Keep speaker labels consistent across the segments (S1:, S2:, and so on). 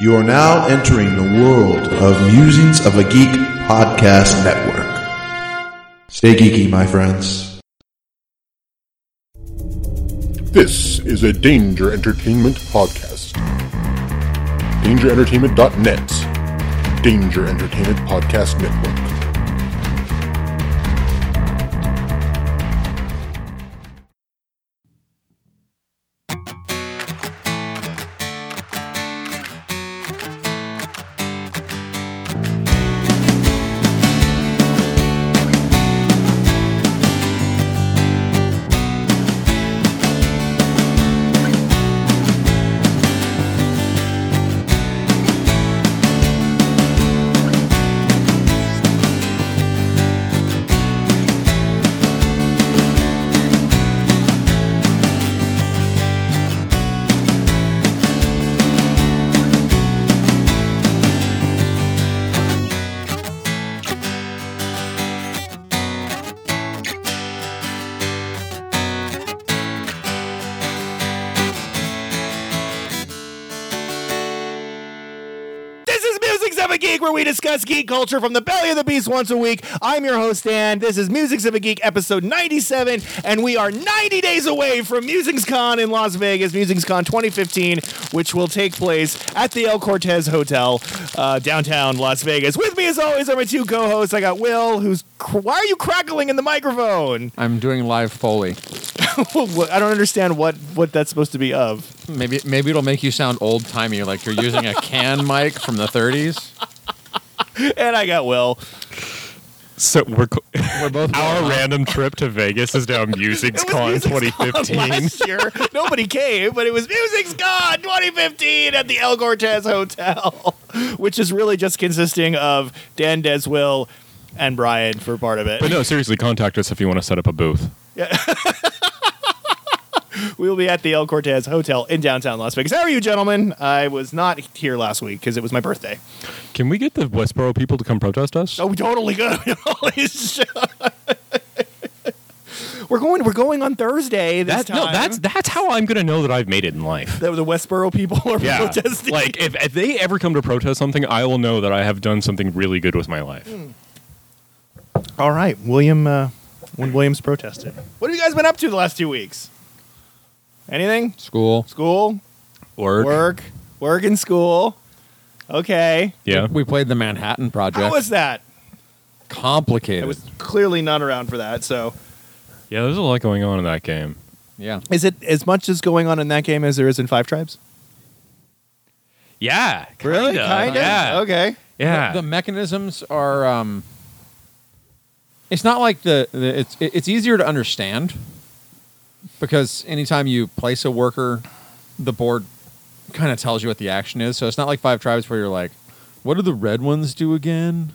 S1: You are now entering the world of Musings of a Geek podcast network. Stay geeky, my friends.
S2: This is a Danger Entertainment podcast. DangerEntertainment.net. Danger Entertainment Podcast Network.
S3: This is Musics of a Geek, where we discuss geek culture from the belly of the beast once a week. I'm your host, Dan. This is Musics of a Geek, episode 97, and we are 90 days away from Musics Con in Las Vegas, Musics Con 2015, which will take place at the El Cortez Hotel, uh, downtown Las Vegas. With me, as always, are my two co hosts. I got Will, who's. Cr- why are you crackling in the microphone?
S4: I'm doing live Foley.
S3: I don't understand what, what that's supposed to be of.
S4: Maybe maybe it'll make you sound old timey, like you're using a can mic from the 30s.
S3: And I got Will.
S5: So we're co-
S4: We're both
S5: our random trip to Vegas is now Music's
S3: It was
S5: Con
S3: Music's Con
S5: 2015.
S3: last year. Nobody came, but it was Music's Con 2015 at the El Cortez Hotel, which is really just consisting of Dan Deswill and Brian for part of it.
S5: But no, seriously, contact us if you want to set up a booth.
S3: We will be at the El Cortez Hotel in downtown Las Vegas. How are you, gentlemen? I was not here last week because it was my birthday.
S5: Can we get the Westboro people to come protest us?
S3: Oh, we totally good. We totally should. we're going. We're going on Thursday. This
S5: That,
S3: time.
S5: no, that's that's how I'm gonna know that I've made it in life.
S3: that the Westboro people are
S5: Yeah,
S3: protesting.
S5: like if, if they ever come to protest something, I will know that I have done something really good with my life.
S3: Hmm. All right, William. Uh, when Williams protested, what have you guys been up to the last two weeks? Anything?
S4: school
S3: School,
S4: work.
S3: work, work, and school. Okay.
S5: Yeah,
S4: We played the Manhattan Project.
S3: How was that?
S4: complicated.
S3: I was clearly not around for that. So,
S5: yeah. There's a lot going on in that game.
S4: yeah.
S3: is it as much as going on in that game as there is in Five Tribes?
S5: Yeah,
S3: Really? Kind of.
S5: Yeah,
S3: Okay.
S5: yeah.
S4: The mechanisms are. Um, it's not like the, the it's it- it's easier to understand because anytime you place a worker, the board kind of tells you what the action is. So it's not like Five Tribes where you're like, "What do the red ones do again?"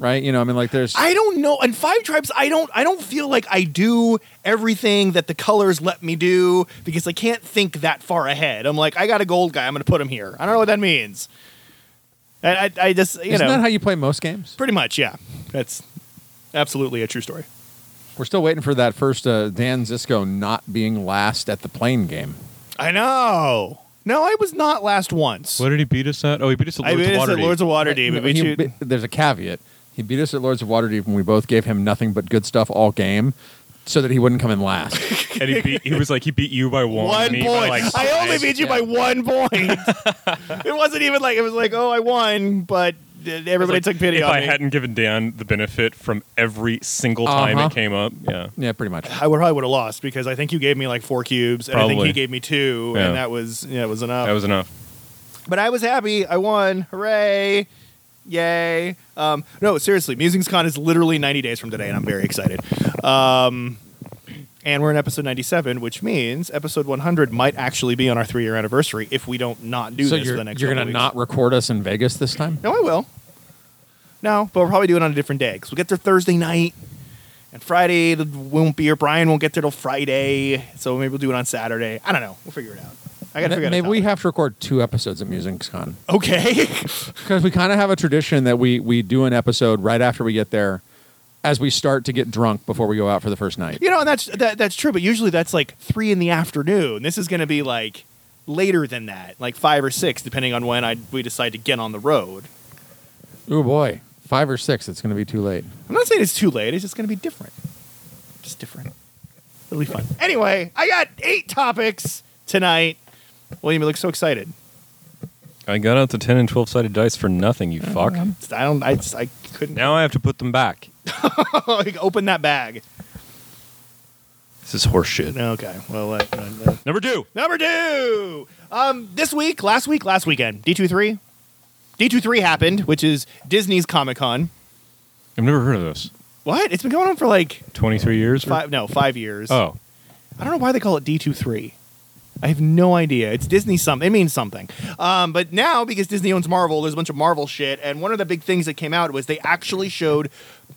S4: Right? You know, I mean, like there's
S3: I don't know. And Five Tribes, I don't. I don't feel like I do everything that the colors let me do because I can't think that far ahead. I'm like, I got a gold guy. I'm going to put him here. I don't know what that means. I, I, I just, you
S4: Isn't
S3: know,
S4: that how you play most games?
S3: pretty much, yeah. That's absolutely a true story.
S4: We're still waiting for that first uh, Dan Zisco not being last at the plane game.
S3: I know. No, I was not last once.
S5: what did he beat us at? Oh, he beat us at
S3: I
S5: Lords
S3: mean,
S5: of
S3: it's at
S5: Waterdeep.
S3: Lords of Waterdeep.
S4: No,
S3: We
S4: he
S3: shoot-
S4: bi- there's a caveat. He beat us at Lords of Waterdeep, and we both gave him nothing but good stuff all game, so that he wouldn't come in last.
S5: and he, beat, he was like he beat you by one,
S3: one
S5: me
S3: point.
S5: by like
S3: I only beat you
S4: Yeah.
S3: by one point. it wasn't even like it was like, oh, I won, but uh, everybody
S5: Like,
S3: took pity
S5: if
S3: on
S5: I
S3: me.
S5: hadn't given Dan the benefit from every single time
S4: Uh-huh.
S5: it came up, yeah.
S4: yeah, pretty much.
S3: I would probably would have lost because I think you gave me like four cubes, and I think
S5: Probably.
S3: he gave me two,
S5: Yeah.
S3: and that was yeah, it was enough.
S5: That was enough.
S3: but I was happy. I won. Hooray! Yay! Um, no, seriously, Musings Con is literally 90 days from today, and I'm very excited. Um, and we're in episode 97, which means episode 100 might actually be on our three year anniversary if we don't not do
S4: so
S3: this
S4: you're
S3: for the next.
S4: you're
S3: couple
S4: gonna
S3: weeks.
S4: not record us in Vegas this time?
S3: No, I will. No, but we'll probably do it on a different day because we'll get there Thursday night, and Friday th- won't be here. Brian won't get there till Friday, so maybe we'll do it on Saturday. I don't know. We'll figure it out. I gotta figure it
S4: Maybe
S3: out.
S4: we have to record two episodes of MusicCon
S3: okay.
S4: because we kind of have a tradition that we we do an episode right after we get there, as we start to get drunk before we go out for the first night.
S3: you know, and that's that, that's true. But usually that's like three in the afternoon. This is gonna be like later than that, like five or six, depending on when I we decide to get on the road.
S4: Oh boy, five or six. It's going to be too late.
S3: I'm not saying it's too late. It's just going to be different. Just different. It'll be fun. Anyway, I got eight topics tonight. William, you look so excited.
S5: I got out the 10 and 12 sided dice for nothing, you
S3: Uh-huh.
S5: fuck.
S3: I don't. I, just- I couldn't
S5: Now I have to put them back.
S3: like, open that bag.
S5: This is horseshit.
S3: Okay. Well, uh, uh, uh,
S5: Number two.
S3: number two. Um, this week, last week, last weekend, D two three, D two three happened, which is Disney's Comic Con.
S5: I've never heard of this.
S3: What? It's been going on for like
S5: 23 years? or-
S3: five. No, five years.
S5: Oh.
S3: I don't know why they call it D23. I have no idea. It's Disney something. It means something. Um, but now, because Disney owns Marvel, there's a bunch of Marvel shit. And one of the big things that came out was they actually showed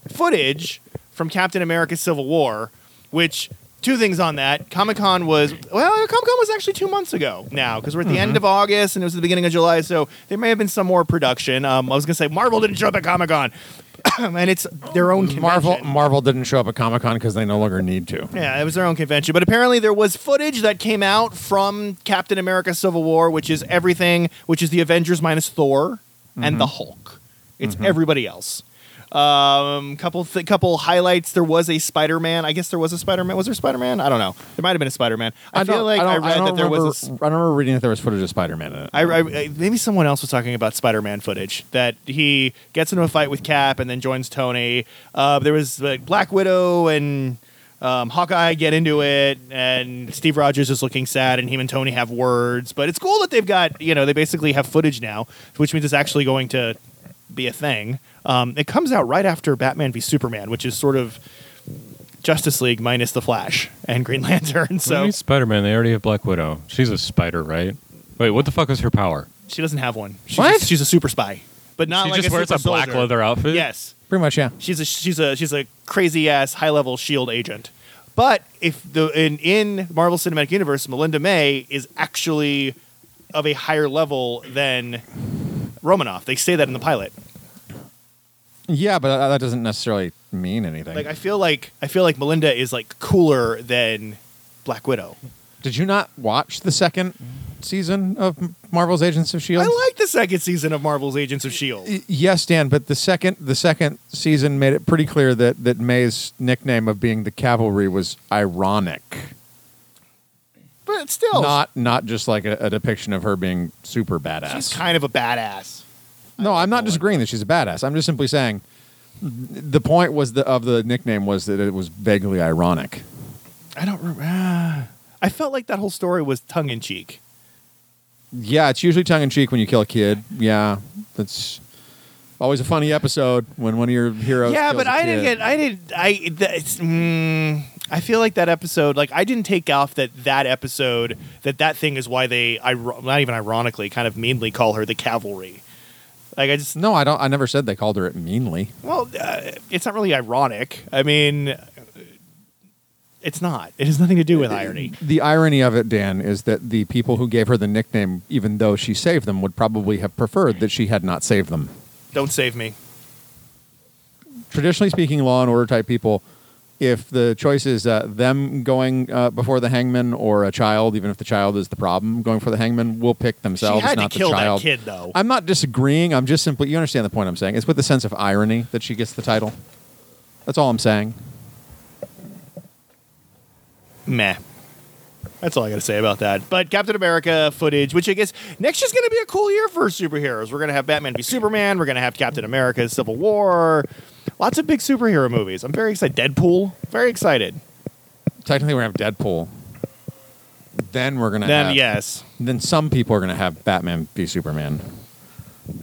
S3: footage from Captain America Civil War, which, two things on that. Comic Con was, well, Comic Con was actually two months ago now, because we're at the end of August and it was the beginning of July. So there may have been some more production. Um, I was going to say, Marvel didn't show up at Comic Con. and it's their own convention.
S4: Marvel Marvel didn't show up at Comic Con because they no longer need to.
S3: Yeah, it was their own convention. But apparently, there was footage that came out from Captain America Civil War, which is everything, which is the Avengers minus Thor and the Hulk. It's everybody else. Um, couple th- couple highlights. There was a Spider Man. I guess there was a Spider Man. Was there Spider Man? I don't know. There might have been a Spider Man. I, feel
S4: don't-
S3: like I,
S4: don't-
S3: read
S4: don't
S3: that there
S4: remember,
S3: was. A, s-
S4: I don't remember reading that there was footage of Spider Man in it.
S3: I, I, I- maybe someone else was talking about Spider-Man footage that he gets into a fight with Cap and then joins Tony. Uh, there was like Black Widow and um, Hawkeye get into it, and Steve Rogers is looking sad, and him and Tony have words. But it's cool that they've got you know they basically have footage now, which means it's actually going to be a thing. Um, it comes out right after Batman v Superman, which is sort of Justice League minus the Flash and Green Lantern.
S5: So,
S3: So
S5: Spider Man, they already have Black Widow. She's a spider, right? Wait, what the fuck is her power?
S3: she doesn't have one. She's,
S4: What?
S3: she's a super spy, but not
S5: she
S3: like
S5: just
S3: a
S5: wears
S3: super
S5: a black
S3: soldier.
S5: leather outfit?
S3: Yes,
S4: Pretty much, yeah.
S3: she's a she's a she's a crazy ass high level shield E agent. But if the in in Marvel Cinematic Universe, Melinda May is actually of a higher level than Romanoff. They say that in the pilot.
S4: Yeah, but that- that doesn't necessarily mean anything.
S3: Like I feel like I feel like Melinda is like cooler than Black Widow.
S4: Did you not watch the second season of Marvel's Agents of Shield?
S3: I like the second season of Marvel's Agents of Shield.
S4: E Y- Yes, Dan, but the second the second season made it pretty clear that that May's nickname of being the cavalry was ironic,
S3: But still,
S4: not not just like a, a depiction of her being super
S3: she's
S4: badass.
S3: kind of a badass.
S4: no, I'm not disagreeing that she's a badass. I'm just simply saying the point was the of the nickname was that it was vaguely ironic.
S3: I don't remember. I felt like that whole story was tongue in cheek.
S4: Yeah, it's usually tongue in cheek when you kill a kid. Yeah, that's always a funny episode when one of your heroes.
S3: yeah
S4: kills
S3: but
S4: a
S3: i didn't
S4: kid.
S3: get i didn't i th- it's, mm, i feel like that episode like i didn't take off that that episode that that thing is why they i not even ironically kind of meanly call her the cavalry like i just
S4: No, I don't. I never said they called her it meanly.
S3: well uh, it's not really ironic i mean it's not it has nothing to do with irony
S4: The irony of it, Dan, is that the people who gave her the nickname, even though she saved them, would probably have preferred that she had not saved them.
S3: don't save me
S4: Traditionally speaking, law and order type people, if the choice is uh, them going uh, before the hangman or a child, even if the child is the problem, going for the hangman, will pick themselves,
S3: she had
S4: not
S3: to kill
S4: the
S3: that
S4: child.
S3: kid though
S4: I'm not disagreeing. I'm just simply, you understand the point I'm saying. It's with a sense of irony that she gets the title. That's all I'm saying.
S3: meh. That's all I got to say about that. But Captain America footage, which I guess next year's going to be a cool year for superheroes. We're going to have Batman v Superman. We're going to have Captain America Civil War. Lots of big superhero movies. I'm very excited. Deadpool. Very excited.
S4: Technically, we're going to have Deadpool. Then we're going to
S3: Then,
S4: have.
S3: yes.
S4: then some people are going to have Batman v Superman,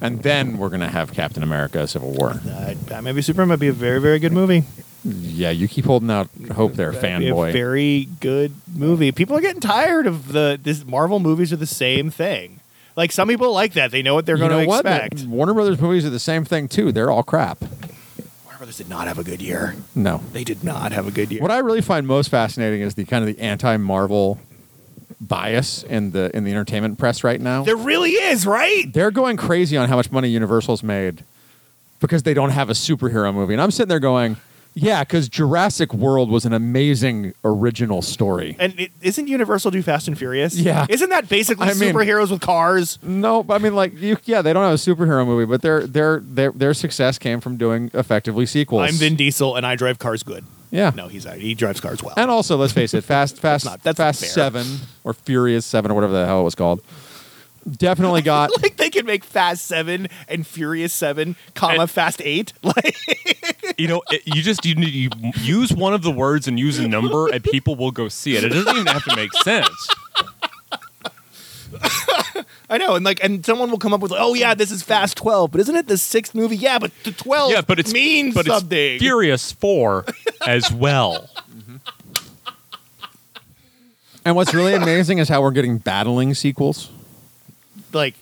S4: and then we're going to have Captain America: Civil War.
S3: Uh, Batman v Superman might be a very, very good movie.
S4: Yeah, you keep holding out hope there,
S3: Be a
S4: fanboy.
S3: very good movie. People are getting tired of the this Marvel movies are the same thing. Like some people like that. They know what they're
S4: You
S3: going
S4: know
S3: to
S4: what? The-
S3: expect.
S4: Warner Brothers movies are the same thing too. They're all crap.
S3: Warner Brothers did not have a good year.
S4: No.
S3: They did not have a good year.
S4: What I really find most fascinating is the kind of the anti-Marvel bias in the in the entertainment press right now.
S3: there really is, right?
S4: they're going crazy on how much money Universal's made because they don't have a superhero movie. And I'm sitting there going, Yeah, because Jurassic World was an amazing original story.
S3: And it, isn't Universal do Fast and Furious?
S4: Yeah.
S3: Isn't that basically
S4: I mean-
S3: superheroes with cars?
S4: No, but I mean, like, you, yeah, they don't have a superhero movie, but their their their their success came from doing effectively sequels.
S3: I'm Vin Diesel and I drive cars good.
S4: Yeah.
S3: No, he's he drives cars well.
S4: And also, let's face it, Fast Fast
S3: not- that's
S4: Fast
S3: not fair.
S4: Seven or Furious Seven or whatever the hell it was called, definitely got
S3: like they can make Fast Seven and Furious Seven, comma Fast Eight. Like
S5: You know, it, you just you, need- you use one of the words and use a number, and people will go see it. It doesn't even have to make sense.
S3: I know, and like and someone will come up with, oh yeah, this is Fast Twelve, but isn't it the sixth movie? Yeah, but the twelve.
S5: Yeah, but it's
S3: means
S5: but
S3: something.
S5: It's Furious Four as well.
S4: And what's really amazing is how we're getting battling sequels.
S3: like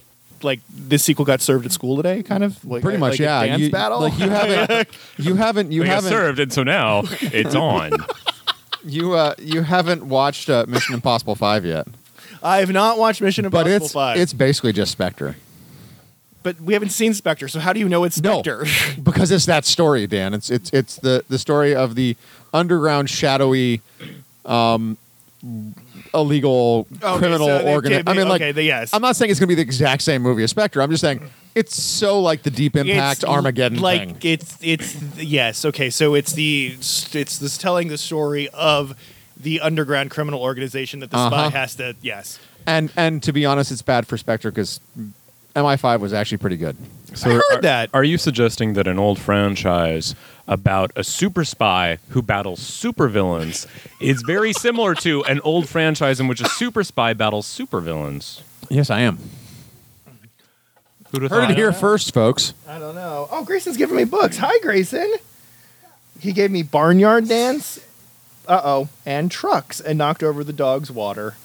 S3: like this sequel got served at school today, kind of like uh,
S4: Pretty
S3: like
S4: much,
S3: a
S4: yeah.
S3: dance
S4: you,
S3: battle.
S4: Like you haven't, you haven't, you
S5: You got
S4: haven't,
S5: served, and so now it's on.
S4: you uh, you haven't watched uh, Mission Impossible Five yet.
S3: I have not watched Mission
S4: But
S3: Impossible
S4: it's
S3: Five.
S4: it's basically just Spectre.
S3: but we haven't seen Spectre, so how do you know it's
S4: No,
S3: Spectre?
S4: because it's that story, Dan. It's it's it's the the story of the underground shadowy, um, illegal
S3: Okay,
S4: criminal
S3: so they
S4: organ.
S3: can't
S4: I
S3: be-
S4: mean, like,
S3: okay, they- yes.
S4: I'm not saying it's going to be the exact same movie as Spectre. I'm just saying it's so like the Deep Impact
S3: It's
S4: Armageddon
S3: like
S4: thing.
S3: it's it's yes okay so it's the it's this telling the story of the underground criminal organization that the
S4: Uh-huh.
S3: spy has to yes
S4: And and to be honest, it's bad for Spectre because MI5 was actually pretty good.
S5: So
S3: heard
S5: are,
S3: that.
S5: Are you suggesting that an old franchise about a super spy who battles supervillains is very similar to an old franchise in which a super spy battles supervillains?
S4: Yes, I am.
S5: Who'd have
S4: Heard
S5: thought?
S4: it here first, folks.
S3: I don't know oh Grayson's giving me books hi Grayson he gave me barnyard dance uh oh and trucks and knocked over the dog's water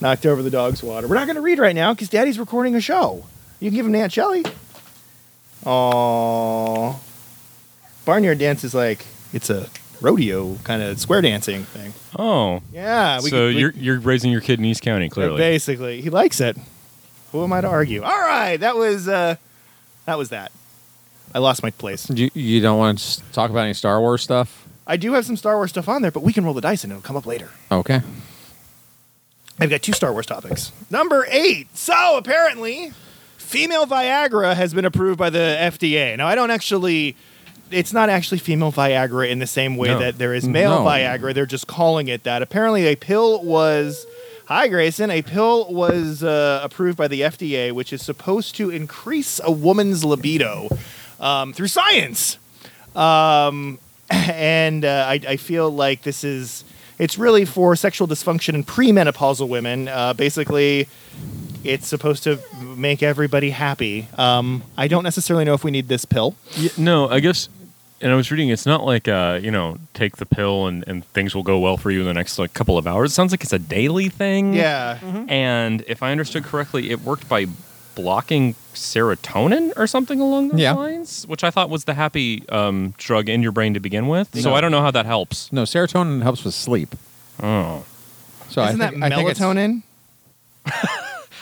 S3: knocked over the dog's water we're not gonna read right now because Daddy's recording a show you can give him to Aunt Shelley oh barnyard dance is like it's a rodeo kind of square dancing thing.
S5: Oh,
S3: Yeah,
S5: so
S3: Uh, could-
S5: you're you're raising your kid in East County, clearly.
S3: basically he likes it. Who am I to argue? All right, that was uh, that was that. I lost my place.
S4: You, you don't want to talk about any Star Wars stuff?
S3: I do have some Star Wars stuff on there, but we can roll the dice and it'll come up later.
S4: Okay.
S3: I've got two Star Wars topics. Number eight. So apparently, female Viagra has been approved by the FDA. Now I don't actually. It's not actually female Viagra in the same way
S5: No.
S3: that there is male
S4: No.
S3: Viagra. They're just calling it that. Apparently, a pill was. Hi, Grayson. A pill was uh, approved by the FDA, which is supposed to increase a woman's libido um, through science Um, and uh, I, I feel like this is it's really for sexual dysfunction in premenopausal women. Uh, basically, it's supposed to make everybody happy. Um, I don't necessarily know if we need this pill.
S5: Yeah, no, I guess. And I was reading, it's not like uh, you know, take the pill and, and things will go well for you in the next like couple of hours. It sounds like it's a daily thing.
S3: Yeah,
S5: And if I understood correctly, it worked by blocking serotonin or something along those
S4: Yeah.
S5: lines, which I thought was the happy um, drug in your brain to begin with. So
S4: No.
S5: I don't know how that helps.
S4: No, serotonin helps with sleep.
S5: Oh,
S4: So
S3: isn't
S4: I think,
S3: that
S4: I think it's-
S3: melatonin?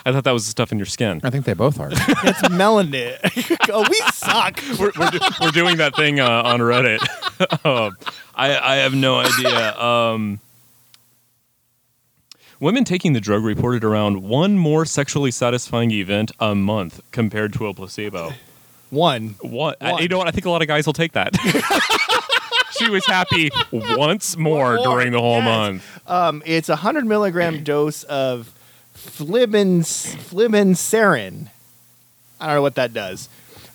S5: I thought that was the stuff in your skin.
S4: I think they both are.
S3: That's melanin. oh, we suck.
S5: we're, we're, do- we're doing that thing uh, on Reddit. um, I, I have no idea. Um, women taking the drug reported around one more sexually satisfying event a month compared to a placebo.
S3: One.
S5: What? I-
S3: One.
S5: you know what? I think a lot of guys will take that. she was happy once
S3: One
S5: more
S3: more,
S5: during the whole
S3: yes.
S5: month.
S3: Um, it's a hundred milligram dose of flibins flibanserin. I don't know what that does.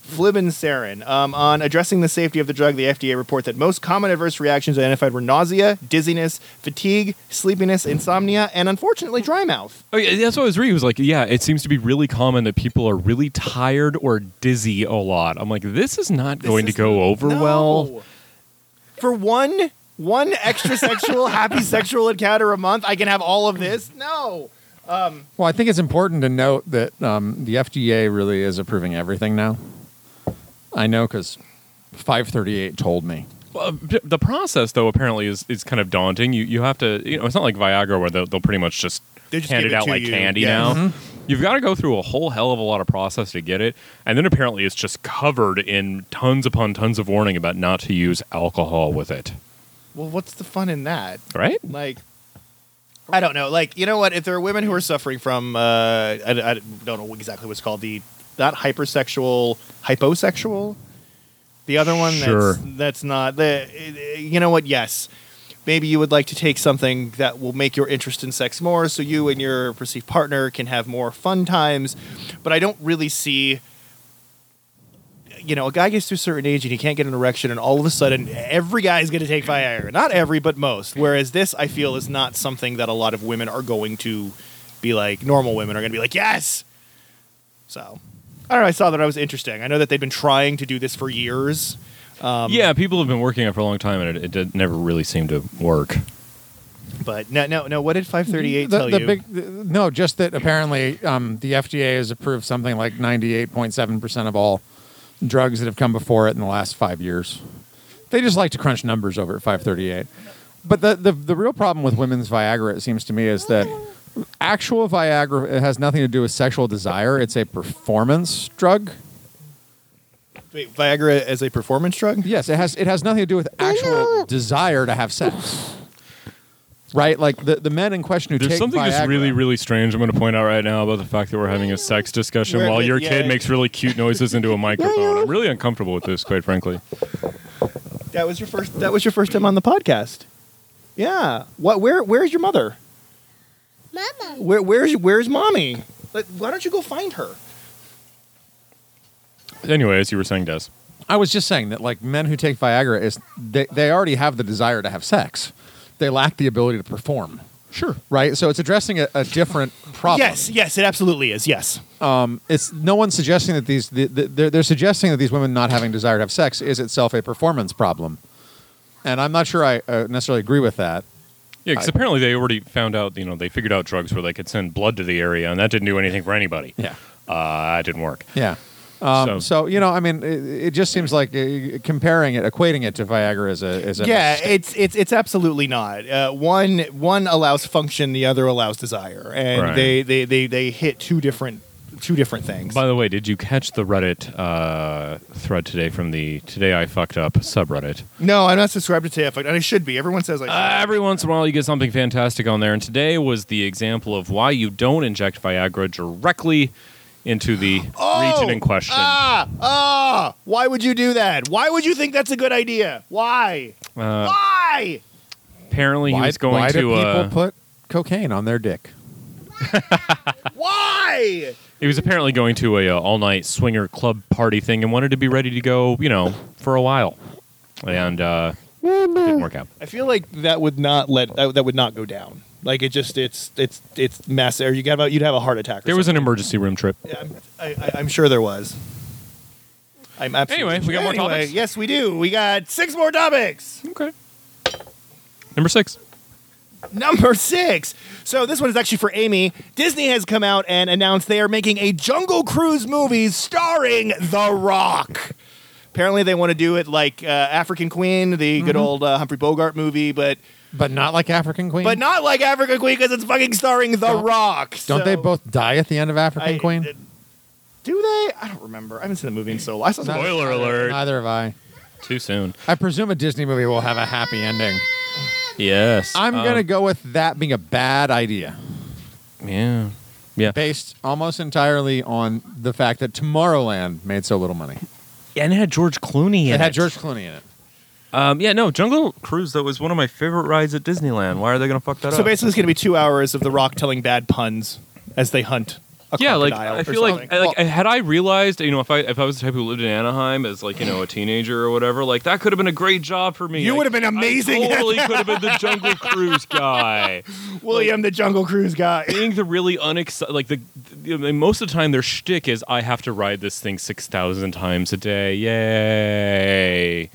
S3: Flibanserin. Um, on addressing the safety of the drug, the FDA report that most common adverse reactions identified were nausea, dizziness, fatigue, sleepiness, insomnia, and unfortunately dry mouth.
S5: Oh, yeah, that's what I was reading. It was like, yeah, it seems to be really common that people are really tired or dizzy a lot. I'm like, this is not
S3: This
S5: going
S3: is-
S5: to go over
S3: No.
S5: well.
S3: For one one extra sexual happy sexual encounter a month, I can have all of this. No.
S4: Well, I think it's important to note that um, the FDA really is approving everything now. I know because 538 told me.
S5: Well, b- the process, though, apparently is, is kind of daunting. You you have to, you know, it's not like Viagra where they'll, they'll pretty much just
S3: They just
S5: hand
S3: give
S5: it
S3: it
S5: out
S3: to
S5: like
S3: you,
S5: candy
S3: yeah. Mm-hmm.
S5: now. You've got to go through a whole hell of a lot of process to get it, and then apparently it's just covered in tons upon tons of warning about not to use alcohol with it.
S3: Well, what's the fun in that?
S5: Right?
S3: Like, I don't know. Like, you know what? If there are women who are suffering from, uh, I, I don't know exactly what's called the not hypersexual, hyposexual. The other one,
S5: Sure.
S3: that's, that's not the. You know what? Yes, maybe you would like to take something that will make your interest in sex more, so you and your perceived partner can have more fun times. But I don't really see you know, a guy gets to a certain age and he can't get an erection, and all of a sudden, every guy is going to take Viagra. Not every, but most. Whereas this, I feel, is not something that a lot of women are going to be like. Normal women are going to be like, yes. So, I don't know. I saw that I was interesting. I know that they've been trying to do this for years.
S5: yeah, people have been working on it for a long time, and it, it did- never really seemed to work.
S3: But no, no, no. What did 538
S4: the,
S3: tell
S4: the
S3: you?
S4: big the- no just that apparently um, the fda has approved something like 98.7% of all drugs that have come before it in the last five years they just like to crunch numbers over at 538 but the, the, the real problem with women's viagra it seems to me is that actual viagra it has nothing to do with sexual desire it's a performance drug
S3: Wait, Viagra as a performance drug?
S4: Yes, it has. It has nothing to do with actual desire to have sex. Right, like the, the men in question who
S5: There's
S4: take
S5: something just
S4: Viagra-
S5: really, really strange I'm going to point out right now about the fact that we're having a sex discussion
S3: We're
S5: while
S3: good,
S5: your
S3: yeah,
S5: kid
S3: yeah.
S5: makes really cute noises into a microphone. I'm really uncomfortable with this, quite frankly.
S3: That was your first. That was your first time on the podcast. Yeah. What? Where? Where's your mother?
S6: Mama.
S3: Where, where's Where's mommy? Like, why don't you go find her?
S5: Anyway, as you were saying, Des.
S4: I was just saying that like men who take Viagra is they, they already have the desire to have sex, they lack the ability to perform.
S5: Sure.
S4: Right, so it's addressing a, a different problem.
S3: Yes, yes, it absolutely is. Yes.
S4: it's no one's suggesting that these the, the, they're, they're suggesting that these women not having desire to have sex is itself a performance problem, and I'm not sure I uh, necessarily agree with that.
S5: Yeah, because apparently they already found out, you know, they figured out drugs where they could send blood to the area, and that didn't do anything for anybody.
S4: Yeah,
S5: Uh, it didn't work.
S4: yeah. Um,
S5: so,
S4: So you know, I mean, it, it just seems like uh, comparing it, equating it to Viagra is a is a
S3: Yeah,
S4: mistake.
S3: it's it's it's absolutely not. Uh, one one allows function, the other allows desire, and
S5: Right.
S3: they, they they they hit two different two different things.
S5: by the way, did you catch the Reddit uh, thread today from the Today I Fucked Up subreddit?
S3: no, I'm not subscribed to TF, and I should be. Everyone says like
S5: Uh, every once in a while, you get something fantastic on there, and today was the example of why you don't inject Viagra directly into the
S4: Oh!
S5: region in question.
S3: ah ah. Why would you do that? Why would you think that's a good idea? Why?
S5: Uh.
S3: Why?
S5: Apparently, he
S4: why,
S5: was going
S4: why
S5: to.
S4: do people
S5: uh,
S4: put cocaine on their dick?
S3: Why?
S5: he was apparently going to a uh, all-night swinger club party thing, and wanted to be ready to go, you know, for a while, and uh, didn't work out.
S3: I feel like that would not let that, that would not go down. Like it just it's it's it's mess. Or you got about you'd have a heart attack. Or
S5: There was
S3: something.
S5: an emergency room trip.
S3: Yeah, I'm, I, I, I'm sure there was. I'm absolutely
S5: Anyway, we got more topics?
S3: Yes, we do. We got six more topics.
S5: Okay. Number six.
S3: Number six. So this one is actually for Amy. Disney has come out and announced they are making a Jungle Cruise movie starring The Rock. Apparently, they want to do it like uh, African Queen, the
S5: Mm-hmm.
S3: good old uh, Humphrey Bogart movie, but
S4: But not like African Queen.
S3: but not like African Queen because it's fucking starring The
S4: Don't-
S3: Rock.
S4: Don't they
S3: So-
S4: both die at the end of African
S3: I-
S4: Queen?
S3: uh, Do they? I don't remember. I haven't seen the movie in so long. I saw some
S5: Spoiler alert.
S4: Neither have I.
S5: Too soon.
S4: I presume a Disney movie will have a happy ending.
S5: Yes.
S4: I'm
S5: Um,
S4: gonna go with that being a bad idea,
S5: Yeah. Yeah.
S4: based almost entirely on the fact that Tomorrowland made so little money.
S5: And it had George Clooney. in
S4: It had
S5: it.
S4: George Clooney in it.
S5: Um, yeah, no, Jungle Cruise though was one of my favorite rides at Disneyland. Why are they gonna fuck that
S3: So
S5: up?
S3: basically, it's going to be two hours of The Rock telling bad puns as they hunt. A
S5: yeah, like
S3: crocodile
S5: I
S3: or
S5: feel like,
S3: something.
S5: I- like had I realized, you know, if I if I was the type who lived in Anaheim as like you know a teenager or whatever, like that could have been a great job for me.
S3: You
S5: Like,
S3: would have been amazing
S5: I
S3: at
S5: totally could have been the Jungle Cruise guy.
S3: William the Jungle Cruise guy.
S5: Being the really unexcited, like the, the- I mean, most of the time their shtick is I have to ride this thing six thousand times a day. Yay!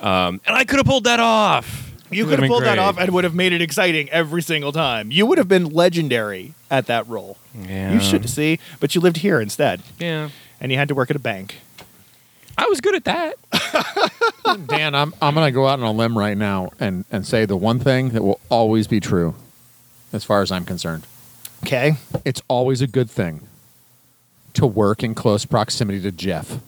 S5: Um, and I could have pulled that off.
S3: You could
S5: It would've
S3: have
S5: been
S3: pulled that
S5: great.
S3: off and would have made it exciting every single time. You would have been legendary at that role.
S5: Yeah.
S3: You should see, but you lived here instead,
S5: Yeah.
S3: and you had to work at a bank.
S5: I was good at that.
S4: Dan, I'm I'm gonna go out on a limb right now and and say the one thing that will always be true, as far as I'm concerned.
S3: Okay.
S4: It's always a good thing to work in close proximity to Jeff.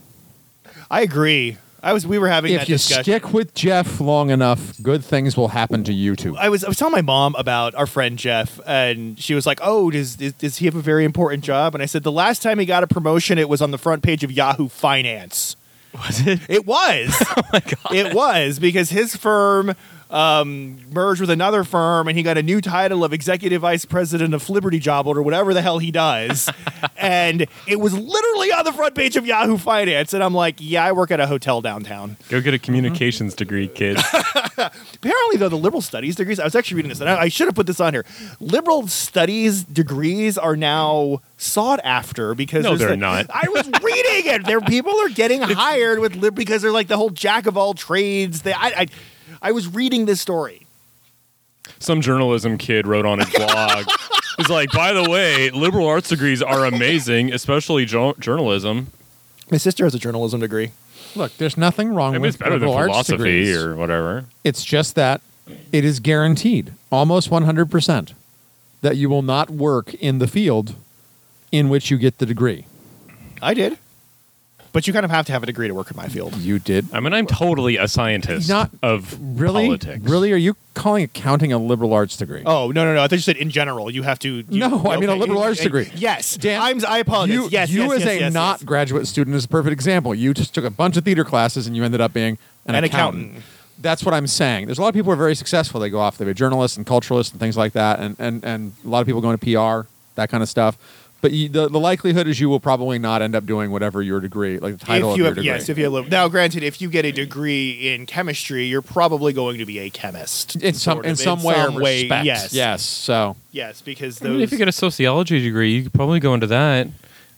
S3: I agree. I was we were having
S4: If
S3: that
S4: you
S3: discussion.
S4: stick with Jeff long enough, good things will happen to you too.
S3: I was I was telling my mom about our friend Jeff, and she was like, "Oh, does, does does he have a very important job?" And I said, "The last time he got a promotion, it was on the front page of Yahoo Finance."
S5: Was it?
S3: It was. oh my god! It was because his firm um, merged with another firm, and he got a new title of executive vice president of Liberty Job or whatever the hell he does. and it was literally on the front page of Yahoo Finance, and I'm like, "Yeah, I work at a hotel downtown."
S5: Go get a communications degree, kids.
S3: apparently though the liberal studies degrees i was actually reading this and i, I should have put this on here liberal studies degrees are now sought after because
S5: No,
S3: there's
S5: they're
S3: the-
S5: not.
S3: i was reading it there people are getting hired with lib because they're like the whole jack of all trades they, I, I, I was reading this story
S5: Some journalism kid wrote on his blog. He's like, by the way, liberal arts degrees are amazing, especially jo- journalism.
S3: my sister has a journalism degree
S4: Look, there's nothing wrong
S5: I mean,
S4: with
S5: it's better than
S4: liberal arts
S5: philosophy
S4: degrees.
S5: or whatever.
S4: It's just that it is guaranteed, almost 100%, that you will not work in the field in which you get the degree.
S3: i did but you kind of have to have a degree to work in my field
S4: You did.
S5: I mean, I'm totally a scientist
S4: Not
S5: of
S4: Really?
S5: politics.
S4: Really? Are you calling accounting a liberal arts degree?
S3: Oh no no no! I thought you said in general you have to. You,
S4: No, I mean a liberal arts
S3: eh,
S4: degree.
S3: Yes,
S4: Dan,
S3: I'm, I apologize.
S4: You,
S3: yes,
S4: you
S3: yes,
S4: as
S3: yes,
S4: a
S3: yes,
S4: not
S3: yes.
S4: graduate student is a perfect example. You just took a bunch of theater classes and you ended up being an,
S3: An
S4: accountant.
S3: accountant.
S4: That's what I'm saying. There's a lot of people who are very successful. They go off, they're journalists and culturalists and things like that, and, and, and a lot of people go into PR, that kind of stuff. But you, the, the likelihood is you will probably not end up doing whatever your degree, like the title
S3: if
S4: of
S3: you
S4: your
S3: have,
S4: degree.
S3: yes, if you have, now granted, if you get a degree in chemistry, you're probably going to be a chemist
S4: in some
S3: sort
S4: in
S3: of,
S4: some way or respect.
S3: Yes,
S4: yes. So
S3: yes, because
S5: I mean,
S3: those.
S5: if you get a sociology degree, you could probably go into that.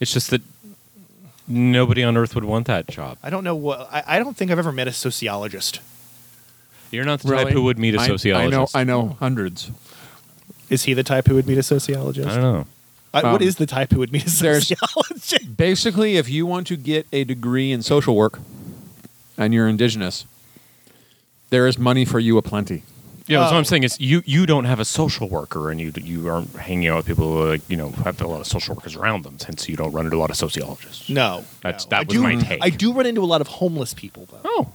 S5: It's just that nobody on earth would want that job.
S3: I don't know what I, I don't think I've ever met a sociologist.
S5: You're not the
S4: really,
S5: type who would meet a
S4: I-
S5: sociologist.
S4: I, know. I know hundreds.
S3: Is he the type who would meet a sociologist?
S5: I don't know.
S3: I- what
S4: Um,
S3: is the type who would meet a
S4: there's-
S3: sociologist?
S4: Basically, if you want to get a degree in social work and you're indigenous, there is money for you aplenty.
S5: Yeah, that's
S3: Oh.
S5: what I'm saying. Is you you don't have a social worker, and you you aren't hanging out with people who like you know have a lot of social workers around them, hence you don't run into a lot of sociologists.
S3: no,
S5: That's-
S3: no.
S5: that
S3: I
S5: was
S3: do-
S5: my take.
S3: I do run into a lot of homeless people though.
S5: Oh,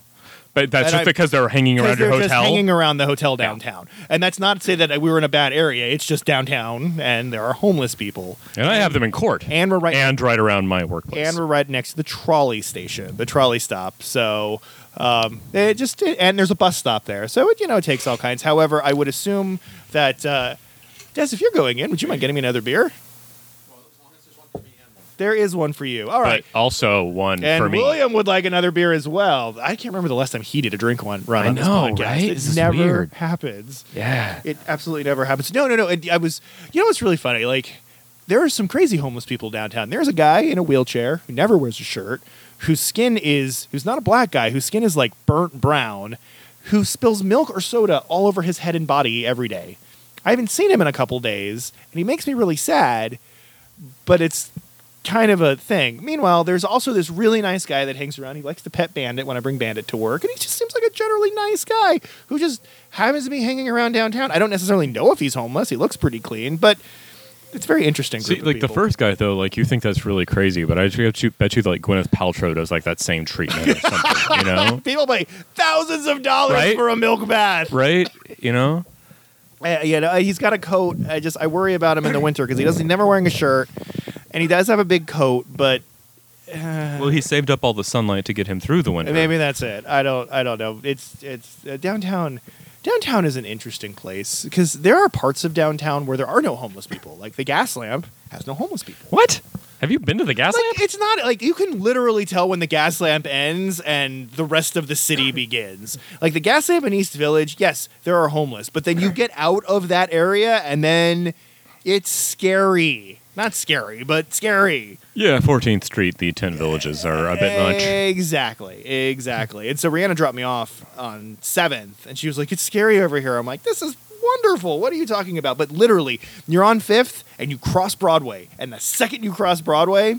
S5: but that's
S3: And
S5: just
S3: I-
S5: because they're hanging
S3: Because
S5: around
S3: they're
S5: your
S3: just
S5: hotel.
S3: hanging around the hotel downtown, and that's not to say that we were in a bad area. It's just downtown, and there are homeless people.
S5: and I have them in court,
S3: and we're right-
S5: and right around my workplace.
S3: and we're right next to the trolley station, the trolley stop. So um, it just and there's a bus stop there, so it you know it takes all kinds. However, I would assume that uh, Des, if you're going in, would you mind getting me another beer? There is one for you. All
S5: but
S3: right.
S5: also one
S3: and
S5: for me.
S3: William would like another beer as well. I can't remember the last time he did a drink one run
S5: I
S3: on this
S5: know,
S3: podcast.
S5: right?
S3: It
S5: This is
S3: never
S5: weird.
S3: happens.
S5: yeah,
S3: It absolutely never happens. No, no, no. It, I was, you know, what's really funny? Like, there are some crazy homeless people downtown. There's a guy in a wheelchair who never wears a shirt, whose skin is, who's not a black guy, whose skin is like burnt brown, who spills milk or soda all over his head and body every day. I haven't seen him in a couple days, and he makes me really sad, but it's kind of a thing. Meanwhile, there's also this really nice guy that hangs around. He likes to pet Bandit when I bring Bandit to work, and he just seems like a generally nice guy who just happens to be hanging around downtown. I don't necessarily know if he's homeless. He looks pretty clean, but it's very interesting.
S5: See,
S3: group of
S5: like the
S3: people.
S5: first guy though, like you think that's really crazy, but I bet you, bet you like Gwyneth Paltrow does like that same treatment or something, you know?
S3: people pay thousands of dollars
S5: Right?
S3: for a milk bath.
S5: Right? You know?
S3: Uh, you know, he's got a coat. I just I worry about him in the winter because he doesn't he's never wearing a shirt, and he does have a big coat, but
S5: Well, he saved up all the sunlight to get him through the winter.
S3: Maybe that's it. I don't. I don't know. It's it's uh, downtown. Downtown is an interesting place because there are parts of downtown where there are no homeless people. Like the gas lamp has no homeless people.
S5: What? Have you been to the gas
S3: Like
S5: lamp?
S3: it's not like you can literally tell when the gas lamp ends and the rest of the city begins. Like the gas lamp in East Village, yes, there are homeless, but then you get out of that area and then it's scary. Not scary, but scary.
S5: Yeah, 14th Street, the 10 villages are a bit much.
S3: Exactly, exactly. And so Rihanna dropped me off on Seventh, and she was like, "It's scary over here." I'm like, "This is wonderful. What are you talking about?" But literally, you're on Fifth, and you cross Broadway, and the second you cross Broadway,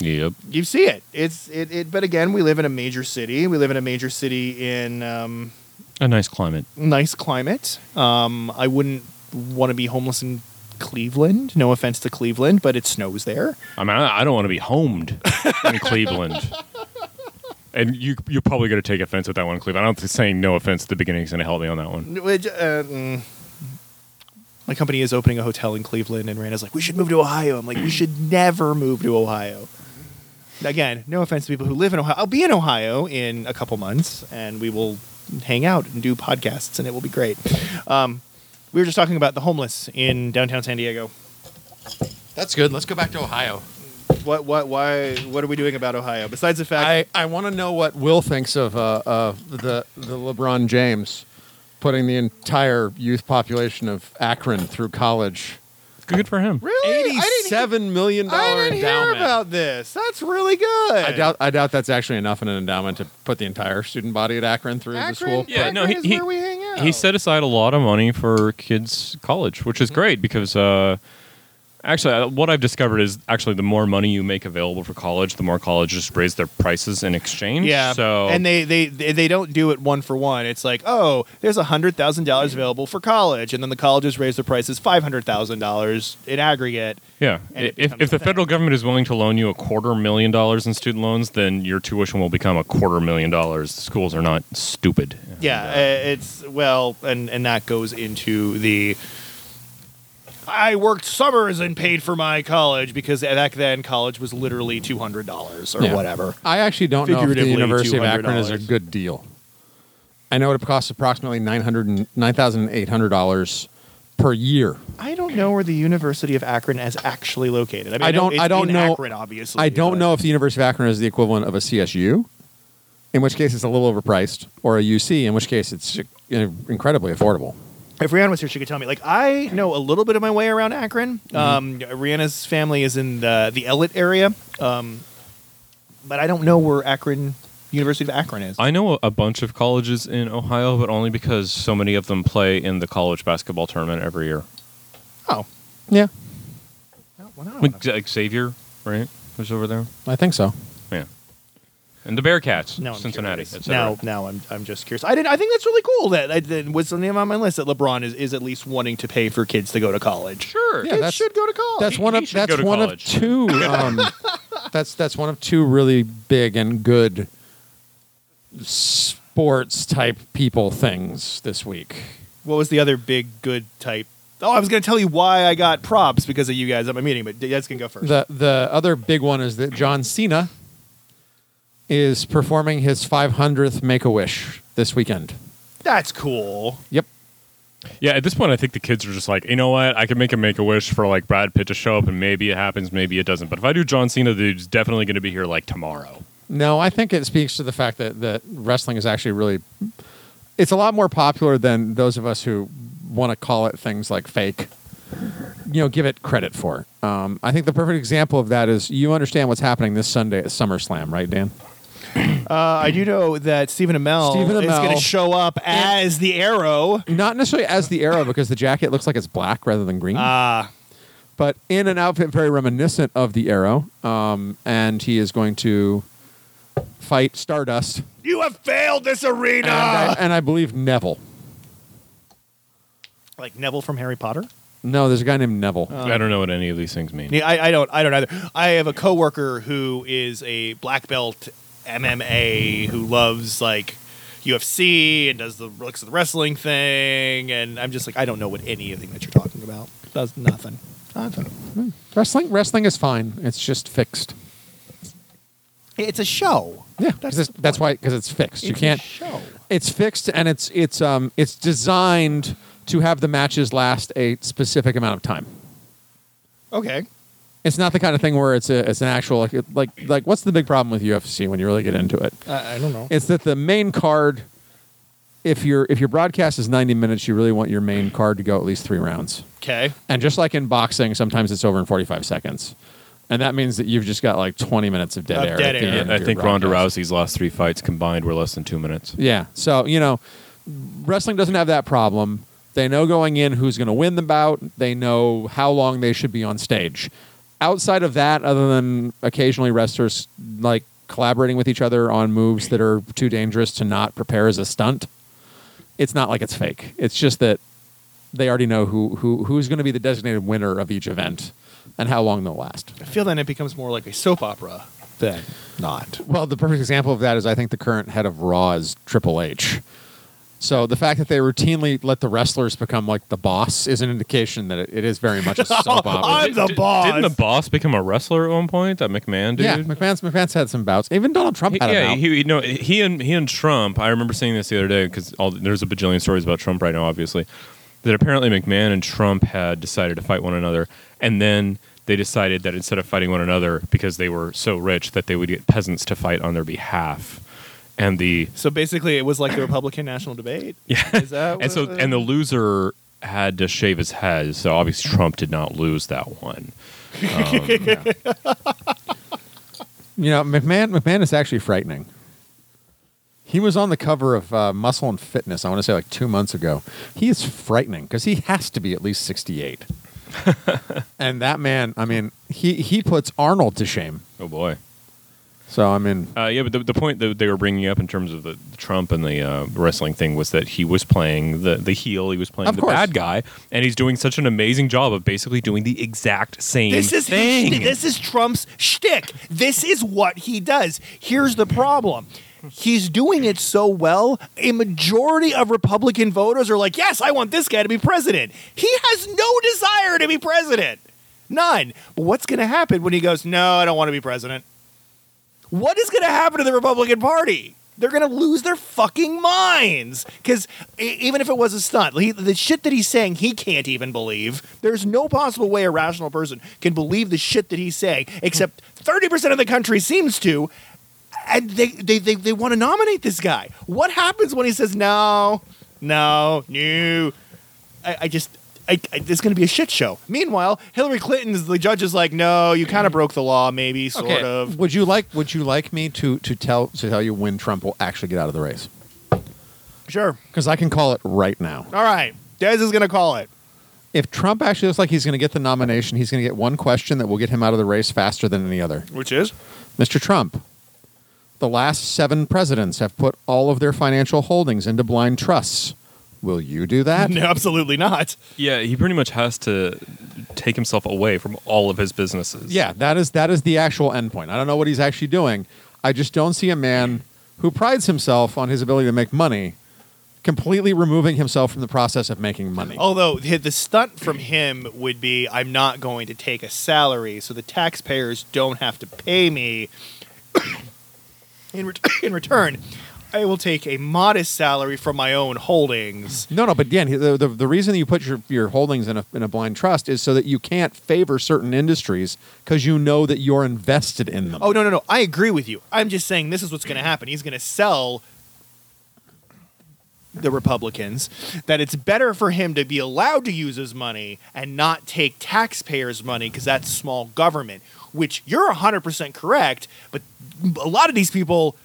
S5: Yep.
S3: you see it. It's it. it but again, we live in a major city. We live in a major city in um,
S5: A nice climate.
S3: nice climate. Um, I wouldn't want to be homeless in Cleveland. No offense to Cleveland, but it snows there.
S5: I mean, I, I don't want to be homed in Cleveland. And you, you're probably going to take offense at that one, Cleveland. I don't think saying no offense at the beginning is going to help me on that one.
S3: Which, uh, mm. my company is opening a hotel in Cleveland, and Randall's like, we should move to Ohio. I'm like, we should never move to Ohio. Again, no offense to people who live in Ohio. I'll be in Ohio in a couple months, and we will hang out and do podcasts, and it will be great. Um, we were just talking about the homeless in downtown San Diego.
S4: That's good. Let's go back to Ohio.
S3: What, what, why, what are we doing about Ohio? Besides the fact,
S4: I, I want to know what Will thinks of uh, of the the LeBron James putting the entire youth population of Akron through college.
S5: Good for him.
S4: Eighty-seven
S3: Really? I didn't hear-
S4: million million
S3: I
S4: dollar
S3: didn't hear
S4: endowment.
S3: about this. That's really good.
S4: I doubt I doubt that's actually enough in an endowment to put the entire student body at Akron through the
S3: Akron-
S4: school.
S5: Yeah,
S3: Akron
S5: no, he-
S3: is
S5: he-
S3: where we hang out.
S5: He set aside a lot of money for kids' college, which
S3: Mm-hmm.
S5: is great because uh, actually, uh, what I've discovered is actually the more money you make available for college, the more colleges raise their prices in exchange.
S3: Yeah.
S5: So
S3: and they they they they don't do it one for one. It's like, oh, there's a hundred thousand dollars available for college, and then the colleges raise the prices five hundred thousand dollars in aggregate.
S5: yeah,
S3: and it
S5: if,
S3: becomes
S5: if
S3: a
S5: the
S3: thing.
S5: federal government is willing to loan you a quarter million dollars in student loans, then your tuition will become a quarter million dollars. Schools are not stupid.
S3: Yeah, uh, it's well, and and that goes into the. I worked summers and paid for my college because back then college was literally two hundred dollars or
S4: Yeah.
S3: whatever.
S4: I actually don't know if the
S3: Figuratively,
S4: University of Akron is a
S3: $200.
S4: good deal. I know it costs approximately nine hundred and nine thousand eight hundred dollars per year.
S3: I don't know where the University of Akron is actually located. I, mean,
S4: I
S3: know
S4: don't-
S3: it's
S4: I don't
S3: in
S4: know-
S3: Akron, obviously.
S4: I don't
S3: but-
S4: know if the University of Akron is the equivalent of a CSU, in which case it's a little overpriced, or a UC, in which case it's uh, incredibly affordable.
S3: If Rihanna was here, she could tell me. Like, I know a little bit of my way around Akron.
S5: Mm-hmm.
S3: Um, Rihanna's family is in the the Ellet area, um, but I don't know where Akron University of Akron is.
S5: I know a- a bunch of colleges in Ohio, but only because so many of them play in the college basketball tournament every year.
S3: oh,
S4: Yeah,
S3: well, I don't know.
S5: Like like Xavier, right? Who's over there?
S4: I think so.
S5: Yeah. And the Bearcats,
S3: Now I'm
S5: Cincinnati.
S3: curious.
S5: et cetera.
S3: Now, now I'm I'm just curious. I didn't. I think that's really cool. That, that, that was something on my list that LeBron is, is at least wanting to pay for kids to go to college.
S5: Sure.
S4: Yeah,
S3: Kids
S4: that's-
S3: should go to college.
S4: That's
S5: Oh, He-
S4: one
S5: he
S4: of
S5: should go
S4: that's
S5: to
S4: one
S5: college.
S4: of two. Um, that's that's one of two really big and good sports type people things this week.
S3: what was the other big good type? Oh, I was going to tell you why I got props because of you guys at my meeting, but that's going to go first.
S4: The the other big one is that John Cena is performing his 500th Make a Wish this weekend.
S3: that's cool.
S4: Yep.
S5: Yeah, at this point, I think the kids are just like, you know what? I can make a make a wish for like Brad Pitt to show up, and maybe it happens, maybe it doesn't. But if I do John Cena, the dude's definitely going to be here like tomorrow.
S4: No, I think it speaks to the fact that, that wrestling is actually really it's a lot more popular than those of us who want to call it things like fake. You know, give it credit for. Um, I think the perfect example of that is you understand what's happening this Sunday at SummerSlam, right, Dan?
S3: Uh, I do know that Stephen Amell,
S4: Stephen
S3: is
S4: Amell.
S3: going to show up as the Arrow.
S4: Not necessarily as the arrow because the jacket looks like it's black rather than green.
S3: Ah,
S4: but in an outfit very reminiscent of the Arrow. Um, and he is going to fight Stardust
S3: you have failed this arena.
S4: and,
S3: Ah.
S4: I, and I believe Neville.
S3: like Neville from Harry Potter.
S4: No, there's a guy named Neville.
S3: Ah. Uh-huh.
S5: I don't know what any of these things mean.
S3: Yeah, I, I don't. I don't either. I have a coworker who is a black belt MMA who loves like UFC and does the looks of the wrestling thing, and I'm just like, I don't know what anything that you're talking about. Does nothing. Nothing.
S4: wrestling, wrestling is fine. It's just fixed.
S3: It's a show.
S4: Yeah, that's that's why because it's fixed. you
S3: It's a
S4: can't.
S3: show.
S4: It's fixed and it's it's um it's designed to have the matches last a specific amount of time.
S3: Okay.
S4: It's not the kind of thing where it's a it's an actual like like like what's the big problem with UFC when you really get into it?
S3: I, I don't know.
S4: It's that the main card, if your if your broadcast is ninety minutes, you really want your main card to go at least three rounds.
S3: Okay.
S4: And just like in boxing, sometimes it's over in forty five seconds, and that means that you've just got like twenty minutes of dead
S3: Of
S4: air.
S3: dead
S4: at the
S3: air.
S4: end
S5: Yeah,
S4: of
S5: I
S4: your
S5: think Ronda
S4: broadcast.
S5: Rousey's last three fights combined were less than two minutes.
S4: Yeah. So, you know, wrestling doesn't have that problem. They know going in who's going to win the bout, they know how long they should be on stage. Outside of that, other than occasionally wrestlers like collaborating with each other on moves that are too dangerous to not prepare as a stunt, it's not like it's fake. It's just that they already know who who who's going to be the designated winner of each event and how long they'll last.
S3: I feel then it becomes more like a soap opera than not.
S4: Well, the perfect example of that is I think the current head of Raw is Triple H. So the fact that they routinely let the wrestlers become like the boss is an indication that it, it is very much a soap opera.
S3: I'm the
S5: Did-
S3: boss.
S5: Didn't the boss become a wrestler at one point? That McMahon dude.
S4: Yeah, McMahon's, McMahon's had some bouts. Even Donald Trump
S5: He-
S4: had a
S5: yeah,
S4: bout.
S5: he you know he and he and Trump. I remember seeing this the other day because there's a bajillion stories about Trump right now, obviously. That apparently McMahon and Trump had decided to fight one another, and then they decided that instead of fighting one another because they were so rich that they would get peasants to fight on their behalf, and the
S3: so basically, it was like the Republican national debate. Yeah, is that
S5: and so
S3: what-
S5: and the loser had to shave his head. So obviously Trump did not lose that one.
S4: You know, McMahon McMahon is actually frightening. He was on the cover of uh, Muscle and Fitness. I want to say like two months ago. He is frightening because he has to be at least sixty-eight. and that man, I mean, he he puts Arnold to shame.
S5: Oh boy.
S4: So I mean,
S5: Uh, yeah, but the, the point that they were bringing up in terms of the, the Trump and the uh, wrestling thing was that he was playing the, the heel, he was playing
S4: Of
S5: the
S4: course.
S5: bad guy, and he's doing such an amazing job of basically doing the exact same
S3: This is his
S5: thing.
S3: shti- this is Trump's shtick. This is what he does. Here's the problem. He's doing it so well, a majority of Republican voters are like, "Yes, I want this guy to be president." He has no desire to be president. None. But what's going to happen when he goes, "No, I don't want to be president?" What is going to happen to the Republican Party? They're going to lose their fucking minds. Because even if it was a stunt, he, the shit that he's saying, he can't even believe. There's no possible way a rational person can believe the shit that he's saying, except 30% of the country seems to. And they, they, they, they want to nominate this guy. What happens when he says, no, no, no? I, I just. I, I, it's going to be a shit show. Meanwhile, Hillary Clinton's the judge is like, no, you kind of broke the law, maybe, sort of.
S4: Would you like Would you like me to to tell to tell you when Trump will actually get out of the race?
S3: Sure.
S4: Because I can call it right now.
S3: All right. Dez is going to call it.
S4: If Trump actually looks like he's going to get the nomination, he's going to get one question that will get him out of the race faster than any other.
S3: Which is?
S4: Mr. Trump, the last seven presidents have put all of their financial holdings into blind trusts. Will you do that?
S3: No, absolutely not.
S5: yeah, he pretty much has to take himself away from all of his businesses.
S4: Yeah, that is that is the actual endpoint. I don't know what he's actually doing. I just don't see a man who prides himself on his ability to make money completely removing himself from the process of making money.
S3: Although hi- the stunt from him would be I'm not going to take a salary, so the taxpayers don't have to pay me. in, ret- in return, I will take a modest salary from my own holdings.
S4: No, no, but again, the, the, the reason you put your, your holdings in a, in a blind trust is so that you can't favor certain industries because you know that you're invested in them.
S3: Oh, no, no, no. I agree with you. I'm just saying this is what's going to happen. He's going to sell the Republicans that it's better for him to be allowed to use his money and not take taxpayers' money because that's small government, which you're 100% correct, but a lot of these people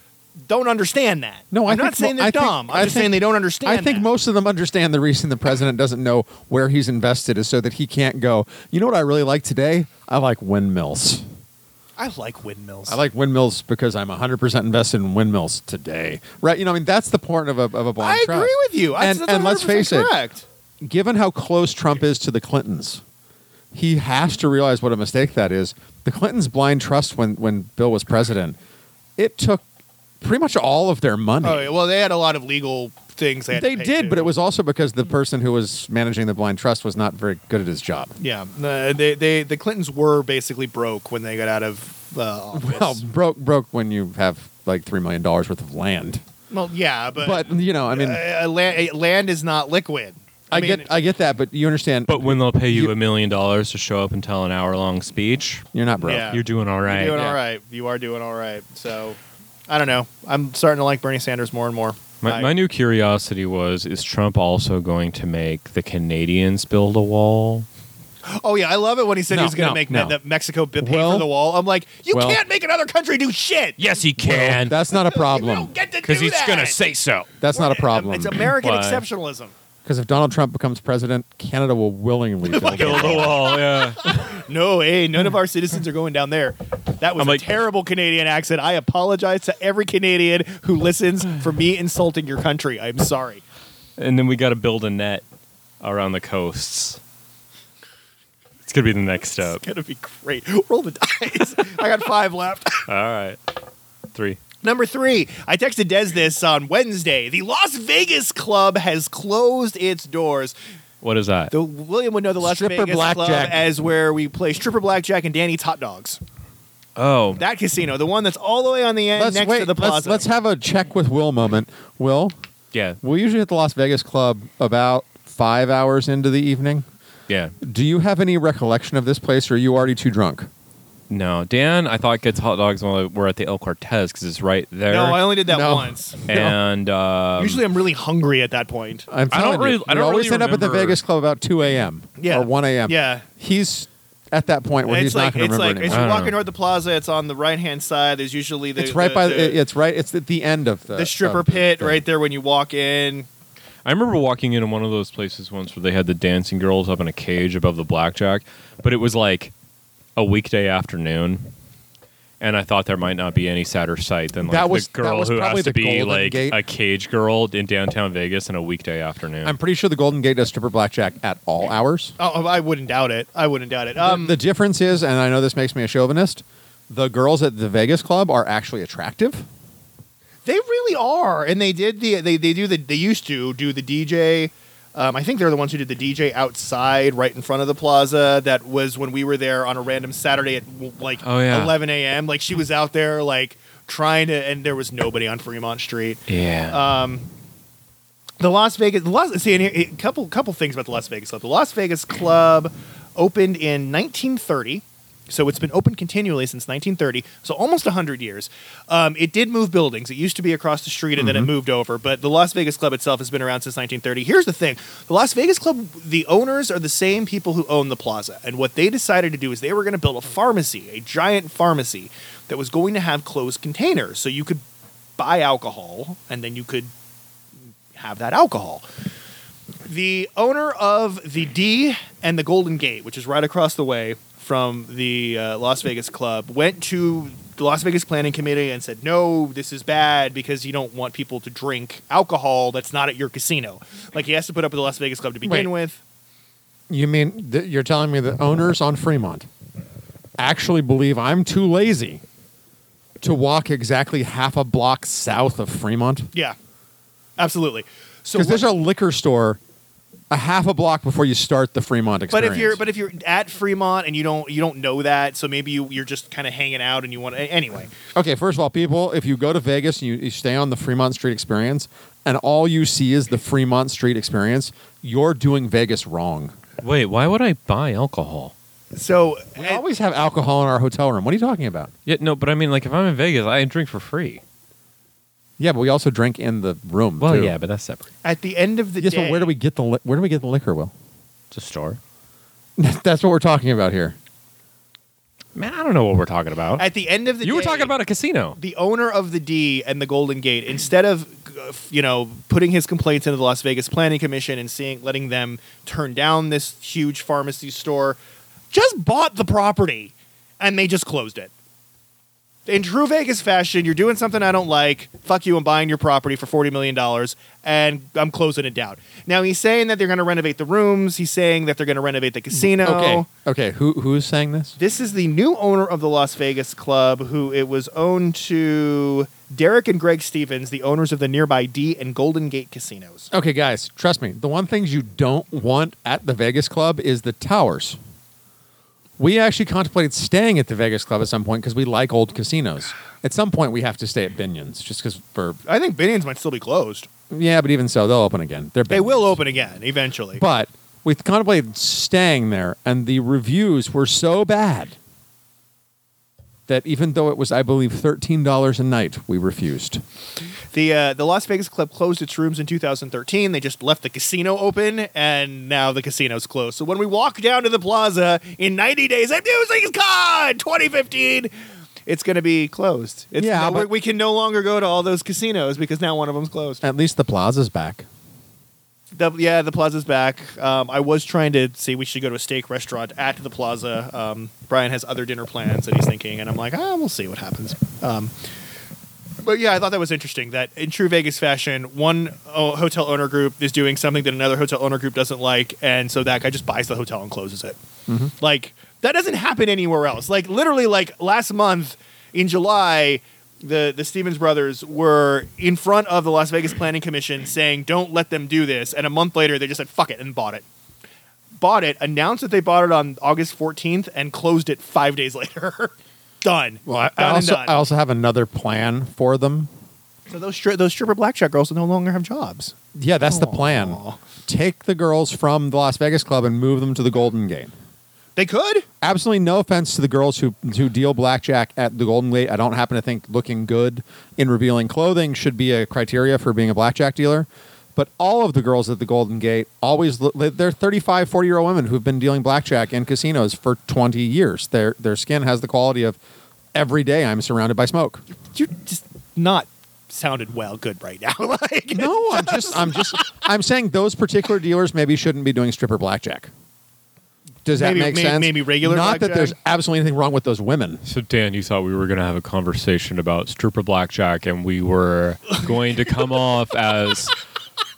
S3: don't understand that.
S4: No, I
S3: I'm
S4: think
S3: not saying
S4: mo-
S3: they're
S4: I think-
S3: dumb. I'm
S4: I
S3: just
S4: think-
S3: saying they don't understand.
S4: I think
S3: that.
S4: most of them understand the reason the president doesn't know where he's invested is so that he can't go, you know what I really like today? I like windmills.
S3: I like windmills.
S4: I like windmills because I'm 100% invested in windmills today. Right? You know, I mean, that's the point of a, of a blind
S3: I
S4: trust.
S3: agree with you. I,
S4: And,
S3: that's
S4: and let's
S3: 100%
S4: face it,
S3: correct.
S4: given how close Trump is to the Clintons, he has to realize what a mistake that is. The Clintons' blind trust when, when Bill was president, it took pretty much all of their money.
S3: Oh, yeah, well, they had a lot of legal things. They, had to
S4: They
S3: pay,
S4: did,
S3: too.
S4: but it was also because the person who was managing the blind trust was not very good at his job.
S3: Yeah, uh, they they the Clintons were basically broke when they got out of uh, office.
S4: Well, broke broke when you have like three million dollars worth of land.
S3: Well, yeah, but,
S4: But you know, I mean,
S3: uh, land, land is not liquid.
S4: I,
S3: mean,
S4: get I get that, but you understand,
S5: But when they'll pay you
S4: You-
S5: a million dollars to show up and tell an hour long speech,
S4: you're not broke.
S3: Yeah.
S5: you're doing all
S3: you're
S5: right.
S3: doing
S4: yeah.
S3: all right. You are doing all right. So, I don't know. I'm starting to like Bernie Sanders more and more.
S5: My,
S3: I-
S5: my new curiosity was is Trump also going to make the Canadians build a wall?
S3: oh yeah, I love it when he said
S4: No,
S3: he was going to
S4: no,
S3: make
S4: no.
S3: Me- that Mexico b- pay for
S4: Well-
S3: the wall. I'm like, you
S4: well-
S3: can't make another country do shit.
S5: Yes, he can.
S4: That's not a
S3: You
S4: problem.
S3: don't get to do
S5: Because he's
S3: that.
S5: going to say so.
S4: That's not a problem.
S3: It's American
S5: Why?
S3: exceptionalism.
S4: Because if Donald Trump becomes president, Canada will willingly build a
S5: Build a
S4: wall.
S5: wall, Oh, yeah.
S3: No, hey, none of our citizens are going down there. That was
S5: I'm like-
S3: a terrible Canadian accent. I apologize to every Canadian who listens for me insulting your country. I'm sorry.
S5: and then we got to build a net around the coasts. It's gonna be the next step.
S3: It's gonna be great. Roll the dice. I got five left.
S5: All right, three.
S3: Number three, I texted Des this on Wednesday. The Las Vegas club has closed its doors.
S5: What is that?
S3: The William would know the Las
S4: Stripper
S3: Vegas club
S4: blackjack.
S3: as where we play stripper blackjack and Danny's hot dogs.
S5: oh,
S3: That casino, the one that's all the way on the end
S4: Let's
S3: next
S4: wait.
S3: to the
S4: let's,
S3: plaza.
S4: let's have a check with Will moment. Will,
S5: yeah,
S4: we're usually at the Las Vegas club about five hours into the evening.
S5: yeah.
S4: Do you have any recollection of this place, or are you already too drunk?
S5: No, Dan, I thought gets hot dogs while we're at the El Cortez because it's right there.
S3: no, I only did that
S4: No.
S3: once.
S5: and um,
S3: Usually, I'm really hungry at that point.
S4: I'm
S5: I don't
S4: telling you,
S5: really- I
S4: we
S5: don't
S4: always
S5: really
S4: end up at the
S5: remember.
S4: Vegas club about two a.m.
S3: Yeah.
S4: or one a.m.
S3: Yeah.
S4: he's at that point where
S3: it's
S4: he's
S3: like
S4: not going
S3: it's
S4: to remember
S3: like
S4: anymore.
S3: as
S5: I
S3: you're
S5: don't
S3: walking
S5: know.
S3: toward the plaza, it's on the right hand side. There's usually the
S4: it's right by
S3: the, the,
S4: it's right it's at the end of the
S3: the stripper
S4: of the
S3: pit
S4: thing.
S3: right there when you walk in.
S5: I remember walking into one of those places once where they had the dancing girls up in a cage above the blackjack, but it was like a weekday afternoon. And I thought there might not be any sadder sight than like
S4: That was- that
S5: the girl
S4: was
S5: who
S4: probably
S5: has
S4: the
S5: to be
S4: Golden
S5: like
S4: Gate.
S5: a cage girl in downtown Vegas on a weekday afternoon.
S4: I'm pretty sure the Golden Gate does stripper blackjack at all hours.
S3: Oh, I wouldn't doubt it. I wouldn't doubt it. Um,
S4: the, the difference is, and I know this makes me a chauvinist, the girls at the Vegas club are actually attractive.
S3: They really are, and they did the they they do the they used to do the DJ. Um, I think they're the ones who did the DJ outside, right in front of the plaza. That was when we were there on a random Saturday at w- like
S5: Oh, yeah.
S3: 11 a.m. Like she was out there like trying to, and there was nobody on Fremont Street.
S5: yeah.
S4: uh,
S3: The Las Vegas, Las, see, and here, a couple couple things about the Las Vegas Club. The Las Vegas Club opened in 1930, so it's been open continually since 1930, so almost 100 years. Um, it did move buildings. It used to be across the street, and then it moved over. But the Las Vegas Club itself has been around since 1930. Here's the thing: the Las Vegas Club, the owners are the same people who own the plaza, and what they decided to do is they were going to build a pharmacy, a giant pharmacy that was going to have closed containers, so you could buy alcohol and then you could have that alcohol. The owner of the D and the Golden Gate, which is right across the way from the uh, Las Vegas club, went to the Las Vegas Planning Committee and said, "No, this is bad because you don't want people to drink alcohol that's not at your casino. Like he has to put up with the Las Vegas club to begin
S4: Wait.
S3: with."
S4: You mean th- you're telling me the owners on Fremont actually believe I'm too lazy to walk exactly half a block south of Fremont?
S3: Yeah, absolutely. So
S4: Because
S3: what-
S4: there's a liquor store a half a block before you start the Fremont
S3: But
S4: experience.
S3: if you're but if you're at Fremont and you don't you don't know that, so maybe you you're just kind of hanging out and you want to anyway.
S4: Okay, first of all, people, if you go to Vegas and you, you stay on the Fremont Street Experience, and all you see is the Fremont Street Experience, you're doing Vegas wrong.
S5: Wait, why would I buy alcohol?
S3: So
S4: We always have alcohol in our hotel room. What are you talking about?
S5: Yeah, no, but I mean, like if I'm in Vegas, I drink for free.
S4: Yeah, but we also drink in the room.
S5: Well,
S4: too.
S5: yeah, but that's separate.
S3: at the end of the
S4: yes,
S3: day,
S4: but where do we get the li- where do we get the liquor? Will
S5: It's a store.
S4: that's what we're talking about here.
S5: Man, I don't know what we're talking about.
S3: At the end of the
S5: you were
S3: day,
S5: talking about a casino.
S3: the owner of the D and the Golden Gate. Instead of uh, you know putting his complaints into the Las Vegas Planning Commission and seeing letting them turn down this huge pharmacy store, just bought the property and they just closed it. In true Vegas fashion, you're doing something I don't like. Fuck you, I'm buying your property for $40 million and I'm closing it down. Now, he's saying that they're going to renovate the rooms. He's saying that they're going to renovate the casino.
S4: Okay, okay. Who who's saying this?
S3: This is the new owner of the Las Vegas club, who it was owned to Derek and Greg Stevens, the owners of the nearby D and Golden Gate casinos.
S4: Okay, guys, trust me. The one things you don't want at the Vegas Club is the towers. We actually contemplated staying at the Vegas Club at some point because we like old casinos. At some point, we have to stay at Binion's just because for
S3: I think Binion's might still be closed.
S4: yeah. But even so, they'll open again. They're
S3: They
S4: Binion's.
S3: will open again eventually.
S4: But we contemplated staying there, and the reviews were so bad that even though it was, I believe, thirteen dollars a night, we refused.
S3: the uh, the Las Vegas club closed its rooms in 2013. They just left the casino open, and now the casino's closed. So when we walk down to the plaza in 90 days at MusicCon 2015. It's going to be closed. It's
S4: Yeah,
S3: no-
S4: but-
S3: we can no longer go to all those casinos because now one of them's closed.
S4: At least the plaza's back.
S3: The, yeah, the plaza's back. Um, I was trying to see we should go to a steak restaurant at the plaza. Um, Brian has other dinner plans that he's thinking, and I'm like, ah, we'll see what happens. Um, But yeah, I thought that was interesting. That in true Vegas fashion, one oh, hotel owner group is doing something that another hotel owner group doesn't like, and so that guy just buys the hotel and closes it.
S4: Mm-hmm.
S3: Like that doesn't happen anywhere else. Like literally, like last month in July, the the Stevens brothers were in front of the Las Vegas Planning Commission saying, "Don't let them do this." And a month later, they just said, "Fuck it," and bought it. Bought it, announced that they bought it on August 14th, and closed it five days later. done.
S4: Well, I, I
S3: Done and
S4: also
S3: done.
S4: I also have another plan for them.
S3: So those stri- those stripper blackjack girls no longer have jobs.
S4: Yeah, that's the plan. Take the girls from the Las Vegas club and move them to the Golden Gate.
S3: They could.
S4: Absolutely no offense to the girls who who deal blackjack at the Golden Gate. I don't happen to think looking good in revealing clothing should be a criteria for being a blackjack dealer. But all of the girls at the Golden Gate always look, they're 35, 40 year old women who've been dealing blackjack in casinos for 20 years. Their their skin has the quality of every day I'm surrounded by smoke.
S3: You're just not sounded well good right now. like
S4: No, I'm just, I'm just, I'm saying those particular dealers maybe shouldn't be doing stripper blackjack. Does that
S3: Maybe-
S4: make
S3: may-
S4: sense?
S3: maybe regular
S4: Not that
S3: blackjack?
S4: there's absolutely anything wrong with those women.
S5: So Dan, you thought we were going to have a conversation about stripper blackjack, and we were going to come off as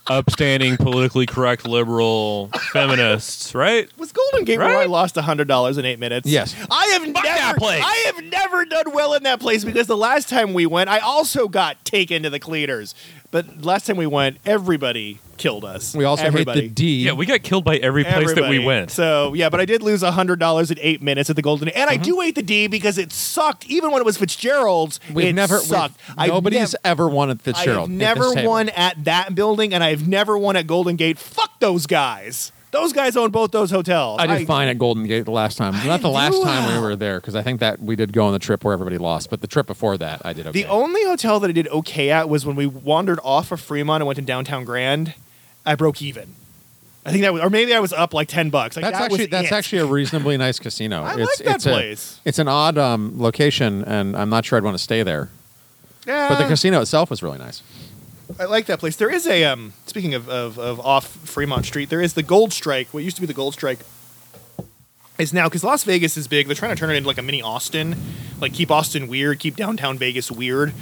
S5: upstanding, politically correct, liberal feministists, right?
S3: was Golden Gate where I
S5: Right?
S3: lost hundred dollars in eight minutes.
S4: Yes.
S3: I have never.
S5: that place.
S3: I have never done well in that place because the last time we went, I also got taken to the cleaners. But last time we went, everybody killed us.
S4: We also
S3: everybody.
S4: hate the D.
S5: Yeah, we got killed by every place that we
S3: Everybody.
S5: went.
S3: So yeah, but I did lose hundred dollars in eight minutes at the Golden, and
S4: Mm-hmm.
S3: I do hate the D because it sucked. Even when it was Fitzgerald's,
S4: We've
S3: it
S4: never we've-
S3: sucked. I've
S4: nobody's
S3: nev-
S4: ever won at
S3: I
S4: Fitzgerald.
S3: have never won at that building, and I have never won at Golden Gate. Fuck those guys. Those guys own both those hotels.
S4: I did fine at Golden Gate the last time. Not the
S3: didn't
S4: last
S3: do
S4: time we
S3: well.
S4: were there because I think that we did go on the trip where everybody lost, but the trip before that I did okay.
S3: The only hotel that I did okay at was when we wandered off of Fremont and went to downtown Grand. I broke even. I think that was, or maybe I was up like ten bucks. Like,
S4: that's
S3: that was
S4: actually that's
S3: it.
S4: actually a reasonably nice casino.
S3: I
S4: it's,
S3: like that
S4: it's
S3: place.
S4: A, it's an odd um, location, and I'm not sure I'd want to stay there. But the
S3: Yeah.
S4: casino itself was really nice.
S3: I like that place. There is a um, speaking of, of of off Fremont Street, there is the Gold Strike. What used to be the Gold Strike is now because Las Vegas is big. They're trying to turn it into like a mini Austin, like keep Austin weird, keep downtown Vegas weird.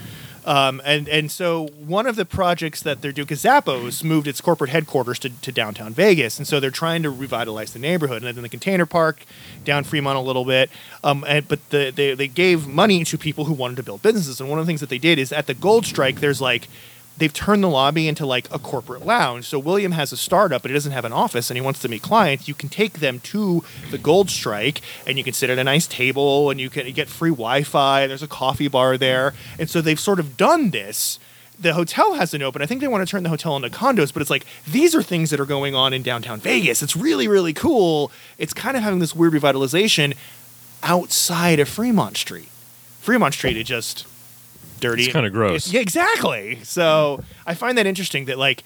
S3: Um, and and so one of the projects that they're doing, because Zappos moved its corporate headquarters to, to downtown Vegas, and so they're trying to revitalize the neighborhood. And then the Container Park, down Fremont a little bit. Um, and but the, they they gave money to people who wanted to build businesses. And one of the things that they did is at the Gold Strike, there's like they've turned the lobby into like a corporate lounge. So William has a startup, but he doesn't have an office, and he wants to meet clients. You can take them to the Gold Strike, and you can sit at a nice table, and you can get free Wi-Fi. There's a coffee bar there, and so they've sort of done this. The hotel hasn't opened. I think they want to turn the hotel into condos, but it's like these are things that are going on in downtown Vegas. It's really, really cool. It's kind of having this weird revitalization outside of Fremont Street. Fremont Street is just dirty.
S5: It's kinda gross.
S3: Yeah, exactly. So I find that interesting that like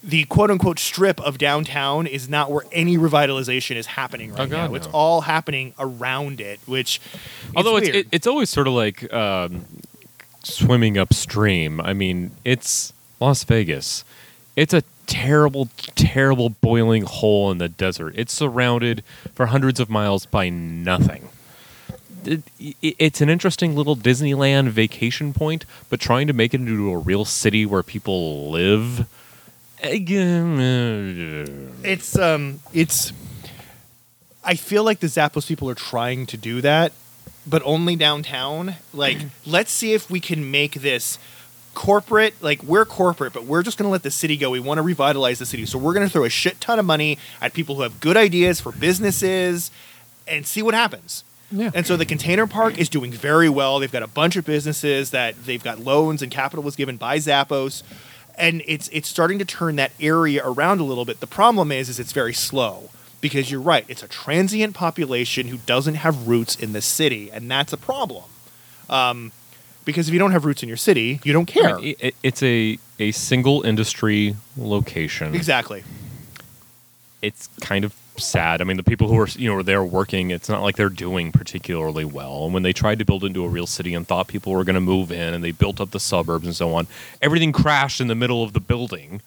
S3: the quote unquote strip of downtown is not where any revitalization is happening right
S5: Oh, God,
S3: now. It's
S5: no.
S3: all happening around it, which
S5: Although it's
S3: it's,
S5: it, it's always sort of like um, swimming upstream. I mean, it's Las Vegas. It's a terrible, terrible boiling hole in the desert. It's surrounded for hundreds of miles by nothing. It- it- it's an interesting little Disneyland vacation point, but trying to make it into a real city where people live. eh, Again, uh,
S3: it's um it's I feel like the Zappos people are trying to do that, but only downtown. Like, let's see if we can make this corporate. Like, we're corporate, but we're just going to let the city go. We want to revitalize the city. So, we're going to throw a shit ton of money at people who have good ideas for businesses and see what happens.
S4: Yeah.
S3: And so the container park is doing very well. They've got a bunch of businesses that they've got loans and capital was given by Zappos. And it's it's starting to turn that area around a little bit. The problem is is it's very slow because you're right. It's a transient population who doesn't have roots in the city, and that's a problem. Um, because if you don't have roots in your city, you don't
S5: I
S3: care.
S5: mean, it- it's a a single industry location.
S3: exactly.
S5: it's kind of sad. I mean, the people who are you know are there working, it's not like they're doing particularly well. And when they tried to build into a real city and thought people were going to move in, and they built up the suburbs and so on, everything crashed in the middle of the building.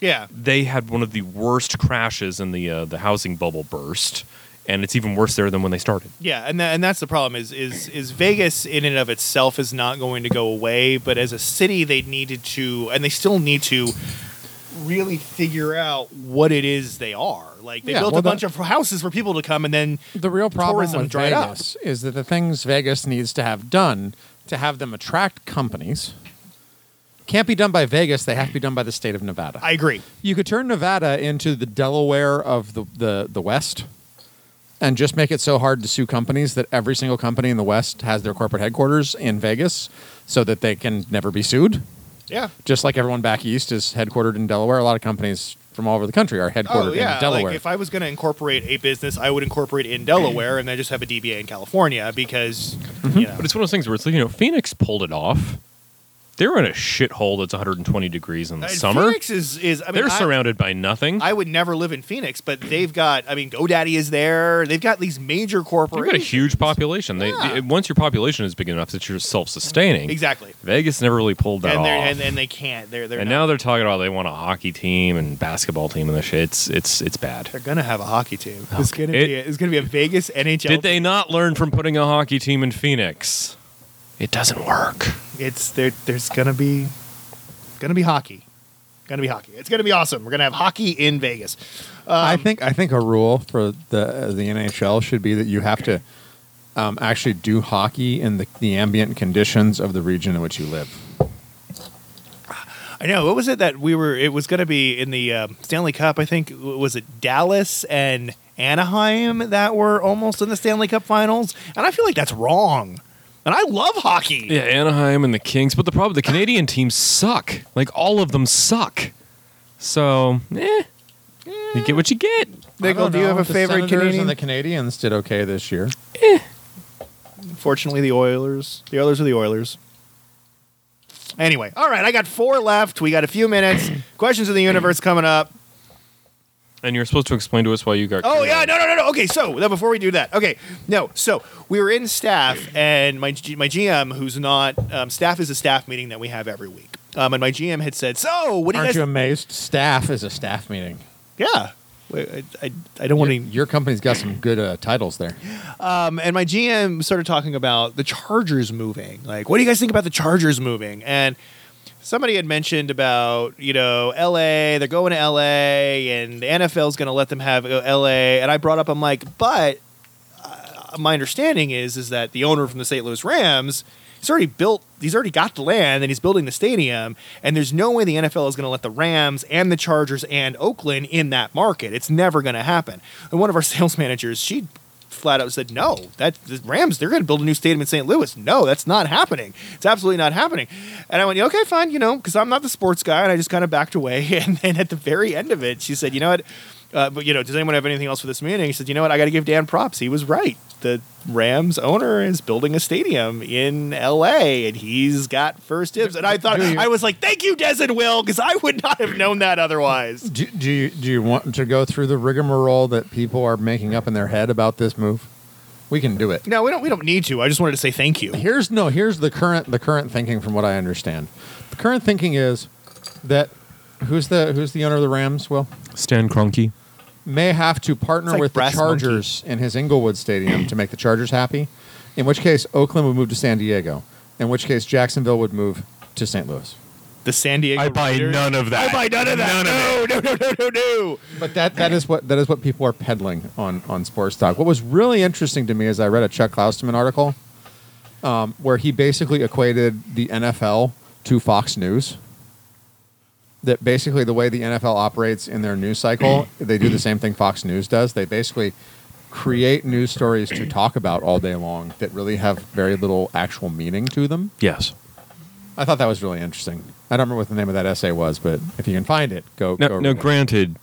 S3: Yeah.
S5: They had one of the worst crashes in the uh, the housing bubble burst. and it's even worse there than when they started.
S3: Yeah, and that, and that's the problem is is is Vegas in and of itself is not going to go away, but as a city they needed to and they still need to really figure out what it is they are. Like they
S4: Yeah,
S3: built
S4: well,
S3: a bunch
S4: that-
S3: of houses for people to come and then
S4: The real problem
S3: tourism
S4: with
S3: dried up.
S4: Vegas is that the things Vegas needs to have done to have them attract companies can't be done by Vegas. They have to be done by the state of Nevada.
S3: I agree.
S4: you could turn Nevada into the Delaware of the, the, the West and just make it so hard to sue companies that every single company in the West has their corporate headquarters in Vegas so that they can never be sued.
S3: Yeah.
S4: Just like everyone back east is headquartered in Delaware, a lot of companies from all over the country are headquartered
S3: Oh yeah,
S4: in Delaware.
S3: like if I was going to incorporate a business, I would incorporate in Delaware and then just have a DBA in California because you know.
S5: Mm-hmm. But it's one of those things where it's like you know Phoenix pulled it off. They're in a shithole that's 120 degrees in the
S3: And
S5: summer.
S3: Phoenix is is I mean
S5: They're
S3: I-
S5: surrounded by nothing.
S3: I would never live in Phoenix, but they've got. I mean, GoDaddy is there. They've got these major
S5: You've got a
S3: corporations.
S5: huge population. They,
S3: Yeah.
S5: they- once your population is big enough that you're self-sustaining,
S3: exactly,
S5: Vegas never really pulled that
S3: and
S5: off.
S3: they're and, and they can't. They're they're
S5: And
S3: not-
S5: now they're talking about they want a hockey team and basketball team and the shit. It's it's it's bad.
S3: they're gonna have a hockey team. It's gonna
S5: Oh, It-
S3: be a, it's gonna be a Vegas NHL.
S5: Did they not learn from putting a hockey team in Phoenix? It doesn't work.
S3: It's there. There's gonna be gonna be hockey. Gonna be hockey. It's gonna be awesome. We're gonna have hockey in Vegas.
S4: I think I think a rule for the the NHL should be that you have to um, actually do hockey in the, the ambient conditions of the region in which you live.
S3: I know. What was it that we were? It was gonna be in the um Stanley Cup. I think was it Dallas and Anaheim that were almost in the Stanley Cup Finals. And I feel like that's wrong. And I love hockey.
S5: Yeah, Anaheim and the Kings, but the problem the Canadian teams suck. Like all of them suck. So, eh, you get what you get.
S3: Nickel, do you have a
S4: the
S3: favorite
S4: Senators
S3: Canadian?
S4: And the Canadians did okay this year.
S3: Fortunately, the Oilers. The Oilers are the Oilers. Anyway, all right, I got four left. We got a few minutes. Questions of the universe coming up.
S5: And you're supposed to explain to us why you got.
S3: Oh
S5: carried
S3: yeah,
S5: away.
S3: no, no, no, no. Okay, so now before we do that, okay, no. So we were in staff, and my G- my GM, who's not um, staff, is a staff meeting that we have every week. Um, and my GM had said, "So what do you
S4: Aren't
S3: guys?"
S4: you amazed? Staff is a staff meeting.
S3: yeah, Wait, I, I, I don't want to.
S4: Your company's got some good uh, titles there.
S3: Um, and my GM started talking about the Chargers moving. Like, what do you guys think about the Chargers moving? And somebody had mentioned about, you know, LA, they're going to LA, and the NFL's going to let them have uh, LA. And I brought up, I'm like, but uh, my understanding is, is that the owner from the St. Louis Rams. He's already built. He's already got the land, and he's building the stadium. And there's no way the NFL is going to let the Rams and the Chargers and Oakland in that market. It's never going to happen. And one of our sales managers, she flat out said, "No, that the Rams, they're going to build a new stadium in St. Louis. No, that's not happening. It's absolutely not happening." And I went, "Okay, fine, you know, because I'm not the sports guy," and I just kind of backed away. And then at the very end of it, she said, "You know what?" Uh, but you know, does anyone have anything else for this meeting? He said, "You know what? I got to give Dan props. He was right. The Rams owner is building a stadium in L.A. and he's got first dibs." And I thought I was like, "Thank you, Des and Will," because I would not have known that otherwise.
S4: Do, do you do you want to go through the rigmarole that people are making up in their head about this move? We can do it.
S3: No, we don't. We don't need to. I just wanted to say thank you.
S4: here's no here's the current the current thinking from what I understand. The current thinking is that who's the who's the owner of the Rams? Will
S5: Stan Kroenke.
S4: may have to partner
S3: It's like
S4: with the
S3: Brass Monkey.
S4: Chargers in his Inglewood Stadium to make the Chargers happy. In which case, Oakland would move to San Diego. In which case, Jacksonville would move to St. Louis.
S3: The San Diego.
S5: I buy
S3: Raiders-
S5: none of that.
S3: I buy none of that. no, no, no, no, no, no.
S4: But that, that is what that is what people are peddling on on sports talk. What was really interesting to me is I read a Chuck Klausterman article um, where he basically equated the NFL to Fox News. That basically the way the NFL operates in their news cycle, they do the same thing Fox News does. They basically create news stories to talk about all day long that really have very little actual meaning to them.
S5: Yes.
S4: I thought that was really interesting. I don't remember what the name of that essay was, but if you can find it, go.
S5: No,
S4: go
S5: no.
S4: read it.
S5: Granted,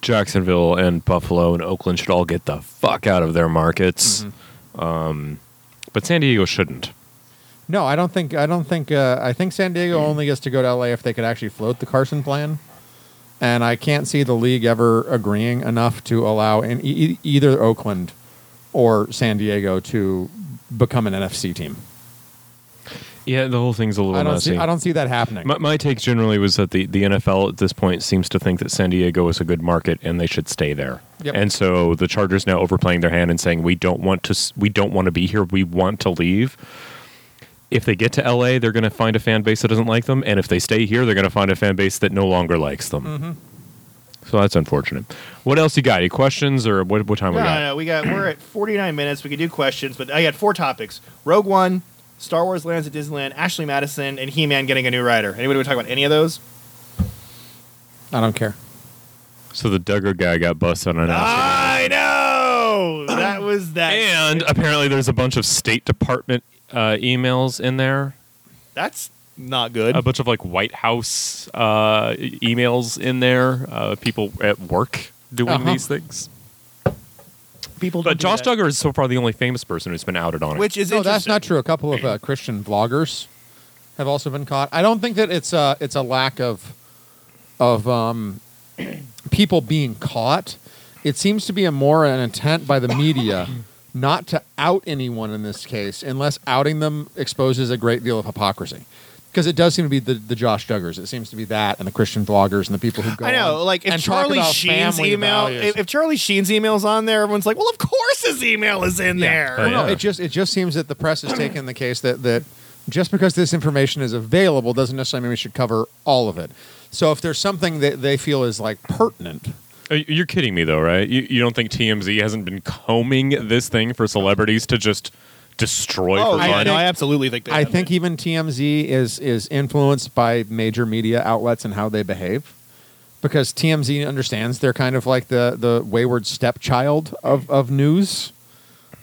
S5: Jacksonville and Buffalo and Oakland should all get the fuck out of their markets, um,
S4: Mm-hmm.
S5: but San Diego shouldn't.
S4: No, I don't think. I don't think. Uh, I think San Diego only gets to go to LA if they could actually float the Carson plan, and I can't see the league ever agreeing enough to allow in e- e- either Oakland or San Diego to become an NFC team.
S5: Yeah, the whole thing's a little
S4: I don't
S5: messy.
S4: see. I don't see that happening.
S5: My, my take generally was that the, the NFL at this point seems to think that San Diego is a good market and they should stay there.
S4: Yep.
S5: And so the Chargers now overplaying their hand and saying we don't want to s- we don't want to be here. We want to leave. If they get to LA, they're going to find a fan base that doesn't like them, and if they stay here, they're going to find a fan base that no longer likes them. So that's unfortunate. What else you got? Any questions or what? What time
S3: No,
S5: we got?
S3: no, we got. We're at 49 minutes. We could do questions, but I got four topics: Rogue One, Star Wars lands at Disneyland, Ashley Madison, and He-Man getting a new rider. Anybody want to talk about any of those?
S4: I don't care.
S5: So the Duggar guy got busted on. acid.
S3: I know that was that.
S5: and apparently, there's a bunch of State Department uh, emails in there.
S3: That's not good.
S5: a bunch of like White House uh, e- emails in there. Uh, people at work doing
S4: Uh-huh.
S5: these things.
S3: People,
S5: But
S3: don't do
S5: Josh
S3: that.
S5: Duggar is so far the only famous person who's been outed on it.
S3: which is
S4: No, that's
S3: interesting.
S4: not true. A couple of uh, Christian vloggers have also been caught. I don't think that it's a it's a lack of of um, people being caught. It seems to be a more an intent by the media not to out anyone in this case, unless outing them exposes a great deal of hypocrisy. Because it does seem to be the, the Josh Duggars. It seems to be that and the Christian vloggers and the people who go.
S3: I know,
S4: on
S3: like if
S4: and talk
S3: Charlie
S4: about
S3: Sheen's
S4: family
S3: email,
S4: values.
S3: if, if Charlie Sheen's email's on there, everyone's like, "Well, of course his email is in there."
S5: Oh,
S4: Well, no,
S5: yeah.
S4: it just it just seems that the press has taken the case that that just because this information is available doesn't necessarily mean we should cover all of it. So if there's something that they feel is like pertinent,
S5: Uh, You're kidding me though, right? You, you don't think TMZ hasn't been combing this thing for celebrities to just destroy
S3: Oh,
S5: for
S3: I,
S5: fun?
S3: no, I absolutely think that.
S4: I think even TMZ is is influenced by major media outlets and how they behave. Because TMZ understands they're kind of like the the wayward stepchild of, of news.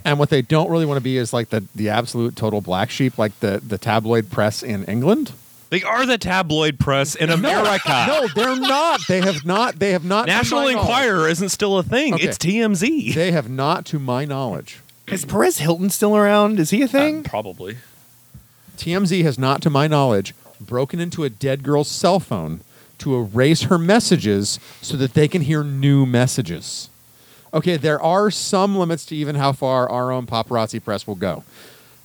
S4: And what they don't really want to be is like the, the absolute total black sheep, like the, the tabloid press in England.
S5: they are the tabloid press in
S4: No,
S5: America.
S4: No, they're not. They have not. They have not. to
S5: National
S4: my knowledge-
S5: Enquirer isn't still a thing.
S4: Okay.
S5: It's TMZ.
S4: They have not, to my knowledge.
S3: is Perez Hilton still around? Is he a
S4: Um,
S3: thing?
S5: Uh, Probably.
S4: TMZ has not, to my knowledge, broken into a dead girl's cell phone to erase her messages so that they can hear new messages. Okay, there are some limits to even how far our own paparazzi press will go.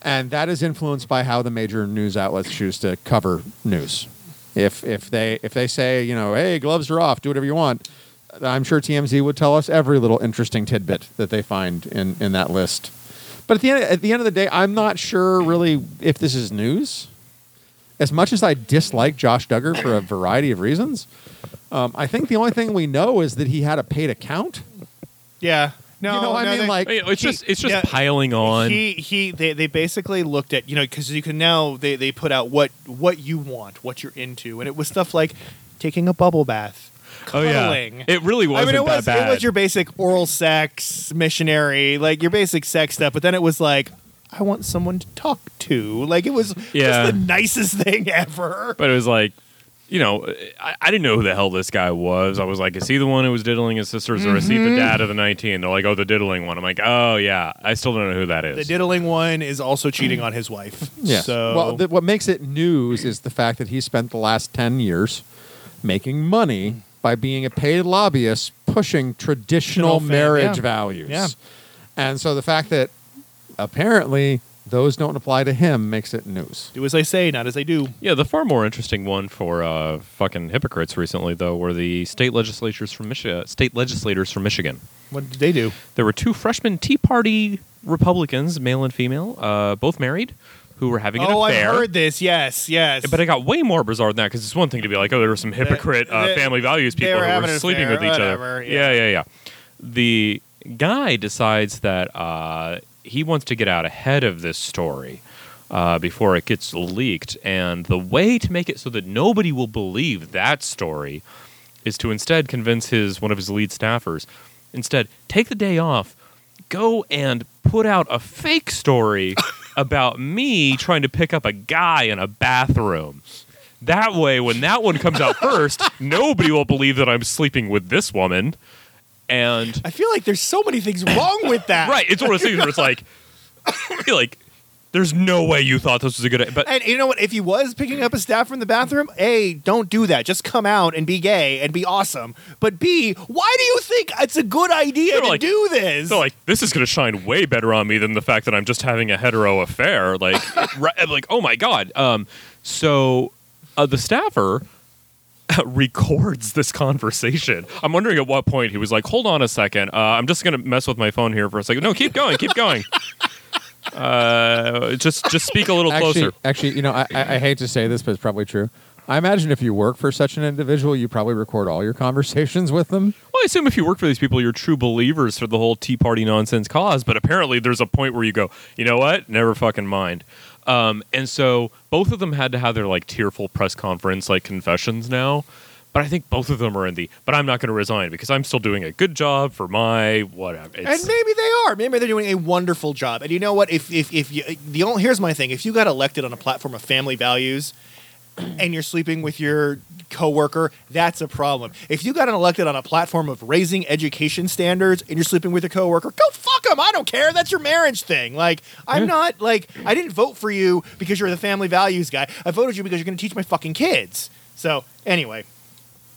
S4: And that is influenced by how the major news outlets choose to cover news. If, if, they, if they say, you know, hey, gloves are off, do whatever you want, I'm sure TMZ would tell us every little interesting tidbit that they find in, in that list. But at the end at the end of the day, I'm not sure really if this is news. As much as I dislike Josh Duggar for a variety of reasons, um, I think the only thing we know is that he had a paid account.
S3: Yeah. No,
S4: you know what
S3: no,
S4: I mean?
S3: they-
S4: like,
S5: It's just it's just
S3: Yeah.
S5: piling on.
S3: He he. They, they basically looked at you know because you can now they, they put out what what you want, what you're into, and it was stuff like taking a bubble bath,
S5: oh
S3: cuddling.
S5: yeah, it really
S3: I
S5: wasn't
S3: mean, it was
S5: that bad.
S3: it was your basic oral sex missionary, like your basic sex stuff. But then it was like, I want someone to talk to. Like it was
S5: Yeah.
S3: just the nicest thing ever.
S5: but it was like you know I, I didn't know who the hell this guy was i was like is he the one who was diddling his sisters or is he
S3: Mm-hmm.
S5: the dad of the 19 they're like oh the diddling one i'm like oh yeah i still don't know who that is
S3: the diddling one is also cheating on his wife.
S4: Yes.
S3: So
S4: Well, th- what makes it news is the fact that he spent the last 10 years making money by being a paid lobbyist pushing
S3: Traditional
S4: traditional
S3: fam-
S4: marriage
S3: yeah.
S4: values.
S3: Yeah.
S4: And so the fact that apparently those don't apply to him makes it news.
S3: do as I say, not as I do.
S5: yeah the far more interesting one for uh, fucking hypocrites recently though were the state legislatures from michigan state legislators from michigan
S3: What did they do?
S5: there were two freshman tea party republicans male and female uh, both married who were having an
S3: Oh, I've
S5: affair
S3: heard this. Yes, yes.
S5: But it got way more bizarre than that because it's one thing to be like, oh, there were some hypocrite uh,
S3: they-
S5: family values
S3: they
S5: people
S3: were
S5: who
S3: having
S5: were
S3: an
S5: sleeping
S3: affair,
S5: with each
S3: whatever,
S5: other.
S3: yeah.
S5: Yeah, yeah, yeah. The guy decides that uh, he wants to get out ahead of this story uh, before it gets leaked. And the way to make it so that nobody will believe that story is to instead convince his one of his lead staffers instead take the day off go and put out a fake story about me trying to pick up a guy in a bathroom that way when that one comes out first nobody will believe that i'm sleeping with this woman and
S3: I feel like there's so many things wrong with that.
S5: right it's one of those things where it's like you're like There's no way you thought this was a good idea. But
S3: And you know what? If he was picking up a staff from the bathroom, A, don't do that. Just come out and be gay and be awesome. But B, why do you think it's a good idea
S5: They're
S3: to
S5: like-
S3: do this?
S5: so like this is going to shine way better on me than the fact that I'm just having a hetero affair. Like, right, I'm like oh my god. Um, so uh, the staffer records this conversation. I'm wondering at what point he was like, hold on a second. Uh, I'm just going to mess with my phone here for a second. No, keep going, keep going. Uh, just just speak a little
S4: Actually,
S5: closer.
S4: actually, you know, I, I I hate to say this, but it's probably true. I imagine if you work for such an individual, you probably record all your conversations with them.
S5: Well, I assume if you work for these people, you're true believers for the whole Tea Party nonsense cause. But apparently, there's a point where you go, you know what? Never fucking mind. Um, and so both of them had to have their like tearful press conference, like confessions now. But I think both of them are in the. But I'm not going to resign because I'm still doing a good job for my whatever. It's,
S3: and maybe they are. Maybe they're doing a wonderful job. And you know what? If if if you the only, here's my thing. If you got elected on a platform of family values, and you're sleeping with your coworker, that's a problem. If you got elected on a platform of raising education standards and you're sleeping with your coworker, go fuck them. I don't care. That's your marriage thing. Like I'm not like I didn't vote for you because you're the family values guy. I voted you because you're going to teach my fucking kids. So anyway.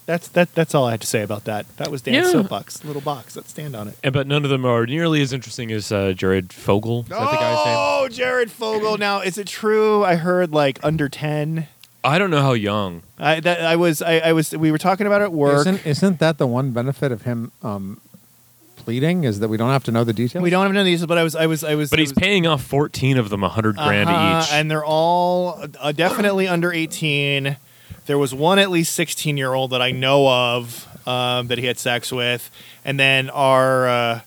S3: That's that. That's all I had to say about that. That was Dan's
S5: Yeah.
S3: soapbox, little box. Let's stand on it.
S5: and- but none of them are nearly as interesting as uh, Jared Fogle. Is that the guy's name?
S3: Oh, Jared Fogle. Now, is it true? I heard like under ten.
S5: I don't know how young.
S3: I that I was I, I was we were talking about it at work.
S4: Isn't isn't that the one benefit of him um, pleading is that we don't have to know the details?
S3: we don't have none of these, but I was I was I was.
S5: But
S3: I
S5: he's
S3: was-
S5: paying off 14 of them 100 grand
S3: Uh-huh,
S5: each.
S3: and they're all uh, definitely under eighteen. There was one at least sixteen year old that I know of um, that he had sex with, and then our. Uh,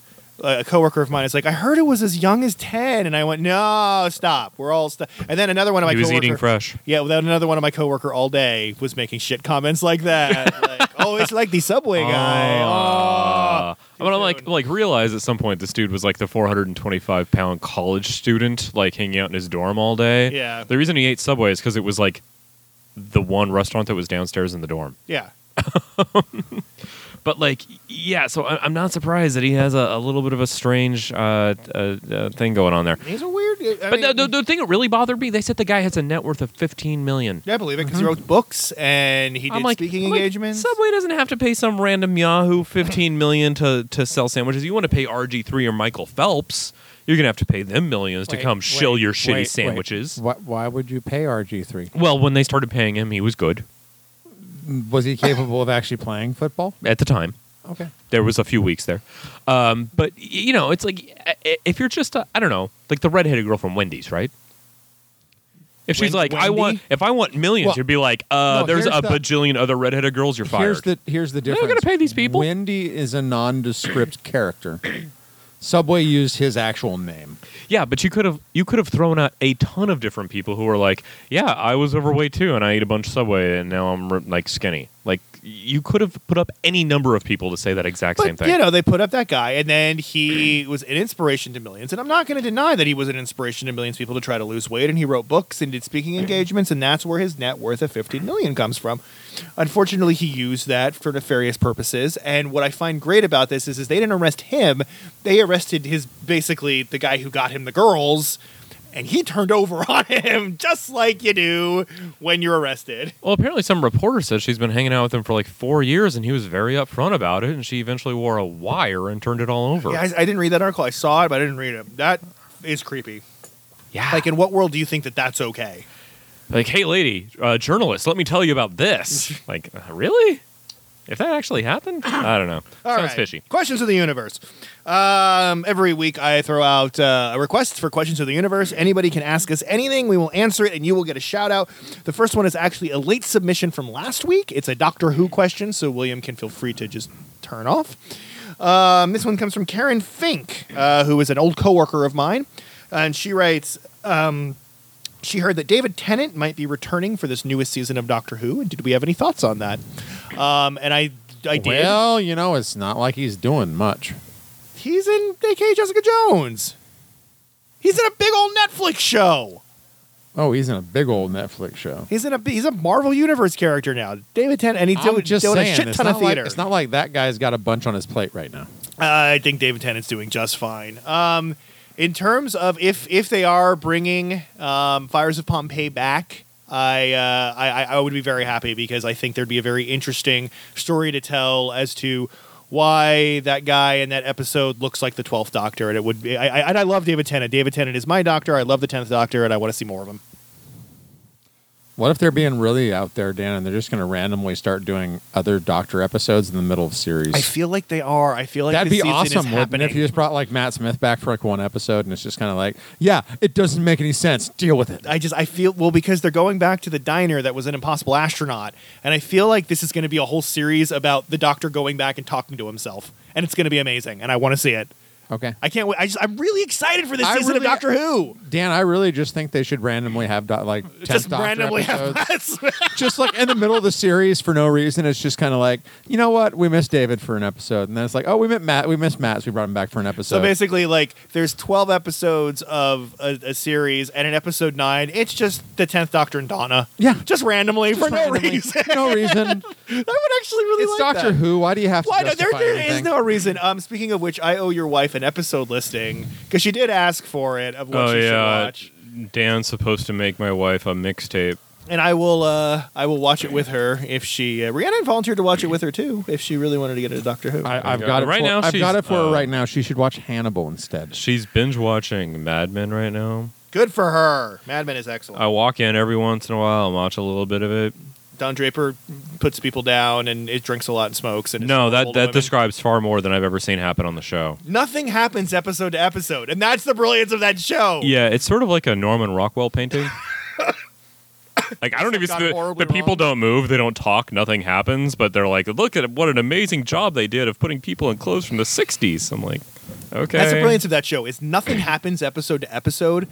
S3: a coworker of mine is like, I heard it was as young as ten, and I went, No, stop. We're all st-. And then another one of my
S5: he was
S3: coworker-
S5: eating fresh.
S3: Yeah, without another one of my coworker all day was making shit comments like that. like, oh, it's like the subway guy. Oh.
S5: Uh, I'm gonna like like realize at some point this dude was like the 425 pound college student like hanging out in his dorm all day.
S3: Yeah.
S5: The reason he ate Subway is because it was like the one restaurant that was downstairs in the dorm.
S3: Yeah.
S5: But like yeah, so I- I'm not surprised that he has a, a little bit of a strange uh, uh, uh, thing going on there.
S3: These are weird. I
S5: But
S3: mean,
S5: the, the, the thing that really bothered me, they said the guy has a net worth of 15 million.
S3: yeah, I believe it because he
S5: Mm-hmm.
S3: wrote books and he did
S5: I'm like,
S3: speaking
S5: I'm like,
S3: engagements.
S5: Subway doesn't have to pay some random Yahoo 15 million to to sell sandwiches. You want to pay RG3 or Michael Phelps, you're gonna have to pay them millions
S3: Wait,
S5: to come shill your
S4: Wait,
S5: shitty
S4: wait.
S5: sandwiches.
S4: Why, why would you pay RG three?
S5: Well, when they started paying him, he was good
S4: Was he capable of actually playing football?
S5: at the time.
S4: Okay.
S5: There was a few weeks there, um, but y- you know, it's like i- i- if you're just a, I don't know, like the redheaded girl from Wendy's, right? If she's
S3: Wen-
S5: like, I want,
S3: Wendy?
S5: if I want millions,
S4: Well,
S5: you'd be like, uh,
S4: no,
S5: there's
S4: here's
S5: a
S4: the-
S5: bajillion other redheaded girls. You're fired.
S4: Here's the here's the
S5: not
S4: difference.
S5: gonna pay these people.
S4: Wendy is a nondescript character. Subway used his actual name.
S5: Yeah, but you could have you could have thrown out a ton of different people who were like, "Yeah, I was overweight too, and I ate a bunch of Subway, and now I'm like skinny." Like you could have put up any number of people to say that exact
S3: but
S5: same thing.
S3: you know, they put up that guy, and then he was an inspiration to millions. And I'm not going to deny that he was an inspiration to millions of people to try to lose weight. And he wrote books and did speaking engagements, and that's where his net worth of 15 million comes from. Unfortunately, he used that for nefarious purposes. And what I find great about this is, is they didn't arrest him; they arrested his basically the guy who got him the girls. And he turned over on him just like you do when you're arrested.
S5: well, apparently, some reporter said she's been hanging out with him for like four years, and he was very upfront about it, and she eventually wore a wire and turned it all over.
S3: Yeah, I, I didn't read that article. I saw it, but I didn't read it. That is creepy.
S5: Yeah.
S3: Like, in what world do you think that that's okay?
S5: Like, hey, lady, uh, journalist, let me tell you about this. like, uh, really? If that actually happened, I don't know.
S3: All
S5: Sounds
S3: right.
S5: fishy.
S3: Questions of the universe. Um, every week I throw out uh, a request for questions of the universe. Anybody can ask us anything. We will answer it, and you will get a shout out. The first one is actually a late submission from last week. It's a Doctor Who question, so William can feel free to just turn off. Um, this one comes from Karen Fink, uh, who is an old coworker of mine, and she writes. um, She heard that David Tennant might be returning for this newest season of Doctor Who, and did we have any thoughts on that? Um, and I, I did.
S4: Well, you know, it's not like he's doing much.
S3: He's in AKA Jessica Jones. He's in a big old Netflix show.
S4: Oh, he's in a big old Netflix show.
S3: He's in a he's a Marvel Universe character now. David Tennant, and he's
S4: I'm
S3: doing,
S4: just
S3: doing
S4: saying,
S3: a shit
S4: it's
S3: ton
S4: not
S3: of
S4: like-
S3: theater.
S4: it's not like that guy's got a bunch on his plate right now.
S3: I think David Tennant's doing just fine. Um, in terms of if if they are bringing um, Fires of Pompeii back, I, uh, I I- I would be very happy because I think there'd be a very interesting story to tell as to why that guy in that episode looks like the Twelfth Doctor, and it would be. I, I, and I love David Tennant. David Tennant is my Doctor. I love the Tenth Doctor, and I want to see more of him.
S4: What if they're being really out there, Dan, and they're just going to randomly start doing other Doctor episodes in the middle of series?
S3: I feel like they are. I feel like
S4: That'd
S3: this season
S4: be
S3: is
S4: awesome. wouldn't it,
S3: happening.
S4: If you just brought like Matt Smith back for like one episode, and it's just kind of like, yeah, it doesn't make any sense. Deal with it.
S3: I just I feel well because they're going back to the diner that was an impossible astronaut, and I feel like this is going to be a whole series about the doctor going back and talking to himself, and it's going to be amazing, and I want to see it.
S4: Okay,
S3: I can't wait. I just I'm really excited for this
S4: I
S3: season of
S4: really-
S3: Doctor Who.
S4: Dan, I really just think they should randomly have do- like
S3: Just
S4: tenth Doctor
S3: randomly have
S4: episodes.
S3: that.
S4: just like in the middle of the series for no reason. It's just kind of like, you know what? We missed David for an episode, and then it's like, oh, we met Matt. We missed Matt, so we brought him back for an episode.
S3: So basically, like there's 12 episodes of a, a series, and in episode nine, it's just the 10th Doctor and Donna.
S4: Yeah.
S3: just randomly for no
S4: Randomly,
S3: reason.
S4: for no reason.
S3: I would actually really
S4: it's
S3: like
S4: Doctor
S3: that.
S4: Who. Why do you have to?
S3: Why no, there,
S4: justify
S3: there
S4: anything?
S3: is no reason. Um, speaking of which, I owe your wife an episode listing because she did ask for it of what
S5: oh
S3: she should
S5: yeah,
S3: watch,
S5: Dan's supposed to make my wife a mixtape.
S3: and I will. Uh, I will watch it with her if she. Uh, Rhiannon volunteered to watch it with her too if she really wanted to get into Doctor Who.
S4: I, I've
S5: Yeah.
S4: got it
S5: Right
S4: for,
S5: now
S4: I've got
S5: she's,
S4: it for her
S5: uh,
S4: right now. She should watch Hannibal instead.
S5: She's binge watching Mad Men right now.
S3: Good for her. Mad Men is
S5: I
S3: excellent.
S5: walk in every once in a while and watch a little bit of it.
S3: Don Draper puts people down and it drinks a lot and smokes. And is
S5: No, that
S3: horrible to
S5: that
S3: women.
S5: describes far more than I've ever seen happen on the show.
S3: nothing happens episode to episode, and that's the brilliance of that show.
S5: Yeah, it's sort of like a Norman Rockwell painting. like I don't even
S3: gone
S5: the,
S3: horribly
S5: the people
S3: wrong.
S5: don't move, they don't talk, nothing happens, but they're like, look at what an amazing job they did of putting people in clothes from the '60s. I'm like, okay,
S3: That's the brilliance of that show is nothing happens episode to episode,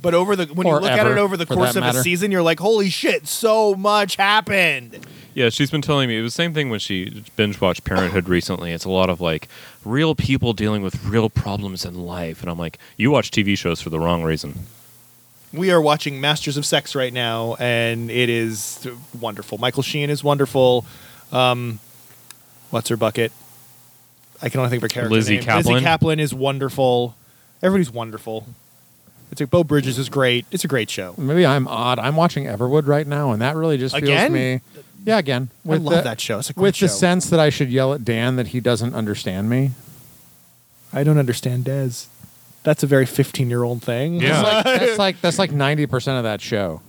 S3: but over the when you
S4: Or
S3: look at it
S4: ever,
S3: over the
S4: for
S3: course
S4: that
S3: of a
S4: matter.
S3: season, you're like, holy shit, so much happened.
S5: Yeah, she's been telling me it was the same thing when she binge watched Parenthood recently. It's a lot of like real people dealing with real problems in life, and I'm like, you watch TV shows for the wrong reason.
S3: We are watching Masters of Sex right now, and it is wonderful. Michael Sheen is wonderful. Um, what's her bucket? I can only think of her character.
S5: Lizzie
S3: name.
S5: Caplan.
S3: Lizzie Kaplan is wonderful. Everybody's wonderful. It's like Bo Bridges is great. It's a great show.
S4: Maybe I'm odd. I'm watching Everwood right now, and that really just feels
S3: Again?
S4: me. Yeah, again. With
S3: I love
S4: the-
S3: that show. It's a great
S4: With
S3: show.
S4: the sense that I should yell at Dan that he doesn't understand me.
S3: I don't understand Dez. That's a very 15 year old thing.
S5: Yeah.
S4: That's like- that's like that's like ninety percent of that show.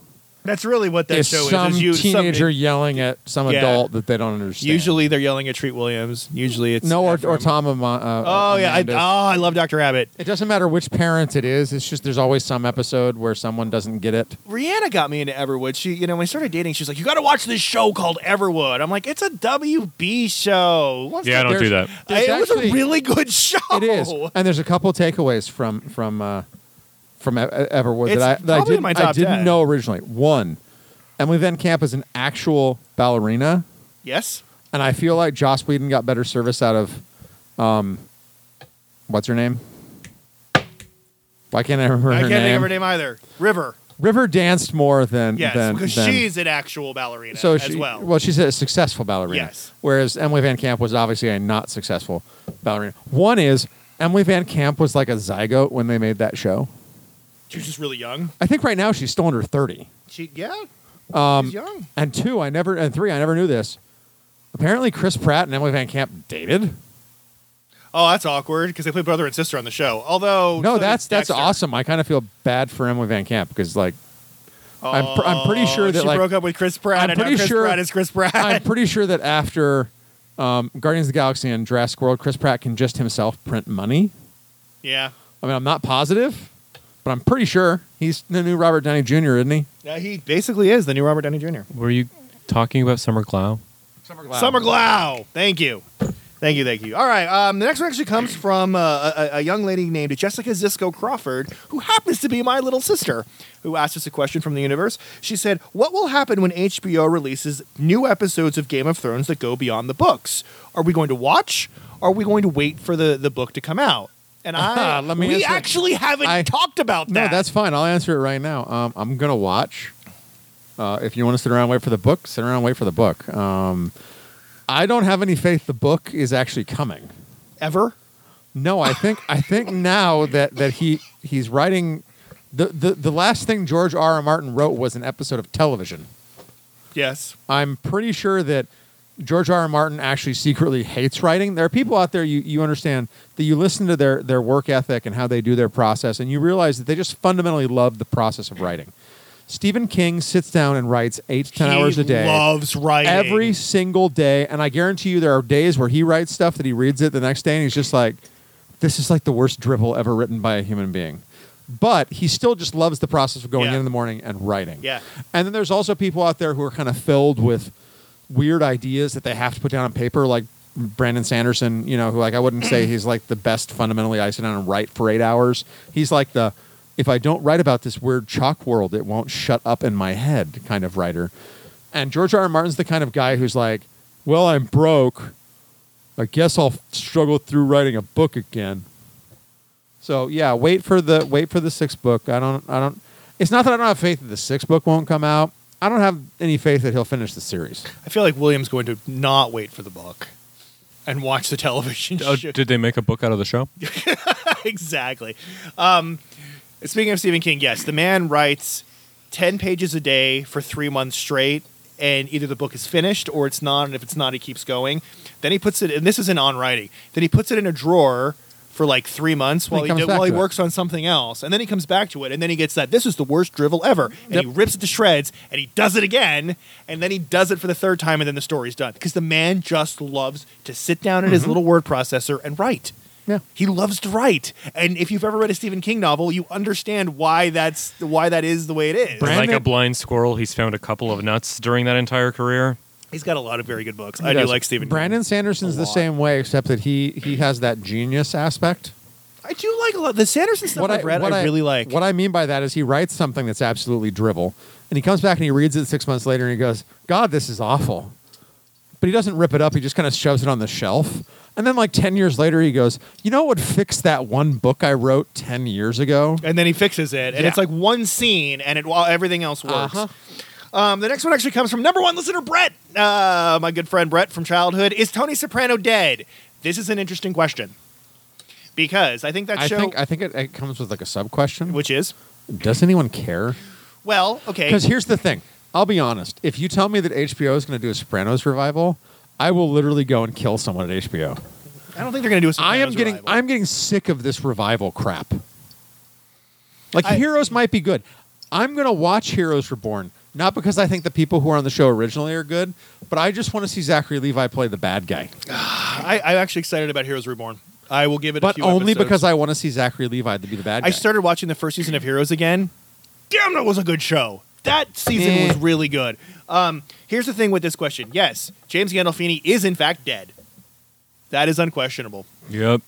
S3: That's really what that
S4: is
S3: show
S4: some
S3: is. is you, some-
S4: teenager yelling at some
S3: Yeah.
S4: adult that they don't understand.
S3: usually they're yelling at Treat Williams. Usually it's
S4: no, or, or
S3: Ephraim.
S4: Tom. Ama- uh,
S3: Oh yeah, I,
S4: Amanda.
S3: oh I love Dr. Abbott.
S4: It doesn't matter which parent it is. It's just there's always some episode where someone doesn't get it.
S3: Rihanna got me into Everwood. She, you know, when I started dating, she was like, "You got to watch this show called Everwood." I'm like, "It's a WB show." What's
S5: Yeah, I
S3: that?
S5: don't do that.
S4: There's- there's
S3: it was a Oh.
S4: actually-
S3: really good show.
S4: It is, and there's a couple takeaways from from uh, from E- E- Everwood
S3: It's
S4: that I that I
S3: probably
S4: didn't,
S3: my
S4: I
S3: top
S4: didn't
S3: 10.
S4: know originally. One, Emily Van Camp is an actual ballerina,
S3: Yes,
S4: and I feel like Joss Whedon got better service out of, um, what's her name? Why can't I remember
S3: I
S4: her
S3: can't
S4: name?
S3: think of her name either. River.
S4: River danced more than
S3: Yes,
S4: than,
S3: because
S4: than-
S3: she's an actual ballerina
S4: so
S3: as
S4: she,
S3: well.
S4: she's a successful ballerina.
S3: Yes.
S4: Whereas Emily Van Camp was obviously a not successful ballerina. One is Emily Van Camp was like a zygote when they made that show.
S3: she was just really young.
S4: I think right now she's still under thirty.
S3: She, yeah,
S4: Um,
S3: she's young.
S4: and two, I never and three, I never knew this. Apparently, Chris Pratt and Emily Van Camp dated.
S3: Oh, that's awkward because they play brother and sister on the show. Although
S4: no,
S3: Oh, so
S4: that's
S3: does
S4: that's
S3: Dexter.
S4: awesome. I kind of feel bad for Emily Van Camp because like I'm pr- I'm pretty sure
S3: Oh,
S4: that
S3: she
S4: like
S3: broke up with Chris Pratt.
S4: I'm
S3: and now
S4: pretty
S3: Chris
S4: sure-
S3: Pratt is Chris Pratt.
S4: I'm pretty sure that after um, Guardians of the Galaxy and Jurassic World, Chris Pratt can just himself print money.
S3: yeah.
S4: I mean, I'm not positive, but I'm pretty sure he's the new Robert Downey Jr., isn't he?
S3: Yeah, he basically is the new Robert Downey Jr.
S5: Were you talking about Summer Glau?
S3: Summer Glau. Thank you. Thank you, thank you. All right, um, the next one actually comes from uh, a, a young lady named Jessica Zisco Crawford, who happens to be my little sister, who asked us a question from the universe. She said, What will happen when HBO releases new episodes of Game of Thrones that go beyond the books? Are we going to watch? Are we going to wait for the, the book to come out? And I,
S4: Let me
S3: we
S4: answer-
S3: actually haven't
S4: I-
S3: talked about
S4: No,
S3: that.
S4: that's fine. I'll answer it right now. Um, I'm gonna watch. Uh, if you want to sit around and wait for the book, sit around and wait for the book. Um, I don't have any faith the book is actually coming.
S3: ever.
S4: No, I think I think now that that he he's writing the, the the last thing George R. R. Martin wrote was an episode of television.
S3: Yes.
S4: I'm pretty sure that George R. R. Martin actually secretly hates writing. There are people out there you, you understand that you listen to their their work ethic and how they do their process, and you realize that they just fundamentally love the process of writing. Stephen King sits down and writes eight to ten
S7: He
S4: hours a day.
S7: Loves writing
S4: Every single day, and I guarantee you, there are days where he writes stuff that he reads it the next day, and he's just like, "This is like the worst dribble ever written by a human being." But he still just loves the process of going
S3: Yeah.
S4: in in the morning and writing.
S3: Yeah.
S4: And then there's also people out there who are kind of filled with weird ideas that they have to put down on paper, like Brandon Sanderson, you know, who like I wouldn't say he's like the best fundamentally I sit down and write for eight hours. He's like the if I don't write about this weird chalk world, it won't shut up in my head kind of writer. And George R. R. Martin's the kind of guy who's like, Well, I'm broke. I guess I'll struggle through writing a book again. So yeah, wait for the wait for the sixth book. I don't I don't it's not that I don't have faith that the sixth book won't come out. I don't have any faith that he'll finish the series.
S7: I feel like William's going to not wait for the book and watch the television
S5: Oh,
S7: show.
S5: did they make a book out of the show?
S3: exactly. Um, speaking of Stephen King, yes, the man writes 10 pages a day for three months straight, and either the book is finished or it's not. And if it's not, he keeps going. Then he puts it, and this is an on writing, then he puts it in a drawer for like three months while he,
S4: comes
S3: do-
S4: back
S3: while he
S4: to it.
S3: works on something else. And then he comes back to it, and then he gets that this is the worst drivel ever. And he
S4: Yep.
S3: rips it to shreds, and he does it again, and then he does it for the third time, and then the story's done. Because the man just loves to sit down at
S4: Mm-hmm.
S3: his little word processor and write.
S4: Yeah.
S3: He loves to write, and if you've ever read a Stephen King novel, you understand why that's why that is the way it is.
S4: Brandon-
S5: Like a blind squirrel, he's found a couple of nuts during that entire career.
S3: He's got a lot of very good books. I do like Stephen.
S4: Brandon Sanderson's
S3: a
S4: the
S3: lot.
S4: same way, except that he he has that genius aspect.
S3: King. I do like a lot. The Sanderson stuff I've read, I, really like.
S4: What I mean by that is he writes something that's absolutely drivel, and he comes back and he reads it six months later and he goes, "God, this is awful." But he doesn't rip it up. He just kind of shoves it on the shelf, and then like ten years later, he goes, "You know what would fix that one book I wrote ten years ago?"
S3: and then he fixes it, and
S4: Yeah.
S3: it's like one scene, and it while everything else works.
S4: Uh-huh.
S3: Um, the next one actually comes from number one listener Brett, uh, my good friend Brett from childhood. Is Tony Soprano dead? This is an interesting question because I think that
S4: I
S3: show,
S4: think I think it, it comes with like a sub question.
S3: which is
S4: does anyone care?
S3: well, okay,
S4: Because here's the thing. I'll be honest. If you tell me that HBO is going to do a Sopranos revival, I will literally go and kill someone at HBO.
S3: I don't think they're going to do a.
S4: I am
S3: Sopranos
S4: getting
S3: revival.
S4: I'm getting sick of this revival crap. Like
S3: I-
S4: Heroes might be good. I'm going to watch Heroes Reborn, not because I think the people who are on the show originally are good, but I just want to see Zachary Levi play the bad guy.
S3: I, I'm actually excited about Heroes Reborn. I will give it, a
S4: But
S3: few
S4: only
S3: episodes.
S4: because I want to see Zachary Levi to be the bad guy.
S3: I started watching the first season of Heroes again. Damn, that was a good show. That season
S4: Meh.
S3: was really good. Um, here's the thing with this question: Yes, James Gandolfini is in fact dead. That is unquestionable.
S5: Yep.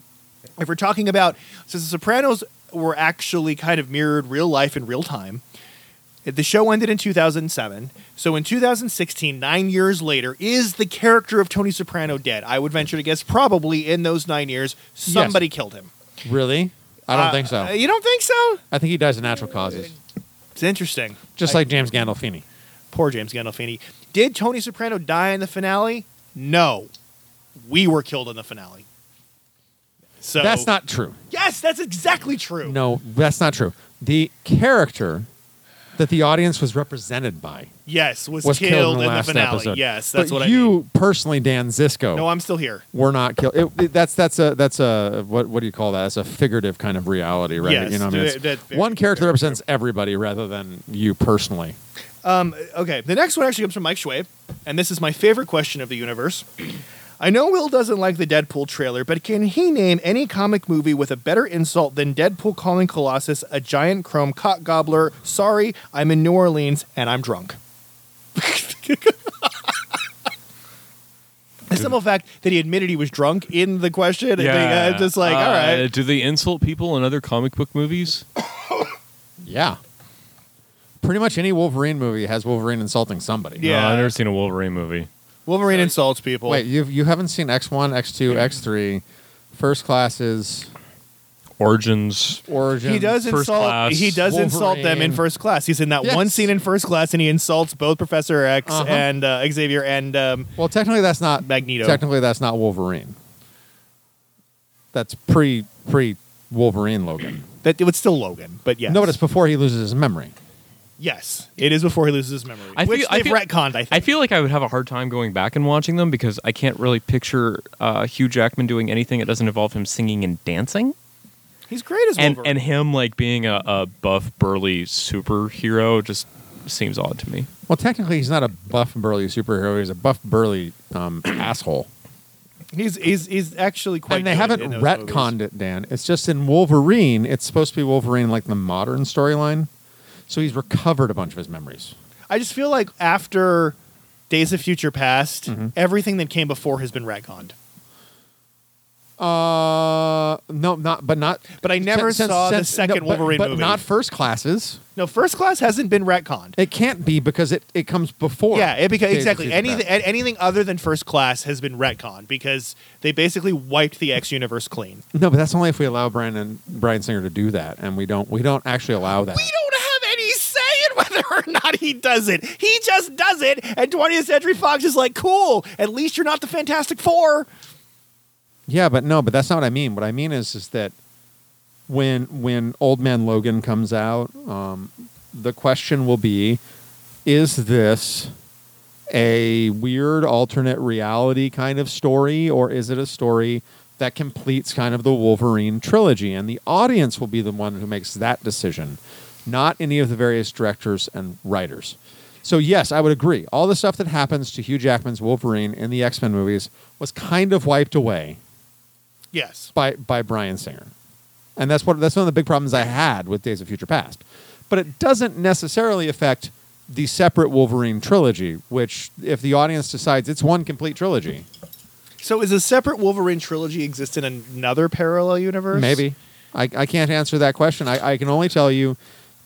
S3: If we're talking about since The Sopranos were actually kind of mirrored real life in real time, the show ended in 2007. So in 2016, nine years later, is the character of Tony Soprano dead? I would venture to guess probably in those nine years, somebody killed him.
S4: really? I don't
S3: Uh,
S4: think so.
S3: uh, You don't think so?
S4: I think he dies of natural causes,
S3: It's interesting.
S4: just like James Gandolfini.
S3: Poor James Gandolfini. Did Tony Soprano die in the finale? No. We were killed in the finale. So
S4: That's not true.
S3: Yes, that's exactly true.
S4: No, that's not true. The character that the audience was represented by
S3: Yes, was,
S4: was
S3: killed, in the,
S4: last
S3: finale.
S4: episode.
S3: Yes, that's
S4: but
S3: what
S4: you
S3: I mean.
S4: personally, Dan Zisco,
S3: No, I'm still here.
S4: were not killed. It, it- that's that's a that's a what what do you call that? That's a figurative kind of reality, right?
S3: Yes,
S4: you know, what I mean,
S3: that-
S4: It's-
S3: that-
S4: one character represents everybody rather than you personally.
S3: Uh, Okay, the next one actually comes from Mike Schwabe, and this is my favorite question of the universe. I know Will doesn't like the Deadpool trailer, but can he name any comic movie with a better insult than Deadpool calling Colossus a giant chrome cock gobbler? Sorry, I'm in New Orleans and I'm drunk. the simple fact that he admitted he was drunk in the question, yeah. it's just like, all
S5: Uh,
S3: right.
S5: Do they insult people in other comic book movies?
S4: Yeah, pretty much any Wolverine movie has Wolverine insulting somebody.
S3: Yeah.
S5: No, I've Uh, never seen a Wolverine movie.
S3: Wolverine insults people.
S4: Wait, you you haven't seen X one, X two, X three, first classes,
S5: Origins.
S4: origin.
S3: He does
S5: First
S3: insult.
S5: class,
S3: he does insult them in
S4: Wolverine.
S3: first class. He's in that one
S4: Yes.
S3: scene in first class, and he insults both Professor X
S4: Uh-huh.
S3: and uh, Xavier and um,
S4: Well, technically that's not
S3: Magneto.
S4: Technically that's not Wolverine. that's pre pre Wolverine Logan.
S3: That it was still Logan, but yes.
S4: No, but it's before he loses his memory.
S3: yes, it is before he loses his memory.
S5: I
S3: which
S5: feel- I
S3: they've
S5: feel-
S3: retconned. I think.
S5: I feel like I would have a hard time going back and watching them because I can't really picture uh, Hugh Jackman doing anything that doesn't involve him singing and dancing,
S3: He's great as
S5: and
S3: Wolverine.
S5: and him like being a, a buff burly superhero just seems odd to me.
S4: Well, technically, he's not a buff burly superhero. He's a buff burly um, asshole.
S3: he's he's he's actually quite.
S4: and they
S3: good
S4: haven't
S3: in those
S4: retconned
S3: movies.
S4: it, Dan. It's just in Wolverine. It's supposed to be Wolverine like the modern storyline. So he's recovered a bunch of his memories.
S3: I just feel like after Days of Future Past,
S4: Mm-hmm.
S3: everything that came before has been retconned.
S4: Uh, no, not but not.
S3: But I never
S4: since-
S3: saw the
S4: since-
S3: second
S4: but-
S3: Wolverine
S4: but
S3: movie.
S4: not first classes.
S3: No, First Class hasn't been retconned.
S4: It can't be because it, it comes before.
S3: Yeah, it because
S4: Days of
S3: exactly
S4: Future
S3: anything
S4: Past.
S3: anything other than first class has been retconned because they basically wiped the X universe clean.
S4: No, but that's only if we allow Brian and Brian Singer to do that, and we don't. We don't actually allow that.
S3: We don't have any say in whether or not he does it. He just does it, and 20th Century Fox is like, cool. At least you're not the Fantastic Four.
S4: Yeah, but no, but that's not what I mean. What I mean is, is that when when Old Man Logan comes out, um, the question will be: Is this a weird alternate reality kind of story, or is it a story that completes kind of the Wolverine trilogy? And the audience will be the one who makes that decision, not any of the various directors and writers. So yes, I would agree. All the stuff that happens to Hugh Jackman's Wolverine in the X Men movies was kind of wiped away
S3: Yes.
S4: by by Brian Singer, and that's what that's one of the big problems I had with Days of Future Past. But it doesn't necessarily affect the separate Wolverine trilogy, which if the audience decides it's one complete trilogy,
S3: So is a separate Wolverine trilogy exist in another parallel universe?
S4: maybe. I, I can't answer that question. I, I can only tell you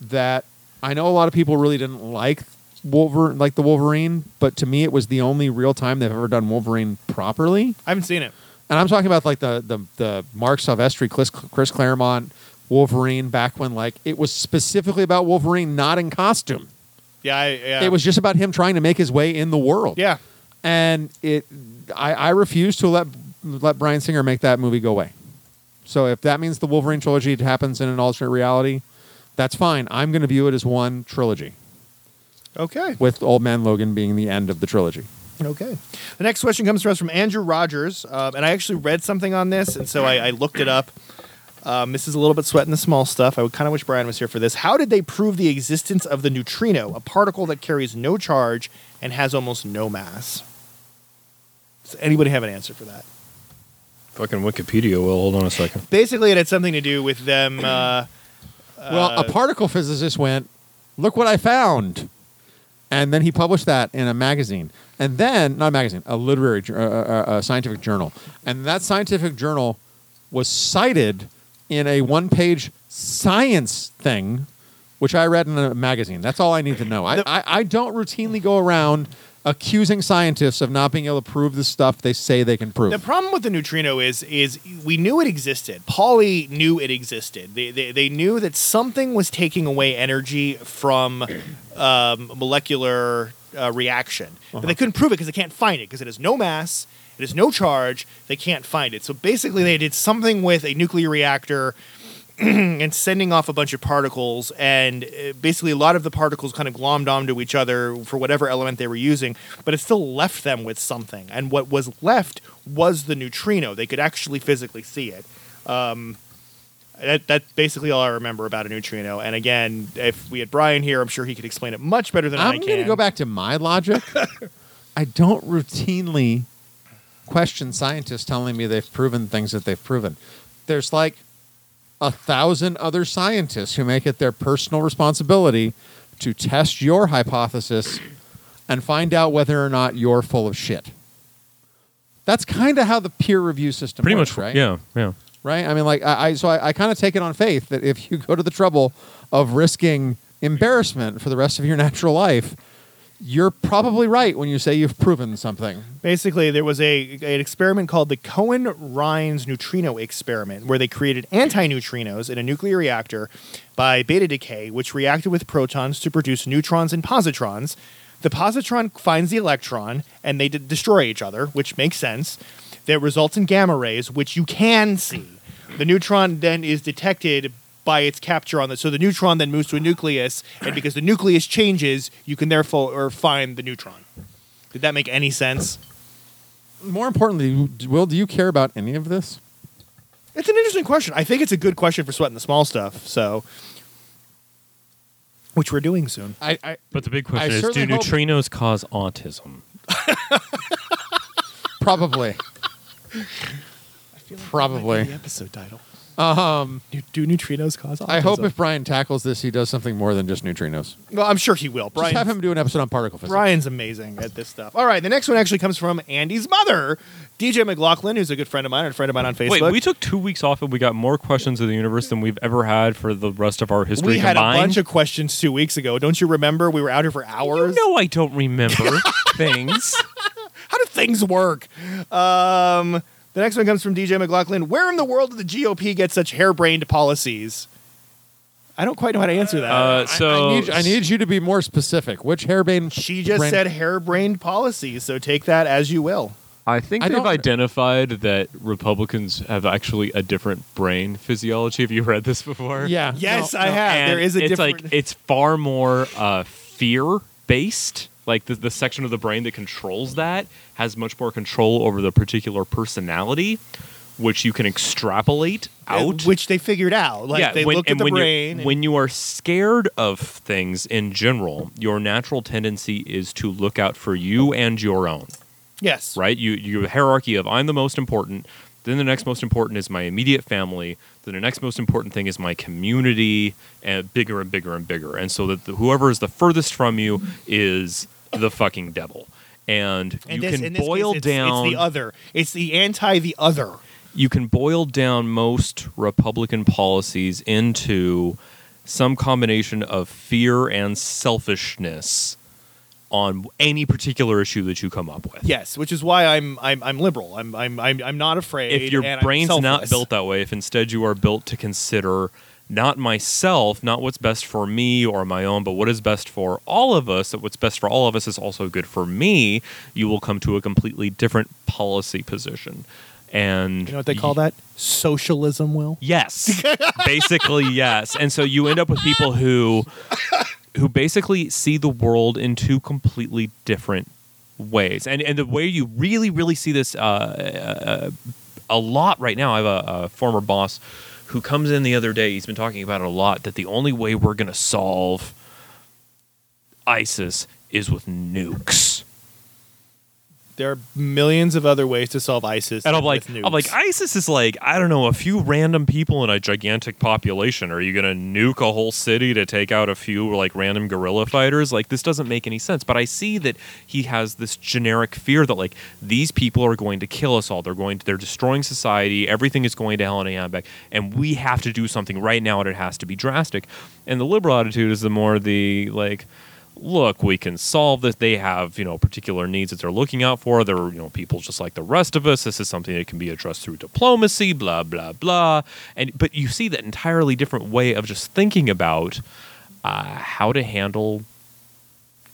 S4: that I know a lot of people really didn't like Wolverine, like the Wolverine, but to me it was the only real time they've ever done Wolverine properly.
S3: I haven't seen it.
S4: and I'm talking about like the the the Mark Silvestri, Chris, Chris Claremont, Wolverine back when like it was specifically about Wolverine not in costume.
S3: Yeah, I, yeah.
S4: It was just about him trying to make his way in the world.
S3: Yeah.
S4: and it I, I refuse to let let Brian Singer make that movie go away. So if that means the Wolverine trilogy happens in an alternate reality, that's fine. I'm going to view it as one trilogy
S3: Okay.
S4: with Old Man Logan being the end of the trilogy.
S3: Okay. The next question comes to us from Andrew Rogers, um, and I actually read something on this, and so I, I looked it up. Um, this is a little bit sweating the small stuff. I would kind of wish Brian was here for this. How did they prove the existence of the neutrino, a particle that carries no charge and has almost no mass? Does anybody have an answer for that?
S5: Fucking Wikipedia. Well, hold on a second.
S3: Basically, it had something to do with them. Uh,
S4: Well, a particle physicist went, "Look what I found," and then he published that in a magazine, and then not a magazine, a literary, jour- uh, uh, a scientific journal, and that scientific journal was cited in a one-page science thing, which I read in a magazine. That's all I need to know. I, I, I don't routinely go around accusing scientists of not being able to prove the stuff they say they can prove.
S3: The problem with the neutrino is is we knew it existed. Pauli knew it existed. They, they, they knew that something was taking away energy from um, molecular uh, reaction, but they couldn't prove it because they can't find it because it has no mass, it has no charge. They can't find it. So basically, they did something with a nuclear reactor and sending off a bunch of particles and uh, basically a lot of the particles kind of glommed onto each other for whatever element they were using but it still left them with something and what was left was the neutrino they could actually physically see it um, that, that's basically all i remember about a neutrino and again if we had brian here i'm sure he could explain it much better than i
S4: I'm
S3: can
S4: going to go back to my logic. I don't routinely question scientists telling me they've proven things that they've proven. There's like a thousand other scientists who make it their personal responsibility to test your hypothesis and find out whether or not you're full of shit. That's kind of how the peer review system
S5: Pretty
S4: works,
S5: much,
S4: right?
S5: Yeah, yeah.
S4: right? I mean, like I, I so I, I kind of take it on faith that if you go to the trouble of risking embarrassment for the rest of your natural life, you're probably right when you say you've proven something.
S3: Basically, there was a an experiment called the Cohen-Rhines neutrino experiment, where they created antineutrinos in a nuclear reactor by beta decay, which reacted with protons to produce neutrons and positrons. The positron finds the electron, and they d- destroy each other, which makes sense. That results in gamma rays, which you can see. The neutron then is detected by its capture on the. So the neutron then moves to a nucleus, and because the nucleus changes, you can therefore or find the neutron. Did that make any sense?
S4: More importantly, Will, do you care about any of this?
S3: It's an interesting question. I think it's a good question for sweating the small stuff. So, which we're doing soon.
S4: I, I
S5: But the big question
S4: I
S5: is: Do
S4: certainly hope-
S5: neutrinos cause autism?
S4: probably,
S3: The
S4: probably.
S3: episode title.
S4: Um,
S3: Do, do neutrinos cause autism?
S4: I hope if Brian tackles this, he does something more than just neutrinos.
S3: Well, I'm sure he will.
S4: Just have
S3: Brian.
S4: him do an episode on particle physics.
S3: Brian's amazing at this stuff. All right, the next one actually comes from Andy's mother, DJ McLaughlin, who's a good friend of mine and a friend of mine on Facebook.
S5: Wait, we took two weeks off, and we got more questions of the universe than we've ever had for the rest of our history.
S3: We had a
S5: combined?
S3: bunch of questions two weeks ago. Don't you remember? We were out here for hours.
S5: No, I don't remember things.
S3: How do things work? Um, the next one comes from DJ McLaughlin. Where in the world did the GOP get such harebrained policies? I don't quite know how to answer that.
S5: Uh,
S4: I-
S5: so
S4: I, need, I need you to be more specific. Which hairbane?
S3: she just
S4: brand-
S3: said harebrained policies, so take that as you will.
S5: I think
S4: I
S5: they've
S4: don't-
S5: identified that Republicans have actually a different brain physiology. Have you read this before?
S4: Yeah.
S3: Yes,
S4: no,
S3: I
S4: no.
S3: have.
S5: And
S3: there is a
S5: it's
S3: different.
S5: like it's far more uh, fear based. Like the, the section of the brain that controls that has much more control over the particular personality, which you can extrapolate out.
S3: uh, which they figured out. Like they
S5: when-
S3: looked at
S5: and
S3: the
S5: when you're-
S3: brain. and-
S5: When you are scared of things in general, your natural tendency is to look out for you and your own.
S3: yes,
S5: Right? You you have a hierarchy of I'm the most important. Then the next most important is my immediate family. Then the next most important thing is my community, and bigger and bigger and bigger. And so that the, whoever is the furthest from you is the fucking devil. And,
S3: And
S5: you
S3: this- in
S5: can
S3: this case,
S5: boil
S3: it's-
S5: down
S3: It's the other. It's the anti the other.
S5: you can boil down most Republican policies into some combination of fear and selfishness on any particular issue that you come up with.
S3: Yes, which is why I'm I'm I'm liberal. I'm I'm I'm, I'm not afraid.
S5: If your
S3: and I'm
S5: brain's not
S3: selfless.
S5: built that way, if instead you are built to consider not myself, not what's best for me or my own, but what is best for all of us, that what's best for all of us is also good for me, you will come to a completely different policy position. And
S3: you know what they call that? Socialism. Will
S5: Yes. basically, yes. And so you end up with people who who basically see the world in two completely different ways. And and the way you really really see this uh, uh, a lot right now, I have a, a former boss who comes in the other day. He's been talking about it a lot that the only way we're going to solve ISIS is with nukes.
S3: there are millions of other ways to solve ISIS.
S5: And I'm
S3: than
S5: like,
S3: with
S5: I'm
S3: nukes.
S5: like, ISIS is like, I don't know, a few random people in a gigantic population. Are you gonna nuke a whole city to take out a few like random guerrilla fighters? Like, this doesn't make any sense. But I see that he has this generic fear that like these people are going to kill us all. They're going, to, they're destroying society. Everything is going to hell in a handbag, and we have to do something right now, and it has to be drastic. And the liberal attitude is the more the like look, we can solve this. They have, you know, particular needs that they're looking out for. They're, you know, people just like the rest of us. This is something that can be addressed through diplomacy, blah, blah, blah. And but you see that entirely different way of just thinking about uh, how to handle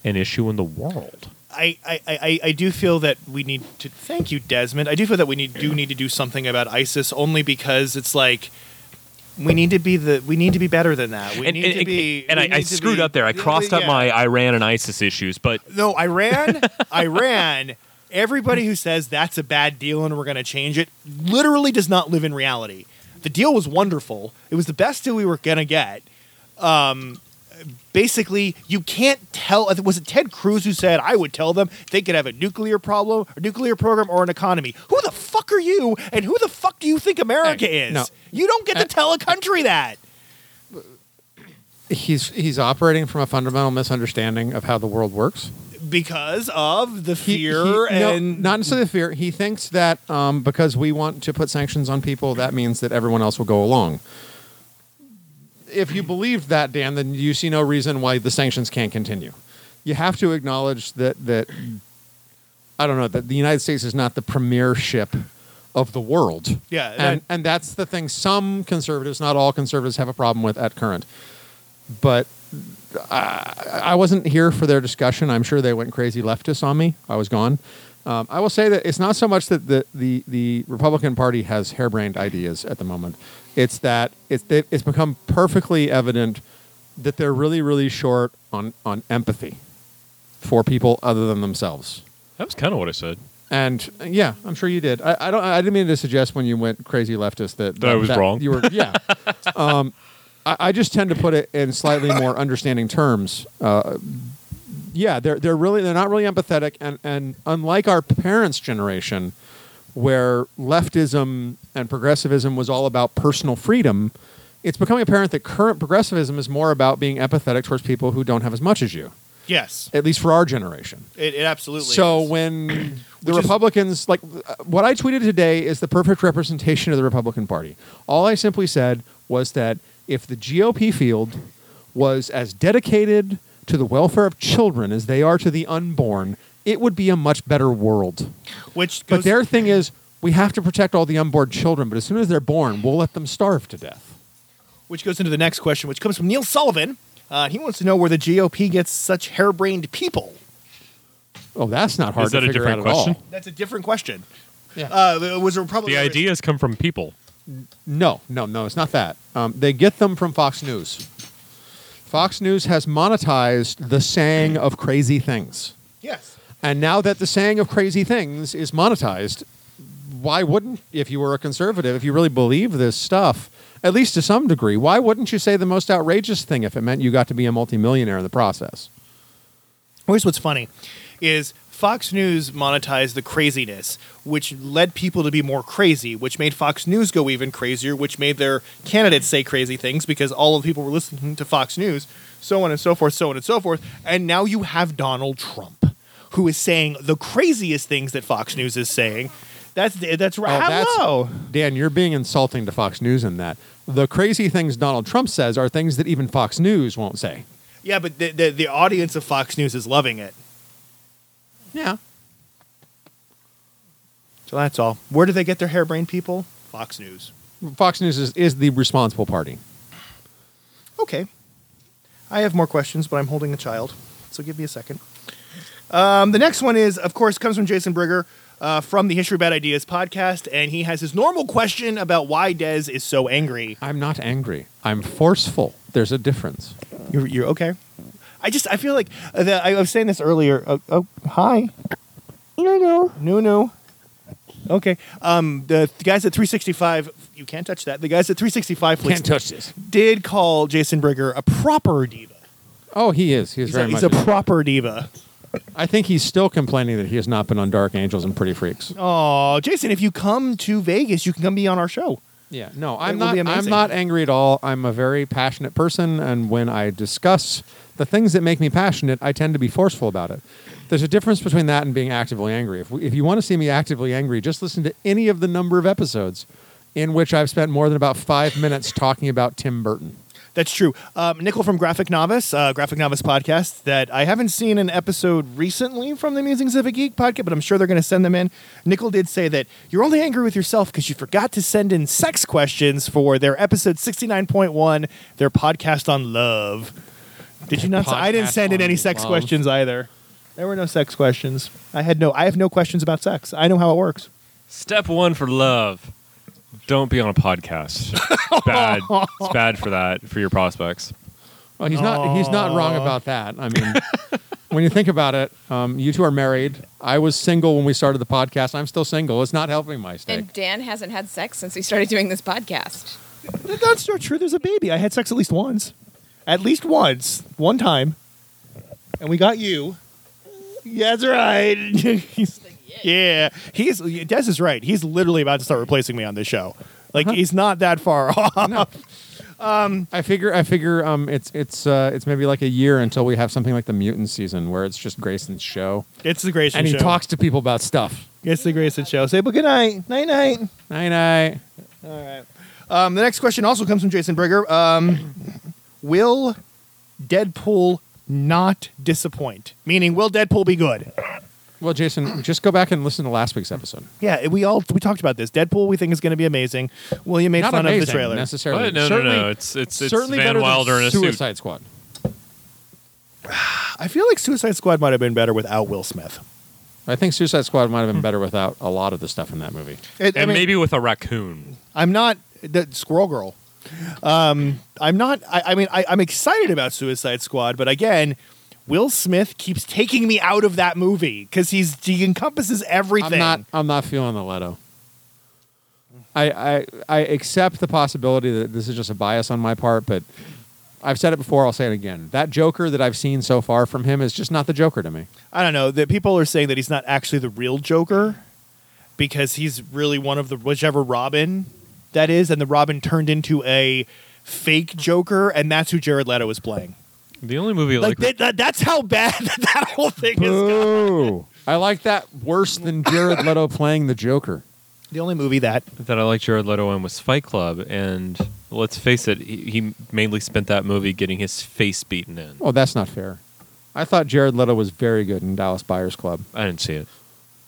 S5: an issue in the world.
S3: I, I, I, I do feel that we need to thank you, Desmond. I do feel that we need do need to do something about ISIS only because it's like we need to be the we need to be better than that. We
S5: and
S3: need
S5: and-
S3: to be
S5: and
S3: we
S5: I, I
S3: need to
S5: screwed
S3: be-
S5: up there. I
S3: Yeah,
S5: crossed up
S3: yeah.
S5: my Iran and ISIS issues, but
S3: No, Iran, Iran. Everybody who says that's a bad deal and we're going to change it literally does not live in reality. The deal was wonderful. It was the best deal we were going to get. Um, basically, you can't tell. uh, Was it Ted Cruz who said I would tell them they could have a nuclear problem, a nuclear program, or an economy? Who the fuck are you, and who the fuck do you think America
S4: Hey,
S3: is?
S4: no. Uh,
S3: You don't get to tell a country that.
S4: He's he's operating from a fundamental misunderstanding of how the world works.
S3: Because of the
S4: He-
S3: fear
S4: he- no,
S3: and
S4: not necessarily fear. He thinks that um, because we want to put sanctions on people, that means that everyone else will go along. If you believe that, Dan, then you see no reason why the sanctions can't continue. You have to acknowledge that that I don't know that the United States is not the premier ship of the world.
S3: Yeah,
S4: and
S3: that-
S4: and that's the thing. Some conservatives, not all conservatives, have a problem with at current, but uh, I wasn't here for their discussion. I'm sure they went crazy leftist on me. I was gone. Um, I will say that it's not so much that the, the, the Republican Party has harebrained ideas at the moment. It's that it's they've- it's become perfectly evident that they're really really short on on empathy for people other than themselves.
S5: That was kind of what I said.
S4: And uh, yeah, I'm sure you did. I, I don't. I didn't mean to suggest when you went crazy leftist that
S5: That I was wrong.
S4: You were yeah. um, I, I just tend to put it in slightly more understanding terms. Uh, yeah, they're they're really they're not really empathetic, and and unlike our parents' generation, where leftism and progressivism was all about personal freedom, it's becoming apparent that current progressivism is more about being empathetic towards people who don't have as much as you.
S3: Yes,
S4: At least for our generation.
S3: it, it absolutely.
S4: So
S3: is.
S4: when the
S3: Which is-
S4: Republicans, like uh, what I tweeted today, is the perfect representation of the Republican Party. All I simply said was that if the GOP field was as dedicated to the welfare of children as they are to the unborn, it would be a much better world.
S3: which goes,
S4: But their thing is, we have to protect all the unborn children. But as soon as they're born, we'll let them starve to death.
S3: which goes into the next question, which comes from Neil Sullivan. Uh, he wants to know where the GOP gets such harebrained people.
S4: Oh, that's not hard
S5: Is that
S4: to
S5: a
S4: figure
S5: different
S4: out at
S5: question?
S4: all.
S3: That's a different question.
S4: Yeah.
S3: Uh, was a Republican.
S5: The ideas come from people.
S4: No, no, no, it's not that. Um, they get them from Fox News. Fox News has monetized the saying of crazy things.
S3: Yes.
S4: And now that the saying of crazy things is monetized, why wouldn't, if you were a conservative, if you really believe this stuff, at least to some degree, why wouldn't you say the most outrageous thing if it meant you got to be a multimillionaire in the process?
S3: Here's what's funny is Fox News monetized the craziness, which led people to be more crazy, which made Fox News go even crazier, which made their candidates say crazy things because all of the people were listening to Fox News, so on and so forth, so on and so forth. And now you have Donald Trump, who is saying the craziest things that Fox News is saying. That's that's right.
S4: Oh,
S3: How
S4: that's-
S3: low?
S4: Dan, you're being insulting to Fox News in that. The crazy things Donald Trump says are things that even Fox News won't say.
S3: Yeah, but the, the the audience of Fox News is loving it.
S4: Yeah.
S3: So that's all. Where do they get their harebrained people? Fox News.
S4: Fox News is, is the responsible party.
S3: Okay. I have more questions, but I'm holding a child, so give me a second. Um, the next one is, of course, comes from Jason Brigger uh, from the History of Bad Ideas podcast, and he has his normal question about why Dez is so angry.
S4: I'm not angry. I'm forceful. There's a difference.
S3: You're, you're okay. I just I feel like uh, the, I was saying this earlier. Oh, oh hi. No, no, no, no. Okay. Um, the, the guys at 365. You can't touch that. The guys at 365. Flicks
S4: touch this.
S3: Did call Jason Brigger a proper diva.
S4: Oh, he is. He is
S3: He's,
S4: very
S3: a, he's
S4: much.
S3: a proper diva.
S4: I think he's still complaining that he has not been on Dark Angels and Pretty Freaks.
S3: Oh, Jason, if you come to Vegas, you can come be on our show.
S4: Yeah, no, I'm
S3: will
S4: not.
S3: be
S4: I'm
S3: amazing.
S4: not angry at all. I'm a very passionate person, and when I discuss the things that make me passionate, I tend to be forceful about it. There's a difference between that and being actively angry. If, we, if you want to see me actively angry, just listen to any of the number of episodes in which I've spent more than about five minutes talking about Tim Burton.
S3: That's true. Um, Nickel from Graphic Novice, uh, Graphic Novice podcast, that I haven't seen an episode recently from the Musings of a Geek podcast, but I'm sure they're going to send them in. Nickel did say that you're only angry with yourself because you forgot to send in sex questions for their episode 69.1, their podcast on love. Did you not? I didn't
S4: podcast
S3: send in
S4: on
S3: any sex
S4: love.
S3: questions either. There were no sex questions. I had no. I have no questions about sex. I know how it works.
S5: Step one for love. Don't be on a podcast. It's bad. It's bad for that for your prospects.
S4: Well, he's not. He's not wrong about that. I mean, when you think about it, um, you two are married. I was single when we started the podcast. I'm still single. It's not helping my stake.
S8: And Dan hasn't had sex since we started doing this podcast.
S3: That's not true. There's a baby. I had sex at least once. At least once. One time. And we got you. Yeah, that's right. He's- yeah. He's Des is right. He's literally about to start replacing me on this show. Like he's not that far off.
S4: I figure. I figure. Um, it's it's uh, it's maybe like a year until we have something like the mutant season where it's just Grayson's show
S3: It's the Grayson
S4: and he
S3: show.
S4: talks to people about stuff.
S3: It's the Grayson show. Say but good night. Night night.
S4: Night night.
S3: Um, the next question also comes from Jason Brigger. Um, will Deadpool not disappoint? Meaning, will Deadpool be good?
S4: Well, Jason, just go back and listen to last week's episode.
S3: Yeah, we all we talked about this. Deadpool, we think is going to be amazing. William made
S4: Not
S3: fun
S4: amazing
S3: of the trailer.
S4: necessarily.
S5: But no, no,
S4: certainly,
S5: no. It's it's it's
S4: certainly
S5: Van
S4: better
S5: Wilder in
S4: than
S5: a suit.
S4: Suicide Squad.
S3: I feel like Suicide Squad might have been better without Will Smith.
S4: I think Suicide Squad might have
S3: Hmm.
S4: been better without a lot of the stuff in that movie.
S3: It- I
S5: and
S3: mean,
S5: maybe with a raccoon.
S3: I'm not the Squirrel Girl. Um, I'm not. I, I mean, I, I'm excited about Suicide Squad, but again, Will Smith keeps taking me out of that movie because he's he encompasses everything.
S4: I'm not. I'm not feeling the Leto. I, I I accept the possibility that this is just a bias on my part, but I've said it before. I'll say it again. That Joker that I've seen so far from him is just not the Joker to me.
S3: I don't know that people are saying that he's not actually the real Joker because he's really one of the whichever Robin that is, and the Robin turned into a fake Joker, and that's who Jared Leto is playing.
S5: The only movie
S3: Like,
S5: like,
S3: that, that- that's how bad that whole thing is.
S4: Ooh, I like that worse than Jared Leto playing the Joker.
S3: The only movie that
S5: that I liked Jared Leto in was Fight Club, and let's face it, he, he mainly spent that movie getting his face beaten in.
S4: Oh, that's not fair. I thought Jared Leto was very good in Dallas Buyers Club,
S5: I didn't see it.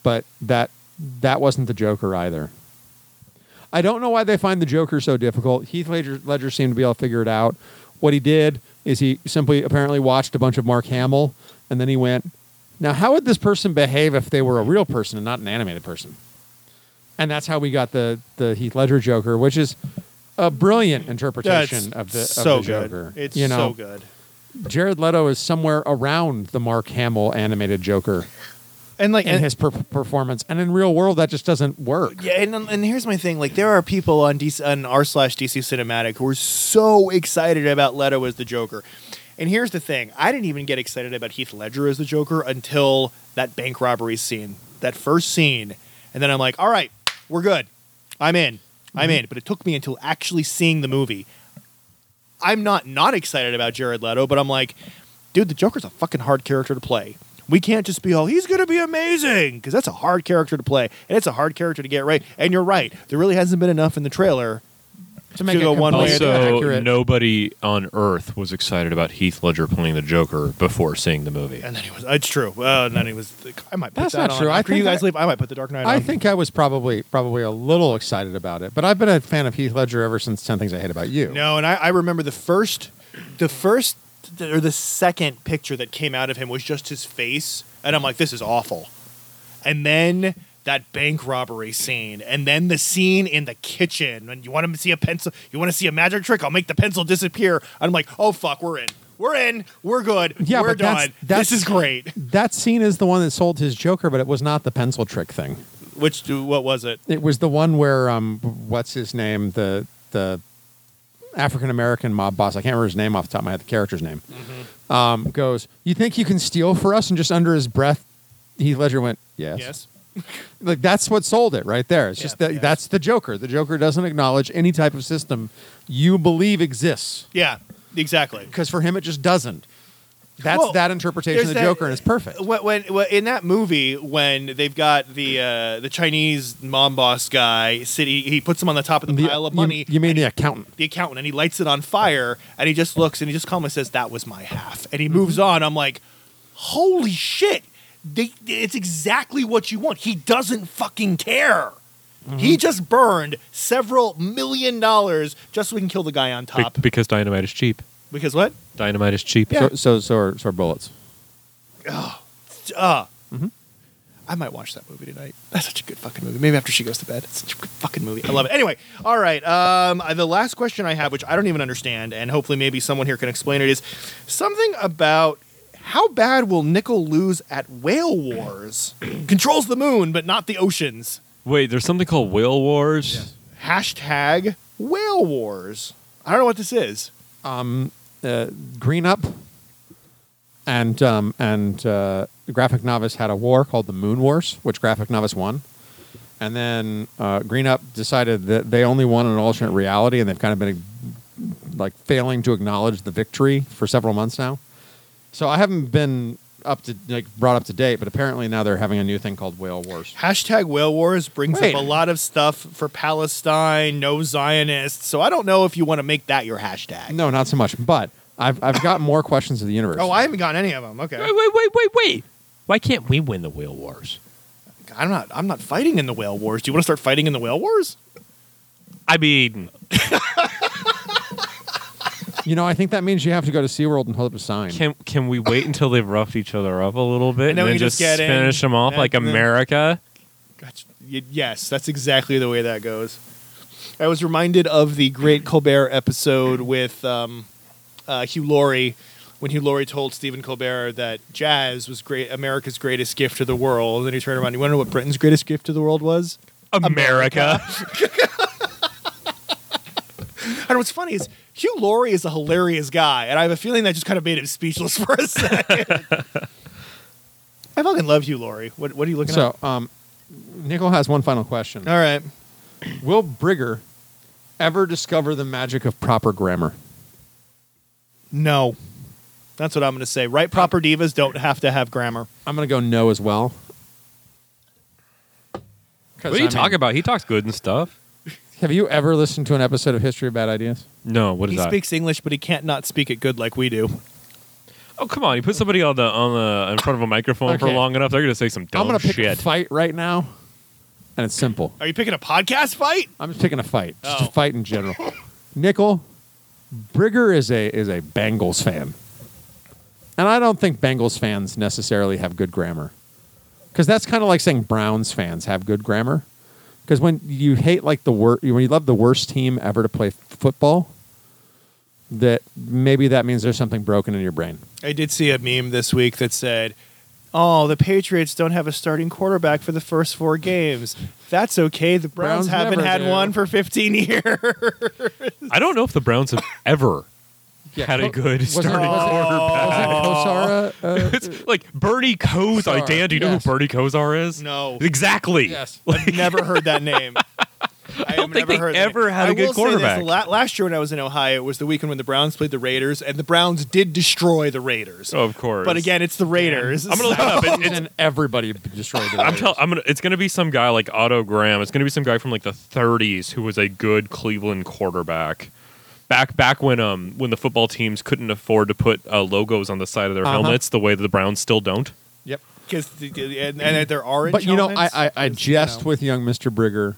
S4: but that that wasn't the Joker either. I don't know why they find the Joker so difficult. Heath Ledger, Ledger seemed to be able to figure it out. What he did is he simply apparently watched a bunch of Mark Hamill, and then he went, "Now, how would this person behave if they were a real person and not an animated person?" And that's how we got the the Heath Ledger Joker, which is a brilliant interpretation
S3: That's
S4: of the,
S3: so
S4: of the Joker.
S3: good. It's
S4: you
S3: so
S4: know?
S3: good.
S4: Jared Leto is somewhere around the Mark Hamill animated Joker
S3: And like
S4: in
S3: and,
S4: his per- performance, and in real world that just doesn't work.
S3: yeah, and, and here's my thing: like there are people on DC, on r slash DC Cinematic who are so excited about Leto as the Joker. And here's the thing: I didn't even get excited about Heath Ledger as the Joker until that bank robbery scene, that first scene, and then I'm like, all right, we're good, I'm in, I'm in. But it took me until actually seeing the movie. I'm not not excited about Jared Leto, but I'm like, dude, the Joker's a fucking hard character to play. We can't just be all he's going to be amazing because that's a hard character to play, and it's a hard character to get right. And you're right, there really hasn't been enough in the trailer.
S4: To make
S3: To go
S4: it
S3: one way or
S4: completely
S3: the
S5: Also,
S4: accurate.
S5: nobody on Earth was excited about Heath Ledger playing the Joker before seeing the movie.
S3: And then he was, it's true. Well, and then he was, I might put
S4: That's
S3: that
S4: not
S3: on.
S4: true. I
S3: After you
S4: think
S3: guys
S4: I-
S3: leave, I might put the Dark Knight.
S4: I
S3: on.
S4: think I was probably probably a little excited about it, but I've been a fan of Heath Ledger ever since Ten Things I Hate About You.
S3: No, and I, I remember the first, the first or the second picture that came out of him was just his face, and I'm like, this is awful. And then that bank robbery scene, and then the scene in the kitchen, and you want to see a pencil, you want to see a magic trick, I'll make the pencil disappear. I'm like, oh fuck, we're in, we're in, we're good,
S4: Yeah,
S3: we're
S4: but that's-
S3: done.
S4: that's-
S3: this is great.
S4: That scene is the one that sold his Joker, but it was not the pencil trick thing.
S3: Which what was it?
S4: It was the one where um, what's his name, the the African American mob boss. I can't remember his name off the top of my head. The character's name
S3: Mm-hmm.
S4: um, goes. You think you can steal for us? And just under his breath, Heath Ledger went, "Yes."
S3: Yes.
S4: Like that's what sold it right there. It's
S3: Yeah,
S4: just that
S3: yes.
S4: that's the Joker. The Joker doesn't acknowledge any type of system you believe exists
S3: Yeah. Exactly.
S4: because for him it just doesn't. That's
S3: Well,
S4: that interpretation of
S3: there's
S4: the
S3: that- uh,
S4: Joker and it's perfect.
S3: when, when, when in that movie when they've got the uh, the Chinese mom boss guy city he puts him on the top of the,
S4: The-
S3: pile of
S4: you-
S3: money
S4: You, mean the accountant?
S3: the accountant and he lights it on fire and he just looks and he just calmly says that was my half and
S4: Mm-hmm.
S3: he moves on I'm like holy shit they, it's exactly what you want he doesn't fucking care
S4: Mm-hmm.
S3: he just burned several million dollars just so we can kill the guy on
S5: Be-
S3: top
S5: because dynamite is cheap.
S3: because what
S5: Dynamite is cheap.
S3: Yeah.
S4: So so so are, so are bullets.
S3: Uh, I might watch that movie tonight. That's such a good fucking movie. Maybe after she goes to bed. It's such a good fucking movie. I love it. Anyway, all right. Um, I- the last question I have, which I don't even understand, and hopefully maybe someone here can explain it, is something about how bad will Nickel lose at Whale Wars? Controls the moon, but not the oceans.
S5: Wait, there's something called Whale Wars.
S3: Hashtag Whale Wars. I don't know what this is.
S4: uh, Green Up and um, and uh, Graphic Novice had a war called the Moon Wars, which Graphic Novice won. And then uh, Green Up decided that they only won an alternate reality, and they've kind of been like failing to acknowledge the victory for several months now. So I haven't been up to like brought up to date, but apparently now they're having a new thing called Whale Wars.
S3: Hashtag Whale Wars brings
S4: Wait.
S3: up a lot of stuff for Palestine, no Zionists. So I don't know if you want to make that your hashtag.
S4: No, not so much, but I've I've got more questions of the universe.
S3: Oh, I haven't gotten any of them. Okay,
S5: wait, wait, wait, wait. Why can't we win the Whale Wars?
S3: I'm not. I'm not fighting in the Whale Wars. Do you want to start fighting in the Whale Wars?
S5: I mean,
S4: You know, I think that means you have to go to SeaWorld and hold up a sign.
S5: Can can we wait until they've roughed each other up a little
S3: And
S5: bit and,
S3: then
S5: then,
S3: we just
S5: just,
S3: get in.
S5: finish them off
S3: Yeah,
S5: like
S3: and then-
S5: America?
S3: Gotcha. Y- Yes, that's exactly the way that goes. I was reminded of the great Colbert episode with um, uh, Hugh Laurie when Hugh Laurie told Stephen Colbert that jazz was great America's greatest gift to the world, and he turned around. You want to know what Britain's greatest gift to the world was?
S5: America.
S3: And what's funny is Hugh Laurie is a hilarious guy, and I have a feeling that just kind of made him speechless for a second. I fucking love Hugh Laurie. What, what are you looking
S4: So,
S3: at?
S4: um, Nickel has one final question.
S3: All right.
S4: Will Brigger ever discover the magic of proper grammar?
S3: No. That's what I'm going to say. Right proper divas don't have to have grammar.
S4: I'm going to go no as well.
S5: What do you talk about? He talks good and stuff.
S4: Have you ever listened to an episode of History of Bad Ideas?
S5: No, what is
S3: He
S5: that?
S3: speaks English, but he can't not speak it good like we do.
S5: oh come on! You put somebody on the on the in front of a microphone for
S4: Okay.
S5: long enough, they're gonna say some dumb
S4: I'm going to pick a
S5: shit.
S4: fight right now, and it's simple.
S3: Are you picking a podcast fight?
S4: I'm just picking a fight, just
S3: Oh.
S4: a fight in general. Nickel, Brigger is a is a Bengals fan, and I don't think Bengals fans necessarily have good grammar, because that's kind of like saying Browns fans have good grammar, because when you hate like the worst, when you love the worst team ever to play f- football, that maybe that means there's something broken in your brain.
S3: I did see a meme this week that said, "Oh, the Patriots don't have a starting quarterback for the first four games. That's okay. The Browns,
S4: Browns
S3: haven't
S4: never
S3: had
S4: do."
S3: one for 15 years."
S5: I don't know if the Browns have ever had a
S4: Co-
S5: good
S4: was it- Oh.
S5: starting
S4: was it-
S5: quarterback.
S4: Was it Kosara? Uh,
S5: It's like Bernie Kosar.
S4: Kosar,
S5: Dan, do you know
S4: yes.
S5: who Bernie Kosar is?
S3: No.
S5: Exactly.
S4: Yes.
S3: I've never heard that name. I
S5: don't
S3: have
S5: think
S3: never
S5: they
S3: heard that
S5: ever
S3: name.
S5: had a
S3: I
S5: good
S3: will say
S5: quarterback.
S3: This, la- last year when I was in Ohio, it was the weekend when the Browns played the Raiders, and the Browns did destroy the Raiders.
S5: Of course.
S3: But again, it's the Raiders.
S5: I'm gonna look it up. It- it's-
S4: and then everybody destroyed the
S5: I'm
S4: Raiders.
S5: tell, I'm gonna. It's gonna be some guy like Otto Graham. It's gonna be some guy from like the 30s who was a good Cleveland quarterback. Back back when um when the football teams couldn't afford to put uh, logos on the side of their
S4: Uh-huh.
S5: helmets the way that the Browns still don't.
S4: Yep.
S3: because and, and there are
S4: But you know, I
S3: helmets.
S4: I, I jest
S3: know.
S4: with young Mister Brigger.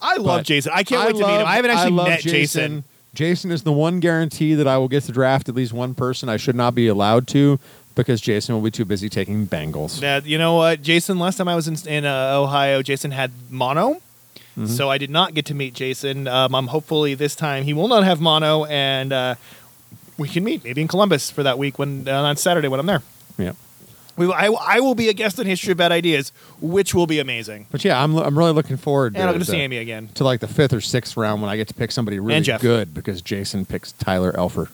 S3: I love
S4: but
S3: Jason. I can't wait to meet him. I haven't actually
S4: love
S3: met
S4: Jason. Jason is the one guarantee that I will get to draft at least one person I should not be allowed to because Jason will be too busy taking Bengals.
S3: Now, you know what, Jason? Last time I was in, in uh, Ohio, Jason had mono, so I did not get to meet Jason. Um, I'm hopefully this time he will not have mono, and uh, we can meet maybe in Columbus for that week when uh, on Saturday when I'm there.
S4: Yep.
S3: We, will- I, I will be a guest on History of Bad Ideas, which will be amazing.
S4: But yeah, I'm I'm really looking forward to
S3: And I'm going to
S4: the-
S3: see Amy again.
S4: to like the fifth or sixth round when I get to pick somebody really
S3: And Jeff.
S4: good because Jason picks Tyler Elfer.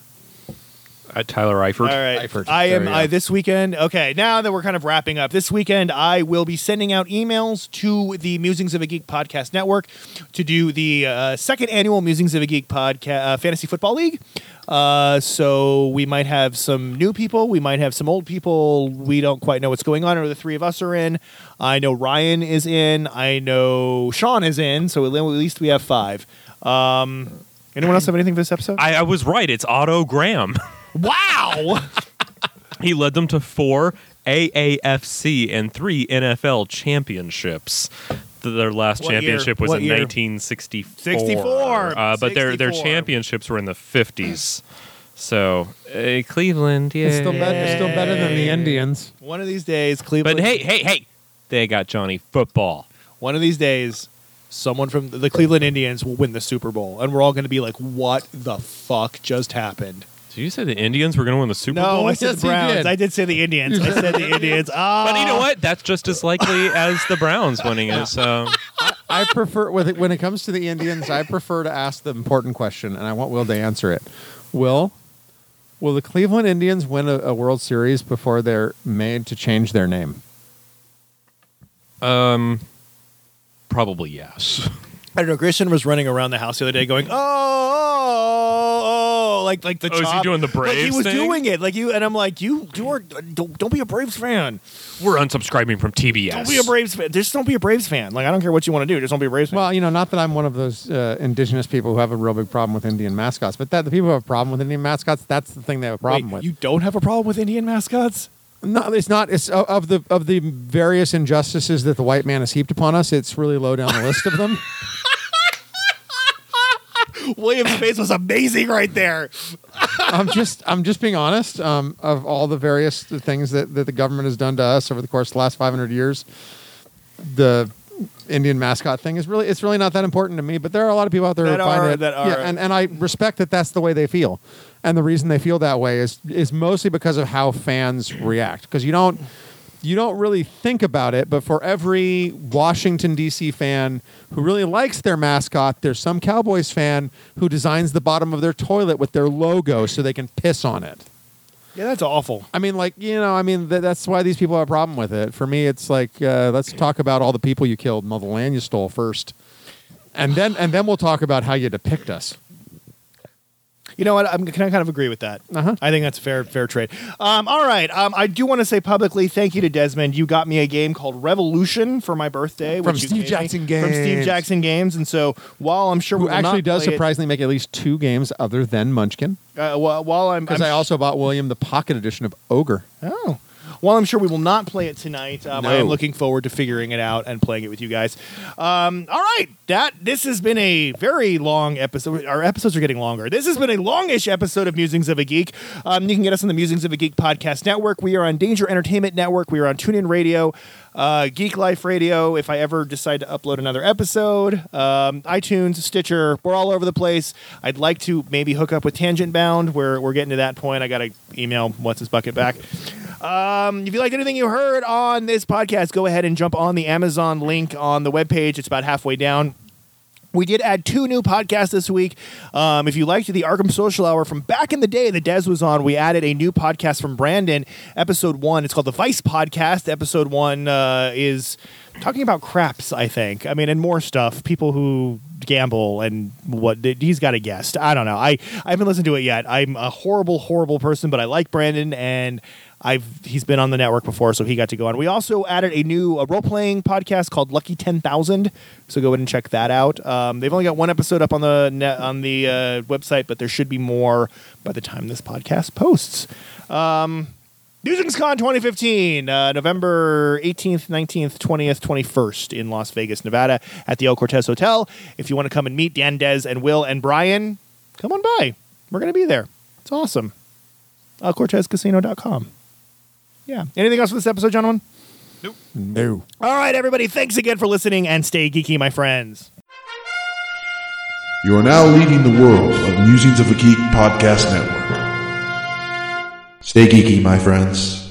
S5: Uh, Tyler Eifert.
S3: All right.
S4: Eifert.
S3: I am
S4: There we
S3: I,
S4: go.
S3: this weekend. Okay, now that we're kind of wrapping up, this weekend I will be sending out emails to the Musings of a Geek podcast network to do the uh, second annual Musings of a Geek podcast uh, fantasy football league. Uh, so we might have some new people, we might have some old people. We don't quite know what's going on. Or the three of us are in. I know Ryan is in. I know Sean is in. So at least we have five. Um, anyone else have anything for this episode?
S5: I, I was right. It's Otto Graham.
S3: wow.
S5: he led them to four AAFC and three NFL championships. Th- Their last
S3: What year?
S5: championship was
S3: What
S5: in
S3: year?
S5: 1964.
S3: 64.
S5: Uh, but their their
S3: 64.
S5: championships were in the 50s. So uh, Cleveland, yeah.
S4: It's still, better, it's still better than the Indians.
S3: One of these days, Cleveland.
S5: But hey, hey, hey, they got Johnny Football.
S3: one of these days, someone from the Cleveland Indians will win the Super Bowl, and we're all going to be like, "What the fuck just happened?"
S5: Did you say the Indians were going to win the Super Bowl?
S3: No, I said
S4: Yes,
S3: the
S4: he
S3: Browns.
S4: did.
S3: I did say the Indians. I said the Indians. Ah,
S5: But you know what? That's just as likely as the Browns winning it. So
S4: I prefer with it- when it comes to the Indians, I prefer to ask the important question, and I want Will to answer it. Will Will the Cleveland Indians win a, a World Series before they're made to change their name?
S5: Um, probably yes.
S3: I don't know. Grayson was running around the house the other day, going, "Oh, oh, oh," like like the
S5: Oh, is he
S3: chop.
S5: doing the
S3: Like, he
S5: Braves
S3: was
S5: thing?
S3: doing it, like you, and I'm like, "You, you are don't, don't be a Braves fan.
S5: We're unsubscribing from TBS.
S3: Don't be a Braves fan. Just don't be a Braves fan. Like I don't care what you want to do. Just don't be a Braves fan."
S4: Well, you know, not that I'm one of those uh, indigenous people who have a real big problem with Indian mascots, but that the people who have a problem with Indian mascots, that's the thing they have a problem
S3: Wait,
S4: with.
S3: you don't have a problem with Indian mascots?
S4: no, it's not. It's o- of the of the various injustices that the white man has heaped upon us. It's really low down the list of them.
S3: William's face was amazing right there.
S4: I'm just I'm just being honest. Um, of all the various things that, that the government has done to us over the course of the last 500 years, the Indian mascot thing is really it's really not that important to me. But there are a lot of people out there
S3: That
S4: who find
S3: are-
S4: it,
S3: that are-
S4: yeah, and, and I respect that that's the way they feel, and the reason they feel that way is is mostly because of how fans react. Because you don't you don't really think about it, but for every Washington D.C. fan who really likes their mascot, there's some Cowboys fan who designs the bottom of their toilet with their logo so they can piss on it.
S3: Yeah, that's awful.
S4: I mean, like you know, I mean th- that's why these people have a problem with it. For me, it's like uh, let's talk about all the people you killed, and all the land you stole first, and then and then we'll talk about how you depict us.
S3: You know what? I'm can I kind of agree with that.
S4: Uh-huh.
S3: I think that's a fair fair trade. Um, all right. Um, I do want to say publicly thank you to Desmond. You got me a game called Revolution for my birthday
S4: From
S3: which you
S4: Steve
S3: gave me-
S4: Jackson
S3: From Steve
S4: Games.
S3: Jackson Games, and so while I'm sure
S4: Who
S3: we will
S4: actually
S3: not
S4: does
S3: play it-
S4: surprisingly make at least two games other than Munchkin,
S3: uh, while, while I'm,
S4: because
S3: I'm
S4: I also bought William the Pocket Edition of Ogre.
S3: Oh. Well, I'm sure we will not play it tonight. Um, I
S9: No.
S3: am looking forward to figuring it out and playing it with you guys. Um, all right, that this has been a very long episode. Our episodes are getting longer. This has been a longish episode of Musings of a Geek. Um, you can get us on the Musings of a Geek podcast network. We are on Danger Entertainment Network. We are on TuneIn Radio, uh, Geek Life Radio. If I ever decide to upload another episode, um, iTunes, Stitcher, we're all over the place. I'd like to maybe hook up with Tangent Bound. We're we're getting to that point. I got to email what's his bucket back. Um, if you liked anything you heard on this podcast, go ahead and jump on the Amazon link on the webpage. It's about halfway down. We did add two new podcasts this week. Um, if you liked the Arkham Social Hour from back in the day that Des was on, we added a new podcast from Brandon, episode one. It's called the Vice Podcast. Episode one uh, is talking about craps, I think. I mean, and more stuff. People who gamble and what he's got a guest. I don't know. I, I haven't listened to it yet. I'm a horrible, horrible person, but I like Brandon and I've he's been on the network before, so he got to go on. We also added a new uh, role playing podcast called Lucky Ten Thousand, so go ahead and check that out. Um, they've only got one episode up on the net, on the uh, website, but there should be more by the time this podcast posts. Um, MusicsCon 2015, uh, November 18th, 19th, 20th, 21st in Las Vegas, Nevada at the El Cortez Hotel. If you want to come and meet Dan, Dez, and Will and Brian, come on by. We're going to be there. It's awesome. ElCortezCasino.com. Yeah. Anything else for this episode, gentlemen?
S4: No.
S3: All right, everybody. Thanks again for listening and stay geeky, my friends.
S1: You are now leading the world of Musings of a Geek podcast network. Stay geeky, my friends.